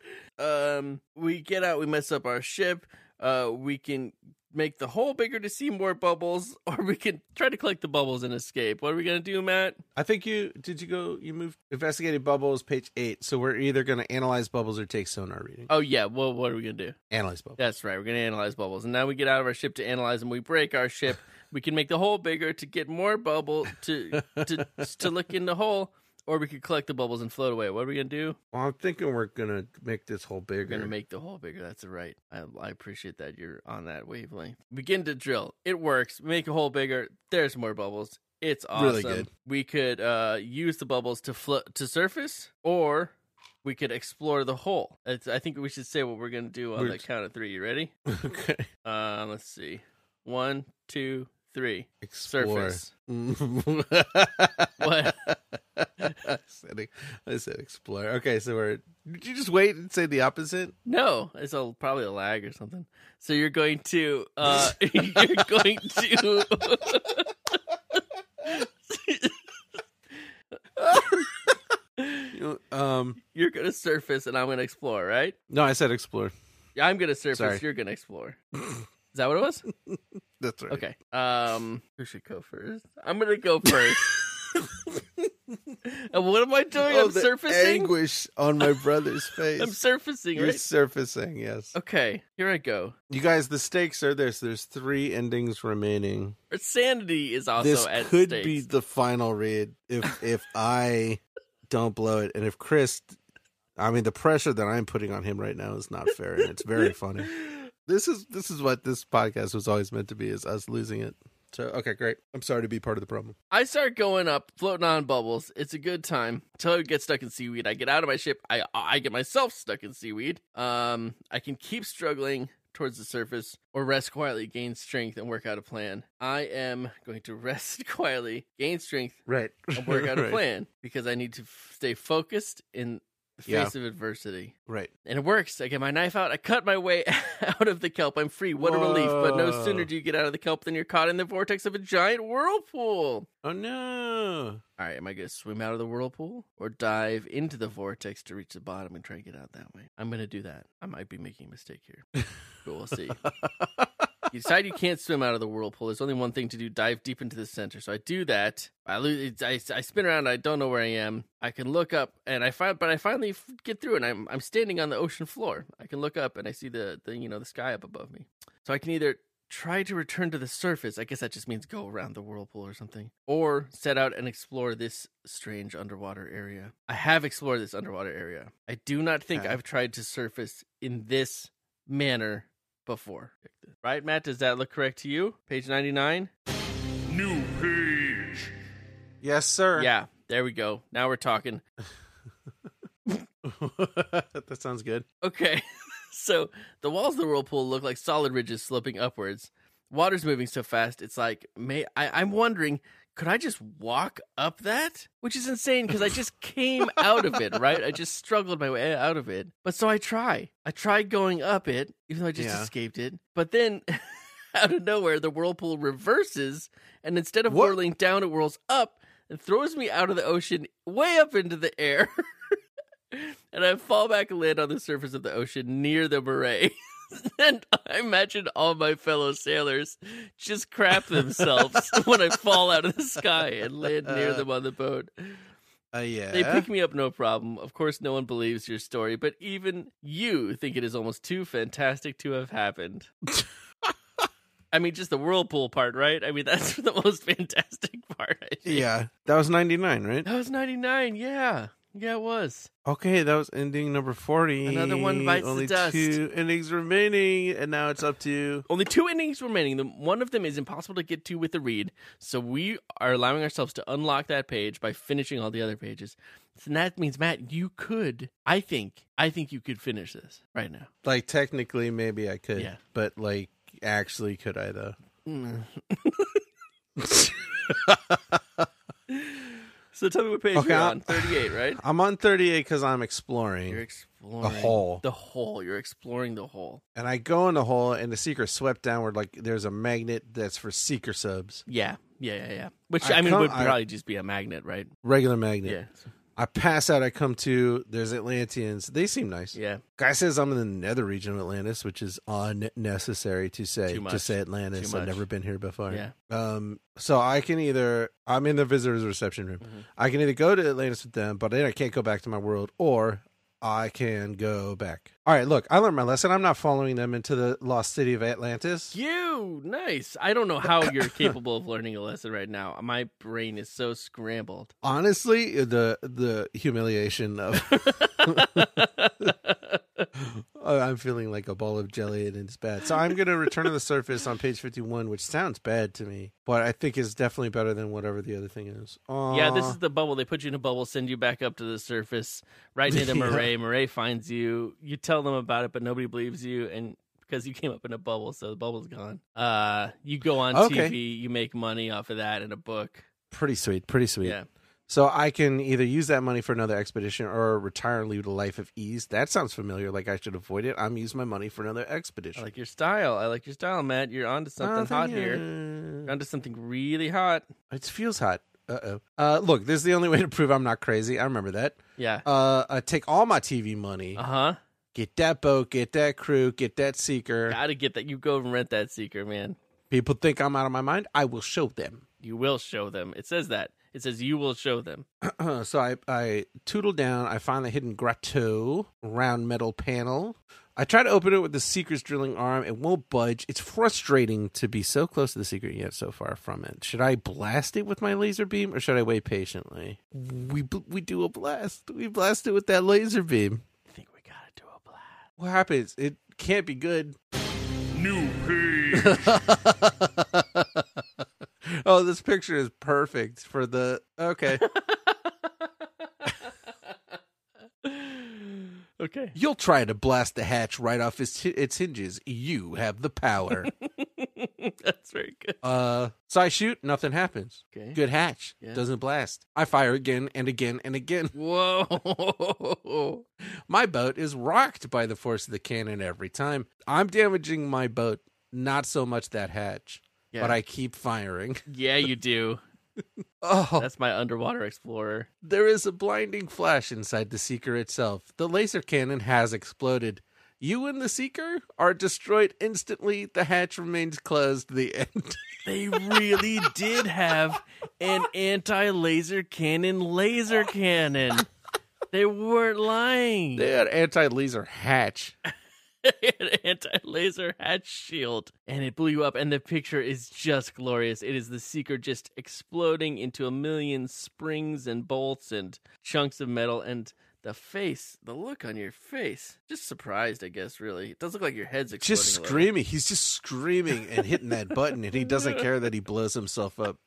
Speaker 3: um, we get out. We mess up our ship. Uh, we can make the hole bigger to see more bubbles, or we can try to collect the bubbles and escape. What are we gonna do, Matt?
Speaker 2: I think you did you go you moved investigated bubbles, page eight. So we're either gonna analyze bubbles or take sonar reading.
Speaker 3: Oh yeah. Well, what are we gonna do?
Speaker 2: Analyze bubbles.
Speaker 3: That's right. We're going to analyze bubbles. And now we get out of our ship to analyze them. We break our ship. We can make the hole bigger to get more bubble to to to look in the hole, or we could collect the bubbles and float away. What are we going to do?
Speaker 2: Well, I'm thinking we're gonna make this whole bigger.
Speaker 3: We're going to make the hole bigger. That's right. I, I appreciate that you're on that wavelength. Begin to drill. It works. Make a hole bigger. There's more bubbles. It's awesome.
Speaker 2: Really good.
Speaker 3: We could uh, use the bubbles to float to surface, or we could explore the hole. It's, I think we should say what we're going to do on
Speaker 2: We're-
Speaker 3: the count of three. You ready?
Speaker 2: okay.
Speaker 3: Uh, let's see. One, two, three.
Speaker 2: Explore.
Speaker 3: Surface.
Speaker 2: what?
Speaker 3: What?
Speaker 2: I said, e, I said explore. Okay, so we're. Did you just wait and say the opposite?
Speaker 3: no, it's a probably a lag or something. So you're going to uh you're going to
Speaker 2: You know, Um,
Speaker 3: you're going to surface and I'm going to explore, right?
Speaker 2: no, I said explore.
Speaker 3: I'm going to surface,
Speaker 2: Sorry.
Speaker 3: you're going to explore. Is that what it was?
Speaker 2: That's right.
Speaker 3: Okay. Um who should go first? I'm going to go first. and what am I doing?
Speaker 2: Oh,
Speaker 3: I'm
Speaker 2: the
Speaker 3: surfacing.
Speaker 2: anguish on my brother's face.
Speaker 3: I'm surfacing,
Speaker 2: You're
Speaker 3: right?
Speaker 2: surfacing. Yes.
Speaker 3: Okay, here I go.
Speaker 2: You guys, the stakes are this. There's three endings remaining.
Speaker 3: Our Sanity is also
Speaker 2: this
Speaker 3: at
Speaker 2: could
Speaker 3: stake.
Speaker 2: be the final read if if I don't blow it, and if Chris, I mean, the pressure that I'm putting on him right now is not fair, and it's very funny. This is this is what this podcast was always meant to be: is us losing it. So okay, great. I'm sorry to be part of the problem.
Speaker 3: I start going up, floating on bubbles. It's a good time until I get stuck in seaweed. I get out of my ship. I I get myself stuck in seaweed. Um, I can keep struggling towards the surface or rest quietly, gain strength, and work out a plan. I am going to rest quietly, gain strength,
Speaker 2: Right.
Speaker 3: and work out a plan because I need to f- stay focused in the
Speaker 2: Yeah.
Speaker 3: face of adversity.
Speaker 2: Right.
Speaker 3: And it works. I get my knife out. I cut my way out of the kelp. I'm free. What a relief. But no
Speaker 2: Whoa.
Speaker 3: sooner do you get out of the kelp than you're caught in the vortex of a giant whirlpool.
Speaker 2: Oh no.
Speaker 3: All right, am I going to swim out of the whirlpool or dive into the vortex to reach the bottom and try and get out that way? I'm going to do that. I might be making a mistake here, but we'll see. You decide you can't swim out of the whirlpool. There's only one thing to do: dive deep into the center. So I do that. I lose. I, I spin around. I don't know where I am. I can look up, and I find, but I finally f- get through, and I'm I'm standing on the ocean floor. I can look up, and I see the the you know the sky up above me. So I can either try to return to the surface. I guess that just means go around the whirlpool or something, or set out and explore this strange underwater area. I have explored this underwater area. I do not think
Speaker 2: Okay.
Speaker 3: I've tried to surface in this manner before. Right, Matt? Does that look correct to you? Page 99?
Speaker 1: New page.
Speaker 2: Yes, sir.
Speaker 3: Yeah, there we go. Now we're talking.
Speaker 2: that sounds good.
Speaker 3: Okay, so the walls of the whirlpool look like solid ridges sloping upwards. Water's moving so fast, it's like, may I, I'm wondering, could I just walk up that? Which is insane because I just came out of it, right? I just struggled my way out of it. But so I try. I try going up it, even though I just
Speaker 2: Yeah.
Speaker 3: escaped it. But then out of nowhere, the whirlpool reverses, and instead of
Speaker 2: What?
Speaker 3: whirling down, it whirls up and throws me out of the ocean way up into the air. and I fall back and land on the surface of the ocean near the moray. and I imagine all my fellow sailors just crap themselves when I fall out of the sky and land near them on the boat.
Speaker 2: Uh, yeah.
Speaker 3: They pick me up no problem. Of course, no one believes your story, but even you think it is almost too fantastic to have happened. I mean, just the whirlpool part, right? I mean, that's the most fantastic part. I think.
Speaker 2: yeah. That was 99, right?
Speaker 3: That was 99. Yeah. Yeah, it was.
Speaker 2: Okay, that was ending number 40.
Speaker 3: Another one bites the
Speaker 2: Only
Speaker 3: dust.
Speaker 2: two endings remaining, and now it's up to.
Speaker 3: Only two endings remaining. The- One of them is impossible to get to with a read, so we are allowing ourselves to unlock that page by finishing all the other pages. And that means, Matt, you could, I think, I think you could finish this right now.
Speaker 2: Like, technically, maybe I could.
Speaker 3: Yeah.
Speaker 2: But, like, actually, could I, though?
Speaker 3: So tell me what page
Speaker 2: Okay,
Speaker 3: you're
Speaker 2: I'll-
Speaker 3: on. 38, right?
Speaker 2: I'm on 38 because I'm
Speaker 3: You're
Speaker 2: exploring.
Speaker 3: exploring
Speaker 2: hole.
Speaker 3: The hole. You're exploring the hole.
Speaker 2: And I go in the hole, and the seeker swept downward. Like, there's a magnet that's for seeker subs,
Speaker 3: Yeah. Yeah, yeah, yeah. Which
Speaker 2: I
Speaker 3: I, mean
Speaker 2: come-
Speaker 3: would
Speaker 2: I-
Speaker 3: probably just be a magnet, right?
Speaker 2: regular magnet.
Speaker 3: Yeah.
Speaker 2: I pass out. I come to. There's Atlanteans. They seem nice.
Speaker 3: Yeah.
Speaker 2: Guy says I'm in the nether region of Atlantis, which is unnecessary to say.
Speaker 3: Too
Speaker 2: To
Speaker 3: much.
Speaker 2: say Atlantis,
Speaker 3: Too
Speaker 2: I've
Speaker 3: much.
Speaker 2: never been here before.
Speaker 3: Yeah.
Speaker 2: Um. So I can either I'm in the visitors reception room.
Speaker 3: Mm-hmm.
Speaker 2: I can either go to Atlantis with them, but then I can't go back to my world, or I can go back. All right. Look, I learned my lesson. I'm not following them into the lost city of Atlantis.
Speaker 3: You nice. I don't know how you're capable of learning a lesson right now. My brain is so scrambled.
Speaker 2: Honestly, the the humiliation of Oh, I'm feeling like a ball of jelly and it's bad. So I'm going to return to the surface on page 51, which sounds bad to me, but I think is definitely better than whatever the other thing is. Aw.
Speaker 3: Yeah, this is the bubble. They put you in a bubble, send you back up to the surface, right into
Speaker 2: Yeah.
Speaker 3: Murray. Murray finds you. You tell them about it, but nobody believes you. And because you came up in a bubble, so the bubble's gone. Uh, you go on
Speaker 2: Okay.
Speaker 3: TV, you make money off of that and a book.
Speaker 2: pretty sweet, pretty sweet.
Speaker 3: Yeah.
Speaker 2: So I can either use that money for another expedition or retire and lead a life of ease. That sounds familiar. Like I should avoid it. I'm using my money for another
Speaker 3: I
Speaker 2: expedition.
Speaker 3: like your style. I like your style, Matt. You're onto something hot here. You're
Speaker 2: here.
Speaker 3: onto something really hot.
Speaker 2: It feels hot. Uh-oh. Uh Look, this is the only way to prove I'm not crazy. I remember that.
Speaker 3: Yeah.
Speaker 2: Uh, uh take all my TV money.
Speaker 3: Uh huh.
Speaker 2: Get that boat. Get that crew. Get that seeker.
Speaker 3: Gotta get that. You go and rent that seeker, man.
Speaker 2: People think I'm out of my mind. I will show them.
Speaker 3: You will show them. It says that. It says you will show them.
Speaker 2: Uh-huh. so I, I tootle down. I find the hidden grotto, round metal panel. I try to open it with the seeker's drilling arm. It won't budge. It's frustrating to be so close to the secret yet so far from it. Should I blast it with my laser beam or should I wait patiently? We bl- we do a blast. We blast it with that laser beam.
Speaker 3: I think we gotta do a blast.
Speaker 2: What happens? It can't be good.
Speaker 1: New page.
Speaker 2: Oh, this picture is perfect for the okay.
Speaker 3: Okay.
Speaker 2: You'll try to blast the hatch right off its, its hinges. You have the power.
Speaker 3: That's very good.
Speaker 2: uh, so I shoot, nothing happens.
Speaker 3: Okay.
Speaker 2: Good hatch,
Speaker 3: Yeah.
Speaker 2: doesn't blast. I fire again and again and again.
Speaker 3: Whoa.
Speaker 2: My boat is rocked by the force of the cannon every time. I'm damaging my boat, not so much that hatch,
Speaker 3: Yeah.
Speaker 2: but I keep firing.
Speaker 3: Yeah, you do.
Speaker 2: Oh,
Speaker 3: That's my underwater explorer.
Speaker 2: There is a blinding flash inside the Seeker itself. The laser cannon has exploded. You and the Seeker are destroyed instantly. The hatch remains closed. The end.
Speaker 3: They really did have an anti laser cannon laser cannon. They weren't lying.
Speaker 2: they had anti laser hatch.
Speaker 3: an anti-laser hatch shield and it blew you up and the picture is just glorious it is the seeker just exploding into a million springs and bolts and chunks of metal and the face the look on your face just surprised i guess really it does look like your head's exploding
Speaker 2: Just
Speaker 3: a little.
Speaker 2: screaming. He's just screaming and hitting that button, and he doesn't care that he blows himself up.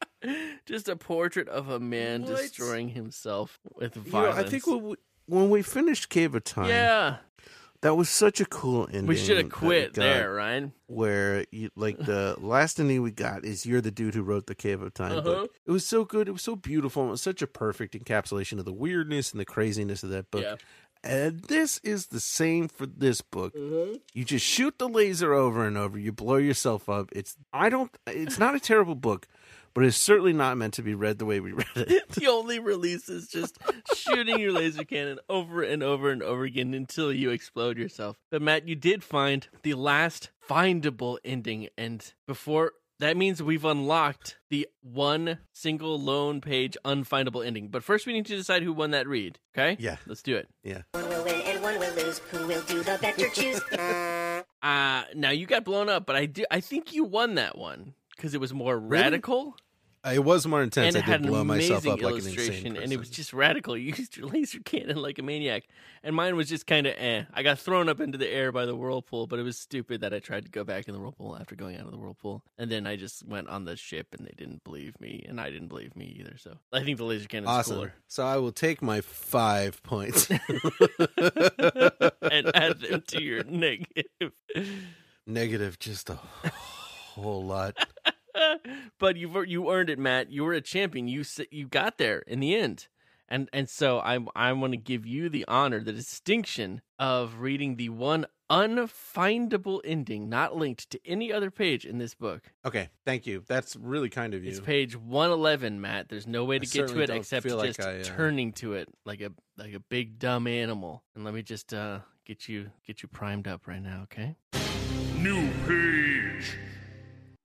Speaker 3: just a portrait of a man
Speaker 2: What?
Speaker 3: destroying himself with
Speaker 2: You know,
Speaker 3: violence
Speaker 2: I think when we, when we finished Cave of Time,
Speaker 3: yeah
Speaker 2: that was such a cool ending.
Speaker 3: we should
Speaker 2: that
Speaker 3: have
Speaker 2: we
Speaker 3: quit
Speaker 2: got,
Speaker 3: there ryan
Speaker 2: Where you like the last ending we got is you're the dude who wrote the Cave of Time book.
Speaker 3: Uh-huh.
Speaker 2: It was so good. It was so beautiful. It was such a perfect encapsulation of the weirdness and the craziness of that book.
Speaker 3: Yeah.
Speaker 2: And this is the same for this book.
Speaker 3: Mm-hmm.
Speaker 2: You just shoot the laser over and over. You blow yourself up. It's I don't. It's not a terrible book, but it's certainly not meant to be read the way we read it.
Speaker 3: the only release is just shooting your laser cannon over and over and over again until you explode yourself. But Matt, you did find the last findable ending, and before That means we've unlocked the one single lone page unfindable ending. But first, we need to decide who won that read. Okay?
Speaker 2: Yeah.
Speaker 3: Let's do it.
Speaker 2: Yeah.
Speaker 5: One will win and one will lose. Who will do the better choose?
Speaker 3: Uh now you got blown up, but I do. I think you won that one because it was more radical
Speaker 2: It was more intense.
Speaker 3: and it
Speaker 2: I
Speaker 3: had
Speaker 2: did
Speaker 3: an
Speaker 2: blow myself
Speaker 3: amazing
Speaker 2: up like an insane
Speaker 3: illustration,
Speaker 2: person.
Speaker 3: and it was just radical. You used your laser cannon like a maniac, and mine was just kind of eh. I got thrown up into the air by the whirlpool, but it was stupid that I tried to go back in the whirlpool after going out of the whirlpool, and then I just went on the ship, and they didn't believe me, and I didn't believe me either. So I think the laser cannon's
Speaker 2: awesome.
Speaker 3: cooler.
Speaker 2: So I will take my five points.
Speaker 3: and add them to your negative.
Speaker 2: Negative, just a whole lot.
Speaker 3: but you have you earned it, Matt. You were a champion. You s- you got there in the end, and and so I I want to give you the honor, the distinction of reading the one unfindable ending, not linked to any other page in this book.
Speaker 2: Okay, thank you. That's really kind of you.
Speaker 3: It's page one eleven, Matt. There's no way to
Speaker 2: I
Speaker 3: get to
Speaker 2: certainly
Speaker 3: it
Speaker 2: don't
Speaker 3: except
Speaker 2: feel like
Speaker 3: just
Speaker 2: I, uh,
Speaker 3: turning to it like a like a big dumb animal. And let me just uh, get you get you primed up right now, okay?
Speaker 1: New page.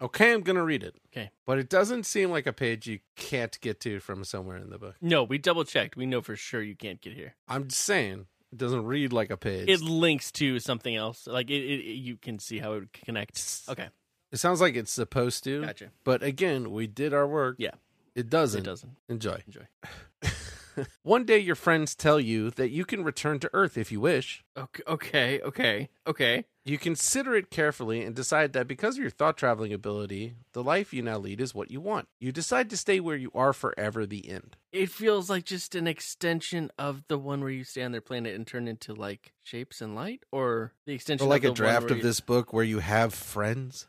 Speaker 2: okay, I'm gonna read it.
Speaker 3: Okay.
Speaker 2: But it doesn't seem like a page you can't get to from somewhere in the book.
Speaker 3: No, we double checked. We know for sure you can't get here.
Speaker 2: I'm just saying it doesn't read like a page.
Speaker 3: it links to something else. Like it, it, it- you can see how it connects. Okay,
Speaker 2: It sounds like it's supposed to.
Speaker 3: Gotcha.
Speaker 2: But again, we did our work.
Speaker 3: Yeah.
Speaker 2: It doesn't.
Speaker 3: it doesn't.
Speaker 2: Enjoy.
Speaker 3: Enjoy.
Speaker 2: One day your friends tell you that you can return to Earth if you wish.
Speaker 3: Okay, okay, okay, okay.
Speaker 2: You consider it carefully and decide that because of your thought traveling ability, the life you now lead is what you want. You decide to stay where you are forever, the end.
Speaker 3: It feels like just an extension of the one where you stay on their planet and turn into like shapes and light, or the extension
Speaker 2: like a
Speaker 3: of the
Speaker 2: draft
Speaker 3: one
Speaker 2: of this book where you have friends.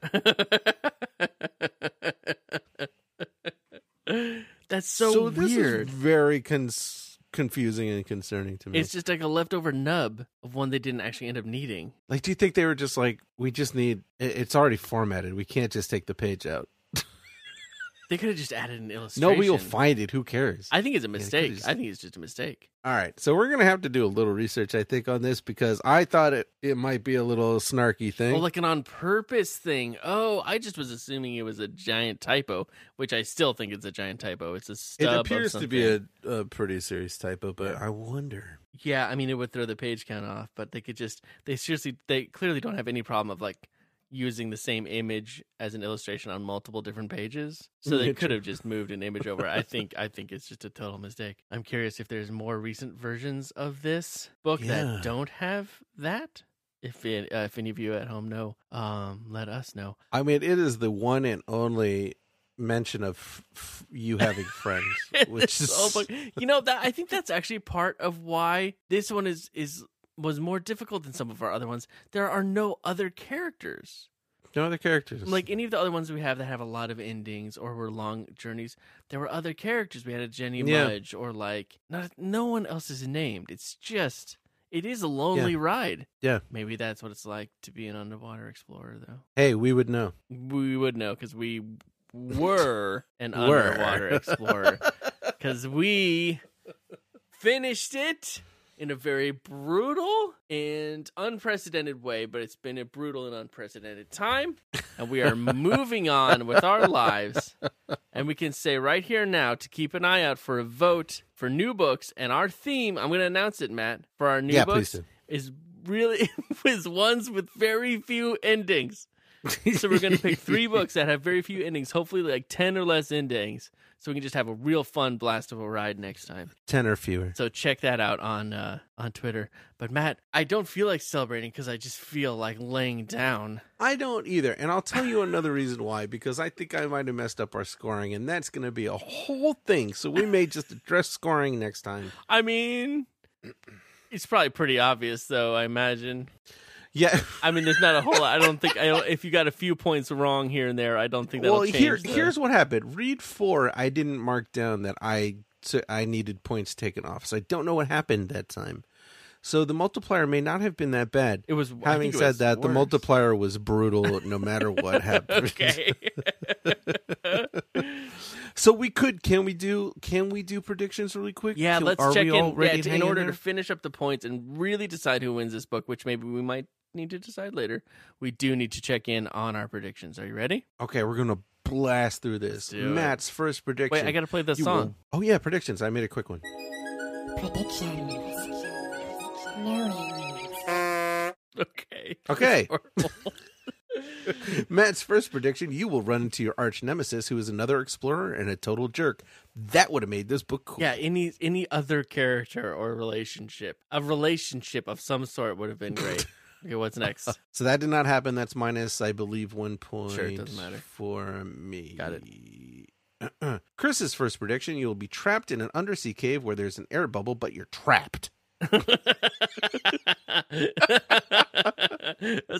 Speaker 3: this. That's so,
Speaker 2: this
Speaker 3: weird.
Speaker 2: is Mm. very cons- confusing and concerning to me.
Speaker 3: It's just like a leftover nub of one they didn't actually end up needing.
Speaker 2: like, do you think they were just like, we just need, it- it's already formatted. We can't just take the page out.
Speaker 3: They could have just added an illustration.
Speaker 2: Nobody will find it. Who cares?
Speaker 3: I think it's a
Speaker 2: could've
Speaker 3: mistake.
Speaker 2: just-
Speaker 3: I think it's just a mistake.
Speaker 2: All right. So we're going to have to do a little research, I think, on this because I thought it, it might be a little snarky thing.
Speaker 3: Oh, like an on purpose thing. Oh, I just was assuming it was a giant typo, which I still think it's a giant typo. It's a
Speaker 2: it
Speaker 3: stub. of
Speaker 2: appears to be
Speaker 3: something.
Speaker 2: a, a pretty serious typo, but I wonder.
Speaker 3: yeah. I mean, it would throw the page count off, but they could just they seriously they clearly don't have any problem of like using the same image as an illustration on multiple different pages. So they
Speaker 2: Yeah,
Speaker 3: could have just moved an image over. I think I think it's just a total mistake. I'm curious if there's more recent versions of this book
Speaker 2: Yeah.
Speaker 3: that don't have that. If it, uh, if any of you at home know, um, let us know.
Speaker 2: I mean, it is the one and only mention of f- f- you having friends, which
Speaker 3: This
Speaker 2: is
Speaker 3: whole book- you know that I think that's actually part of why this one is is was more difficult than some of our other ones. There are no other characters
Speaker 2: no other characters.
Speaker 3: like any of the other ones we have that have a lot of endings or were long journeys. There were other characters. We had a Jenny
Speaker 2: Yeah.
Speaker 3: Mudge or like not, no one else is named. It's just it is a lonely ride.
Speaker 2: Yeah.
Speaker 3: maybe that's what it's like to be an underwater explorer though.
Speaker 2: hey, we would know.
Speaker 3: We would know because we were an
Speaker 2: Were.
Speaker 3: underwater explorer. Because we finished it in a very brutal and unprecedented way, but it's been a brutal and unprecedented time. And we are moving on with our lives. And we can say right here now to keep an eye out for a vote for new books. And our theme, I'm going to announce it, Matt, for our new
Speaker 2: Yeah, please
Speaker 3: books
Speaker 2: do.
Speaker 3: is really is ones with very few endings. So we're going to pick three books that have very few endings, hopefully like 10 or less endings, so we can just have a real fun blast of a ride next time.
Speaker 2: ten or fewer.
Speaker 3: So check that out on uh, on Twitter. But Matt, I don't feel like celebrating cuz I just feel like laying down.
Speaker 2: I don't either, and I'll tell you another reason why. Because I think I might have messed up our scoring, and that's going to be a whole thing. So we may just address scoring next time.
Speaker 3: I mean, it's probably pretty obvious though, I imagine.
Speaker 2: Yeah.
Speaker 3: I mean, there's not a whole lot. I don't think I don't, if you got a few points wrong here and there, I don't think that'll
Speaker 2: well,
Speaker 3: change.
Speaker 2: here,
Speaker 3: the-
Speaker 2: here's what happened. Read four, I didn't mark down that I so I needed points taken off, so I don't know what happened that time. So the multiplier may not have been that bad.
Speaker 3: it was I
Speaker 2: Having
Speaker 3: think it
Speaker 2: said
Speaker 3: was
Speaker 2: that, the
Speaker 3: worse.
Speaker 2: multiplier was brutal no matter what happened.
Speaker 3: Okay.
Speaker 2: So we could can we do can we do predictions really quick?
Speaker 3: Yeah,
Speaker 2: Can-
Speaker 3: let's
Speaker 2: are
Speaker 3: check
Speaker 2: we
Speaker 3: in
Speaker 2: all ready
Speaker 3: yeah,
Speaker 2: to
Speaker 3: to- in
Speaker 2: hang
Speaker 3: order
Speaker 2: there?
Speaker 3: to finish up the points and really decide who wins this book, which maybe we might need to decide later. We do need to check in on our predictions. Are you ready?
Speaker 2: Okay, we're gonna blast through this.
Speaker 3: do it.
Speaker 2: Matt's first prediction.
Speaker 3: Wait, I gotta play the
Speaker 2: You
Speaker 3: song.
Speaker 2: will- Oh yeah, predictions. I made a quick one.
Speaker 8: Predictions. News.
Speaker 3: Okay.
Speaker 2: Okay.
Speaker 3: Horrible.
Speaker 2: Matt's first prediction: you will run into your arch nemesis, who is another explorer and a total jerk. That would have made this book cool.
Speaker 3: yeah, any any other character or relationship, a relationship of some sort would have been great. okay, what's next?
Speaker 2: So that did not happen. That's minus, I believe, one point.
Speaker 3: Sure, it doesn't matter.
Speaker 2: for me.
Speaker 3: Got it.
Speaker 2: Chris's first prediction: you will be trapped in an undersea cave where there's an air bubble, but you're trapped.
Speaker 3: That's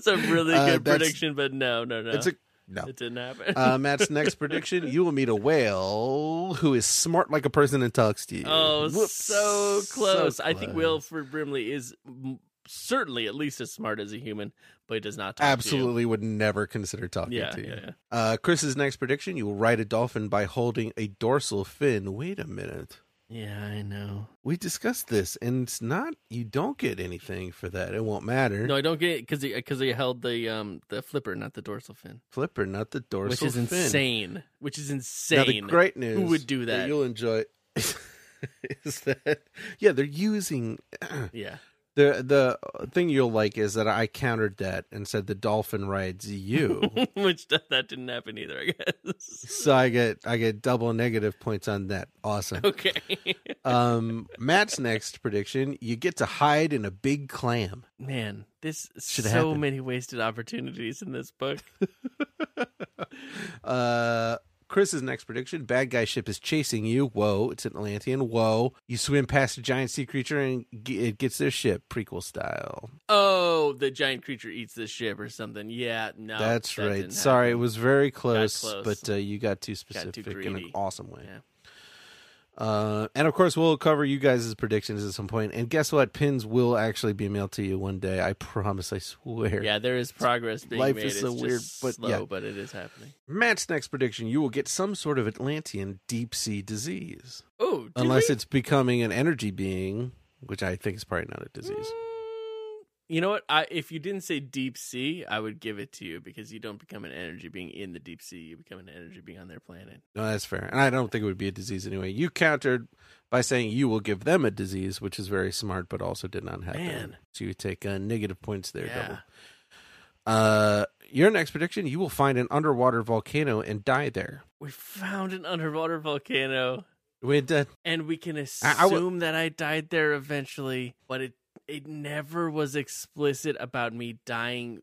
Speaker 3: a really
Speaker 2: Uh,
Speaker 3: good
Speaker 2: that's-
Speaker 3: prediction, but no, no, no.
Speaker 2: It's a no.
Speaker 3: it didn't happen.
Speaker 2: Uh, Matt's next prediction: you will meet a whale who is smart like a person and talks to you.
Speaker 3: oh,
Speaker 2: Whoops.
Speaker 3: so close. I think
Speaker 2: close.
Speaker 3: Wilfred Brimley is m- certainly at least as smart as a human, but he does not talk to you.
Speaker 2: absolutely would never consider talking
Speaker 3: Yeah,
Speaker 2: to you.
Speaker 3: yeah, yeah.
Speaker 2: Uh, Chris's next prediction: you will ride a dolphin by holding a dorsal fin. Wait a minute.
Speaker 3: Yeah, I know.
Speaker 2: We discussed this, and it's not. You don't get anything for that. It won't matter.
Speaker 3: No, I don't get it because he because he held the um the flipper, not the dorsal fin,
Speaker 2: flipper, not the dorsal
Speaker 3: which is
Speaker 2: fin.
Speaker 3: insane. Which is insane.
Speaker 2: Now the great news.
Speaker 3: Who would do that?
Speaker 2: you'll enjoy. is that yeah? They're using
Speaker 3: yeah,
Speaker 2: the the thing you'll like is that I countered that and said the dolphin rides you.
Speaker 3: which that, that didn't happen either. I guess.
Speaker 2: so I get I get double negative points on that. Awesome.
Speaker 3: Okay,
Speaker 2: Um, Matt's next prediction: you get to hide in a big clam.
Speaker 3: man, this so
Speaker 2: Should have happened.
Speaker 3: many wasted opportunities in this book.
Speaker 2: Uh, Chris's next prediction: bad guy ship is chasing you. Whoa, it's an Atlantean. Whoa, you swim past a giant sea creature and g- it gets their ship, prequel style.
Speaker 3: Oh, the giant creature eats this ship or something. Yeah, no,
Speaker 2: That's
Speaker 3: Oh, that
Speaker 2: right.
Speaker 3: didn't
Speaker 2: Sorry, it
Speaker 3: happen.
Speaker 2: was very close,
Speaker 3: close.
Speaker 2: but uh, you got too specific in an
Speaker 3: greedy.
Speaker 2: awesome way.
Speaker 3: Yeah.
Speaker 2: Uh, and of course, we'll cover you guys' predictions at some point. And guess what? Pins will actually be mailed to you one day. I promise. I swear.
Speaker 3: Yeah, there is progress being
Speaker 2: Life
Speaker 3: made.
Speaker 2: is so
Speaker 3: It's just
Speaker 2: weird, but
Speaker 3: slow,
Speaker 2: yeah.
Speaker 3: but it is happening.
Speaker 2: Matt's next prediction: you will get some sort of Atlantean deep sea disease,
Speaker 3: Oh, did
Speaker 2: unless
Speaker 3: we?
Speaker 2: it's becoming an energy being, which I think is probably not a disease.
Speaker 3: Mm. You know what? I if you didn't say deep sea, I would give it to you because you don't become an energy being in the deep sea. You become an energy being on their planet.
Speaker 2: No, that's fair, and I don't think it would be a disease anyway. You countered by saying you will give them a disease, which is very smart, but also did not happen.
Speaker 3: Man.
Speaker 2: So you take uh, negative points there.
Speaker 3: Yeah.
Speaker 2: Double. Uh, your next prediction: you will find an underwater volcano and die there.
Speaker 3: We found an underwater volcano,
Speaker 2: Wait, that
Speaker 3: and we can assume
Speaker 2: I- I would-
Speaker 3: that I died there eventually. But it it never was explicit about me dying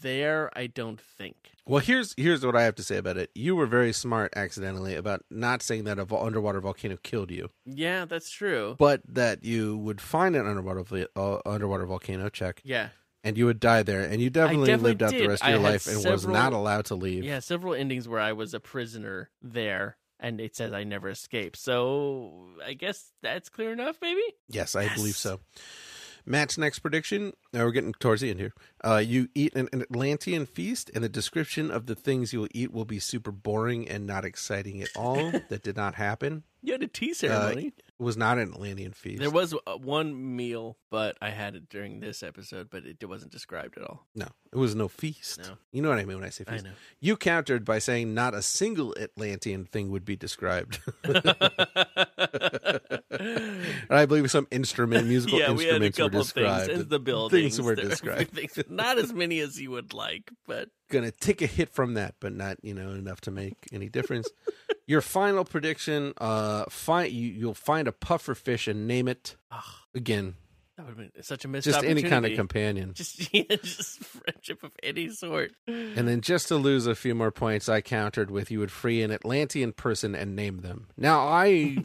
Speaker 3: there. I don't think.
Speaker 2: Well, here's here's what I have to say about it. You were very smart accidentally about not saying that a vo- underwater volcano killed you,
Speaker 3: Yeah, that's true.
Speaker 2: but that you would find an underwater vo- uh, underwater volcano check
Speaker 3: yeah,
Speaker 2: and you would die there. And you definitely,
Speaker 3: definitely
Speaker 2: lived out the
Speaker 3: did.
Speaker 2: rest
Speaker 3: I
Speaker 2: of your
Speaker 3: had
Speaker 2: life and was
Speaker 3: several-
Speaker 2: not allowed to leave.
Speaker 3: yeah, several endings where I was a prisoner there. And it says I never escaped. So I guess that's clear enough, maybe?
Speaker 2: Yes, I believe
Speaker 3: Yes.
Speaker 2: so. Matt's next prediction. Now we're getting towards the end here. Uh, you eat an, an Atlantean feast, and the description of the things you will eat will be super boring and not exciting at all. that did not happen.
Speaker 3: You had a tea
Speaker 2: Uh,
Speaker 3: ceremony.
Speaker 2: it was not an Atlantean feast.
Speaker 3: there was uh, one meal, but I had it during this episode, but it wasn't described at all.
Speaker 2: No, it was no feast.
Speaker 3: No.
Speaker 2: You know what I mean when I say
Speaker 3: I
Speaker 2: feast. You countered by saying not a single Atlantean thing would be described.
Speaker 3: know.
Speaker 2: and I believe some instrument, musical
Speaker 3: yeah, we had a
Speaker 2: instruments were
Speaker 3: couple of
Speaker 2: described.
Speaker 3: things. And the buildings
Speaker 2: were
Speaker 3: there-
Speaker 2: described.
Speaker 3: things- Not as many as you would like, but
Speaker 2: Gonna take a hit from that, but not you know enough to make any difference. Your final prediction: uh, find you, you'll find a puffer fish and name it
Speaker 3: Ugh.
Speaker 2: again.
Speaker 3: that would have been such a missed
Speaker 2: Just any kind of
Speaker 3: opportunity.
Speaker 2: companion,
Speaker 3: Just, yeah, just friendship of any sort.
Speaker 2: and then just to lose a few more points, I countered with you would free an Atlantean person and name them. Now I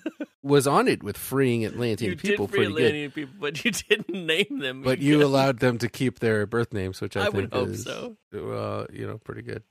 Speaker 2: was on it with freeing Atlantean
Speaker 3: You
Speaker 2: people
Speaker 3: did free
Speaker 2: pretty good.
Speaker 3: Atlantean people, but you didn't name them.
Speaker 2: But you
Speaker 3: couldn't.
Speaker 2: allowed them to keep their birth names, which I,
Speaker 3: I
Speaker 2: think
Speaker 3: would hope
Speaker 2: is,
Speaker 3: so.
Speaker 2: Uh, you know, pretty good.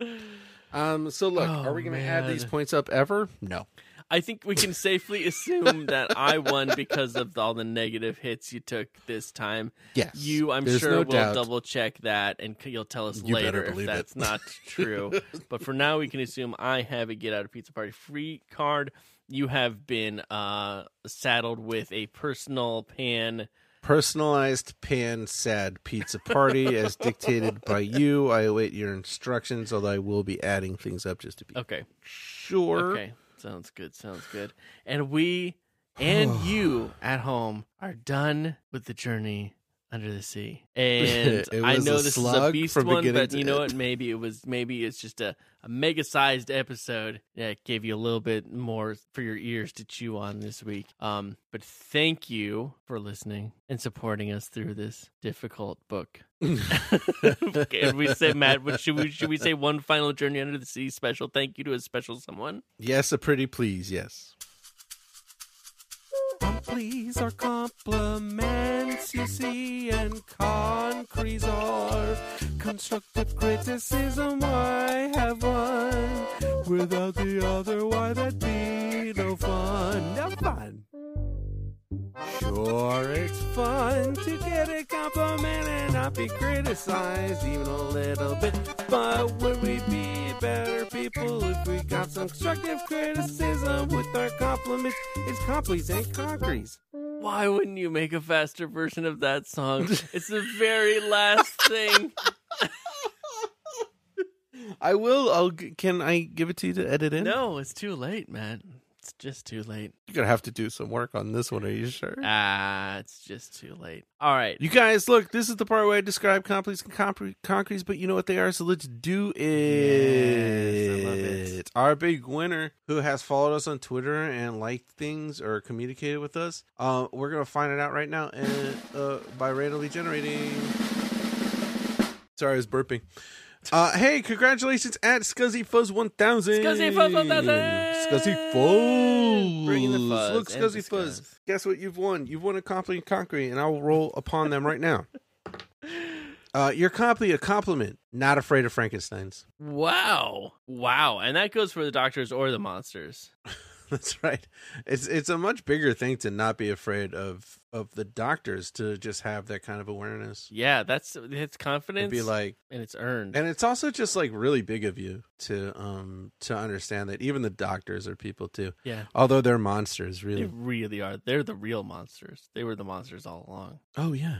Speaker 2: Um, so look,
Speaker 3: Oh,
Speaker 2: are we going to add these
Speaker 3: man.
Speaker 2: points up ever? No.
Speaker 3: I think we can safely assume that I won because of all the negative hits you took this time.
Speaker 2: Yes.
Speaker 3: You, I'm
Speaker 2: There's
Speaker 3: sure,
Speaker 2: no
Speaker 3: will
Speaker 2: doubt.
Speaker 3: double check that, and c- you'll tell us
Speaker 2: You better
Speaker 3: later if
Speaker 2: believe it.
Speaker 3: that's not true. but for now, we can assume I have a get out of pizza party free card. You have been uh, saddled with a personal pan
Speaker 2: Personalized pan sad pizza party as dictated by you. I await your instructions, although I will be adding things up just to be
Speaker 3: Okay.
Speaker 2: sure.
Speaker 3: Okay. Sounds good. Sounds good. And we and you at home are done with the journey under the sea. And
Speaker 2: It
Speaker 3: I
Speaker 2: was
Speaker 3: know
Speaker 2: a
Speaker 3: this is a
Speaker 2: slog
Speaker 3: beast
Speaker 2: from
Speaker 3: one,
Speaker 2: beginning
Speaker 3: but
Speaker 2: to
Speaker 3: you
Speaker 2: end.
Speaker 3: know what? Maybe it was maybe it's just a, a mega sized episode that gave you a little bit more for your ears to chew on this week. Um, but thank you for listening and supporting us through this difficult book. Can we say Matt, what should we should we say one final journey under the sea special thank you to a special someone?
Speaker 2: Yes, a pretty please, yes.
Speaker 3: Please are compliments, you see, and concretes are constructive criticism. I have one. Without the other, why that'd be no fun. No fun. Sure, it's fun to get a compliment and not be criticized even a little bit. But would we be better people if we got some constructive criticism with our compliments? It's complies and concretes. Why wouldn't you make a faster version of that song? It's the very last thing.
Speaker 2: I will. I'll. g- Can I give it to you to edit in?
Speaker 3: No, it's too late, man. It's just too late.
Speaker 2: You're gonna have to do some work on this one. Are you sure?
Speaker 3: Ah, it's just too late. All right.
Speaker 2: You guys, look. This is the part where I describe complex and compre- concretes, but you know what they are. So let's do it.
Speaker 3: Yes, I love it.
Speaker 2: Our big winner, who has followed us on Twitter and liked things or communicated with us, uh, we're gonna find it out right now and uh, by randomly generating. Sorry, I was burping. Uh, hey, congratulations at Scuzzy Fuzz 1000.
Speaker 3: Scuzzy Fuzz 1000.
Speaker 2: Scuzzy Fuzz.
Speaker 3: Bringing the fuzz
Speaker 2: Look,
Speaker 3: and the
Speaker 2: Scuzzy Fuzz.
Speaker 3: scuzz.
Speaker 2: Guess what you've won? You've won a compliment concrete, and I'll roll upon them right now. Uh, your compli a compliment, not afraid of Frankenstein's.
Speaker 3: Wow. Wow. And that goes for the doctors or the monsters.
Speaker 2: That's right. It's it's a much bigger thing to not be afraid of of the doctors to just have that kind of awareness.
Speaker 3: Yeah, that's it's confidence
Speaker 2: And be like,
Speaker 3: and it's earned.
Speaker 2: And it's also just like really big of you to um to understand that even the doctors are people too.
Speaker 3: yeah.
Speaker 2: Although they're monsters,
Speaker 3: They
Speaker 2: really.
Speaker 3: really are. They're the real monsters. They were the monsters all along.
Speaker 2: Oh yeah.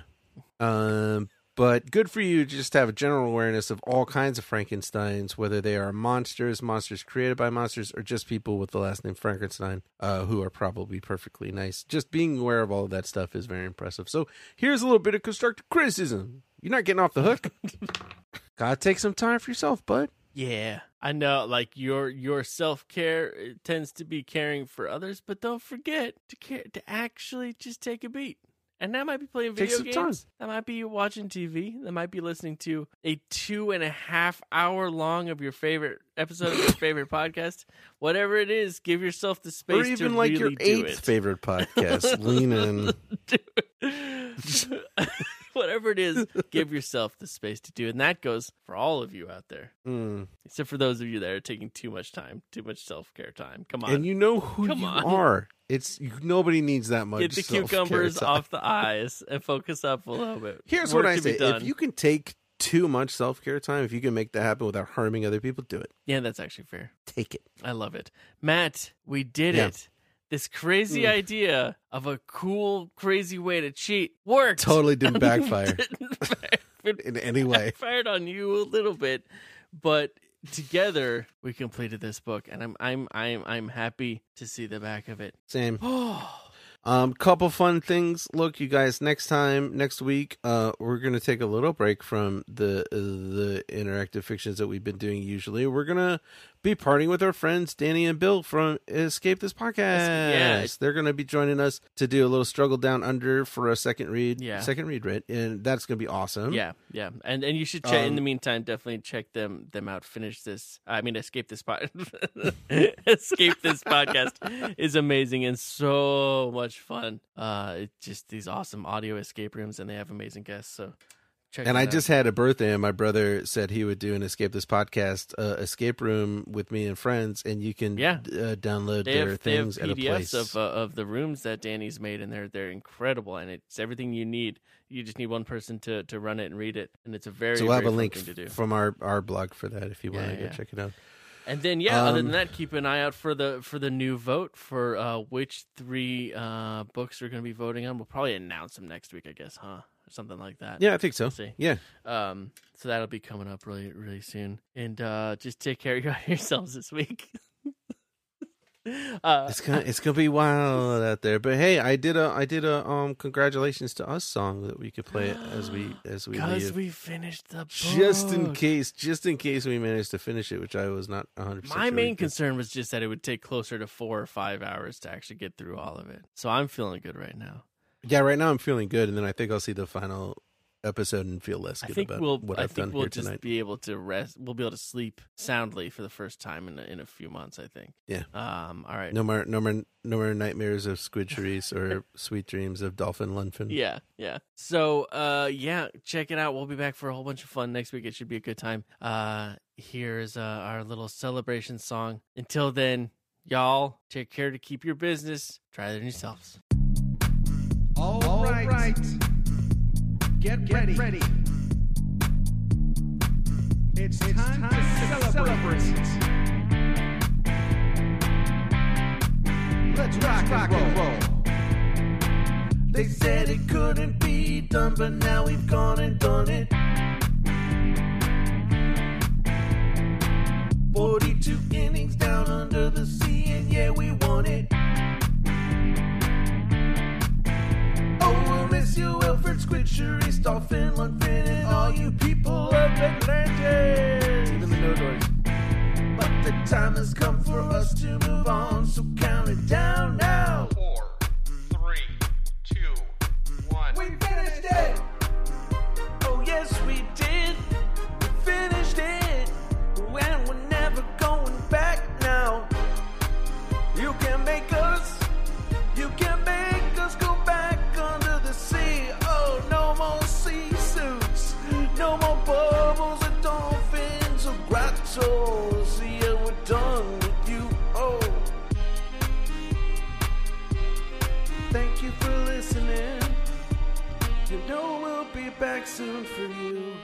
Speaker 2: Um but good for you to just have a general awareness of all kinds of Frankensteins, whether they are monsters, monsters created by monsters, or just people with the last name Frankenstein, uh, who are probably perfectly nice. Just being aware of all of that stuff is very impressive. So here's a little bit of constructive criticism. You're not getting off the hook. Gotta take some time for yourself, bud.
Speaker 3: Yeah. I know like your your self-care it tends to be caring for others, but don't forget to care to actually just take a beat. And that might be playing
Speaker 2: Take
Speaker 3: video
Speaker 2: some
Speaker 3: games.
Speaker 2: time.
Speaker 3: That might be watching TV. That might be listening to a two and a half hour long of your favorite episode of your favorite podcast. Whatever it is, give yourself the space
Speaker 2: or even
Speaker 3: to
Speaker 2: like
Speaker 3: really
Speaker 2: your
Speaker 3: do
Speaker 2: eighth
Speaker 3: it.
Speaker 2: favorite podcast, Lean In.
Speaker 3: Whatever it is, give yourself the space to do. it. And that goes for all of you out there.
Speaker 2: Mm.
Speaker 3: Except for those of you that are taking too much time, too much self care time. Come on.
Speaker 2: And you know who
Speaker 3: Come
Speaker 2: you
Speaker 3: on.
Speaker 2: are. It's you, nobody needs that much.
Speaker 3: Get the
Speaker 2: self-care
Speaker 3: cucumbers
Speaker 2: time.
Speaker 3: off the eyes and focus up a little bit.
Speaker 2: Here's
Speaker 3: Work
Speaker 2: what I
Speaker 3: to be
Speaker 2: say: if
Speaker 3: done.
Speaker 2: you can take too much self care time, if you can make that happen without harming other people, do it.
Speaker 3: Yeah, that's actually fair.
Speaker 2: Take it.
Speaker 3: I love it. Matt, we did
Speaker 2: Yeah. Hmm.
Speaker 3: it. This crazy idea of a cool, crazy way to cheat worked.
Speaker 2: Totally didn't backfire
Speaker 3: It
Speaker 2: in any way.
Speaker 3: fired on you a little bit, but together we completed this book, and I'm I'm I'm I'm happy to see the back of it.
Speaker 2: Same.
Speaker 3: Oh,
Speaker 2: Um, couple fun things. Look, you guys, next time, next week, uh, we're gonna take a little break from the uh, the interactive fictions that we've been doing. Usually, we're gonna be partying with our friends Danny and Bill from Escape This Podcast.
Speaker 3: Yeah.
Speaker 2: they're gonna be joining us to do a little struggle down under for a second read.
Speaker 3: Yeah.
Speaker 2: second read, right? And that's gonna be awesome.
Speaker 3: yeah, yeah, and and you should check. in
Speaker 2: Um,
Speaker 3: the meantime, definitely check them them out. Finish this. I mean, escape this pod. escape this podcast is amazing and so much fun. Uh, it's just these awesome audio escape rooms, and they have amazing guests. So check.
Speaker 2: And
Speaker 3: it
Speaker 2: I
Speaker 3: out.
Speaker 2: just had a birthday, and my brother said he would do an escape this podcast uh, escape room with me and friends, and you can
Speaker 3: Yeah.
Speaker 2: uh, download
Speaker 3: they
Speaker 2: their
Speaker 3: have, they have
Speaker 2: things at a
Speaker 3: PDFs
Speaker 2: place.
Speaker 3: of uh, of the rooms that Danny's made, and they're they're incredible, and it's everything you need. You just need one person to to run it and read it, and it's a very
Speaker 2: so we'll have
Speaker 3: very
Speaker 2: a
Speaker 3: fun
Speaker 2: link
Speaker 3: thing to do.
Speaker 2: from our, our blog for that if you
Speaker 3: Yeah,
Speaker 2: want to
Speaker 3: yeah.
Speaker 2: go check it out.
Speaker 3: And then yeah, other
Speaker 2: Um,
Speaker 3: than that, keep an eye out for the for the new vote for uh, which three uh, books are going to be voting on. We'll probably announce them next week, I guess, huh? Or something like that.
Speaker 2: Yeah, I think so.
Speaker 3: see.
Speaker 2: Yeah.
Speaker 3: Um. So that'll be coming up really really soon. And uh, just take care of yourselves this week. uh,
Speaker 2: It's gonna it's gonna be wild out there. But hey, I did a I did a um congratulations to us song that we could play as we as we
Speaker 3: because
Speaker 2: leave.
Speaker 3: we finished the book.
Speaker 2: just in case, just in case we managed to finish it, which I was not 100. percent
Speaker 3: My
Speaker 2: sure we
Speaker 3: main
Speaker 2: did.
Speaker 3: concern was just that it would take closer to four or five hours to actually get through all of it. So I'm feeling good right now.
Speaker 2: Yeah, right now I'm feeling good, and then I think I'll see the final episode and feel less
Speaker 3: I
Speaker 2: good
Speaker 3: think
Speaker 2: about
Speaker 3: we'll.
Speaker 2: what
Speaker 3: I
Speaker 2: have
Speaker 3: think
Speaker 2: done
Speaker 3: we'll
Speaker 2: here
Speaker 3: just
Speaker 2: tonight.
Speaker 3: be able to rest. We'll be able to sleep soundly for the first time in a, in a few months. I think.
Speaker 2: Yeah.
Speaker 3: Um. All right.
Speaker 2: No more, no more, no more nightmares of squid trees or sweet dreams of dolphin lunfin.
Speaker 3: Yeah, yeah. So, uh, yeah, check it out. We'll be back for a whole bunch of fun next week. It should be a good time. Uh, here's uh, our little celebration song. Until then, y'all take care to keep your business. Try it on yourselves.
Speaker 9: All right. Get, ready. It's, time, to celebrate. Let's rock, and roll.
Speaker 2: They said it couldn't be done, but now we've gone and done it. 42 innings down under the sea, and yeah, we won it. Oh, we'll miss you, Wilfred Squitcher, East Dolphin, Lundgren, and all you people of Atlantis. Even the no doors. But the time has come for us to move on, so count it down now.
Speaker 4: Four, three, two, one.
Speaker 2: We finished it. Oh yes, we did. We finished it. And we're never going back now. You can make us. You can make us go back under the sea. Oh, no more sea suits. No more bubbles or dolphins or grottos. Yeah, we're done with you. Oh. Thank you for listening. You know we'll be back soon for you.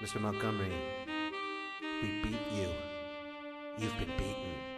Speaker 2: Mr. Montgomery, we beat you. You've been beaten.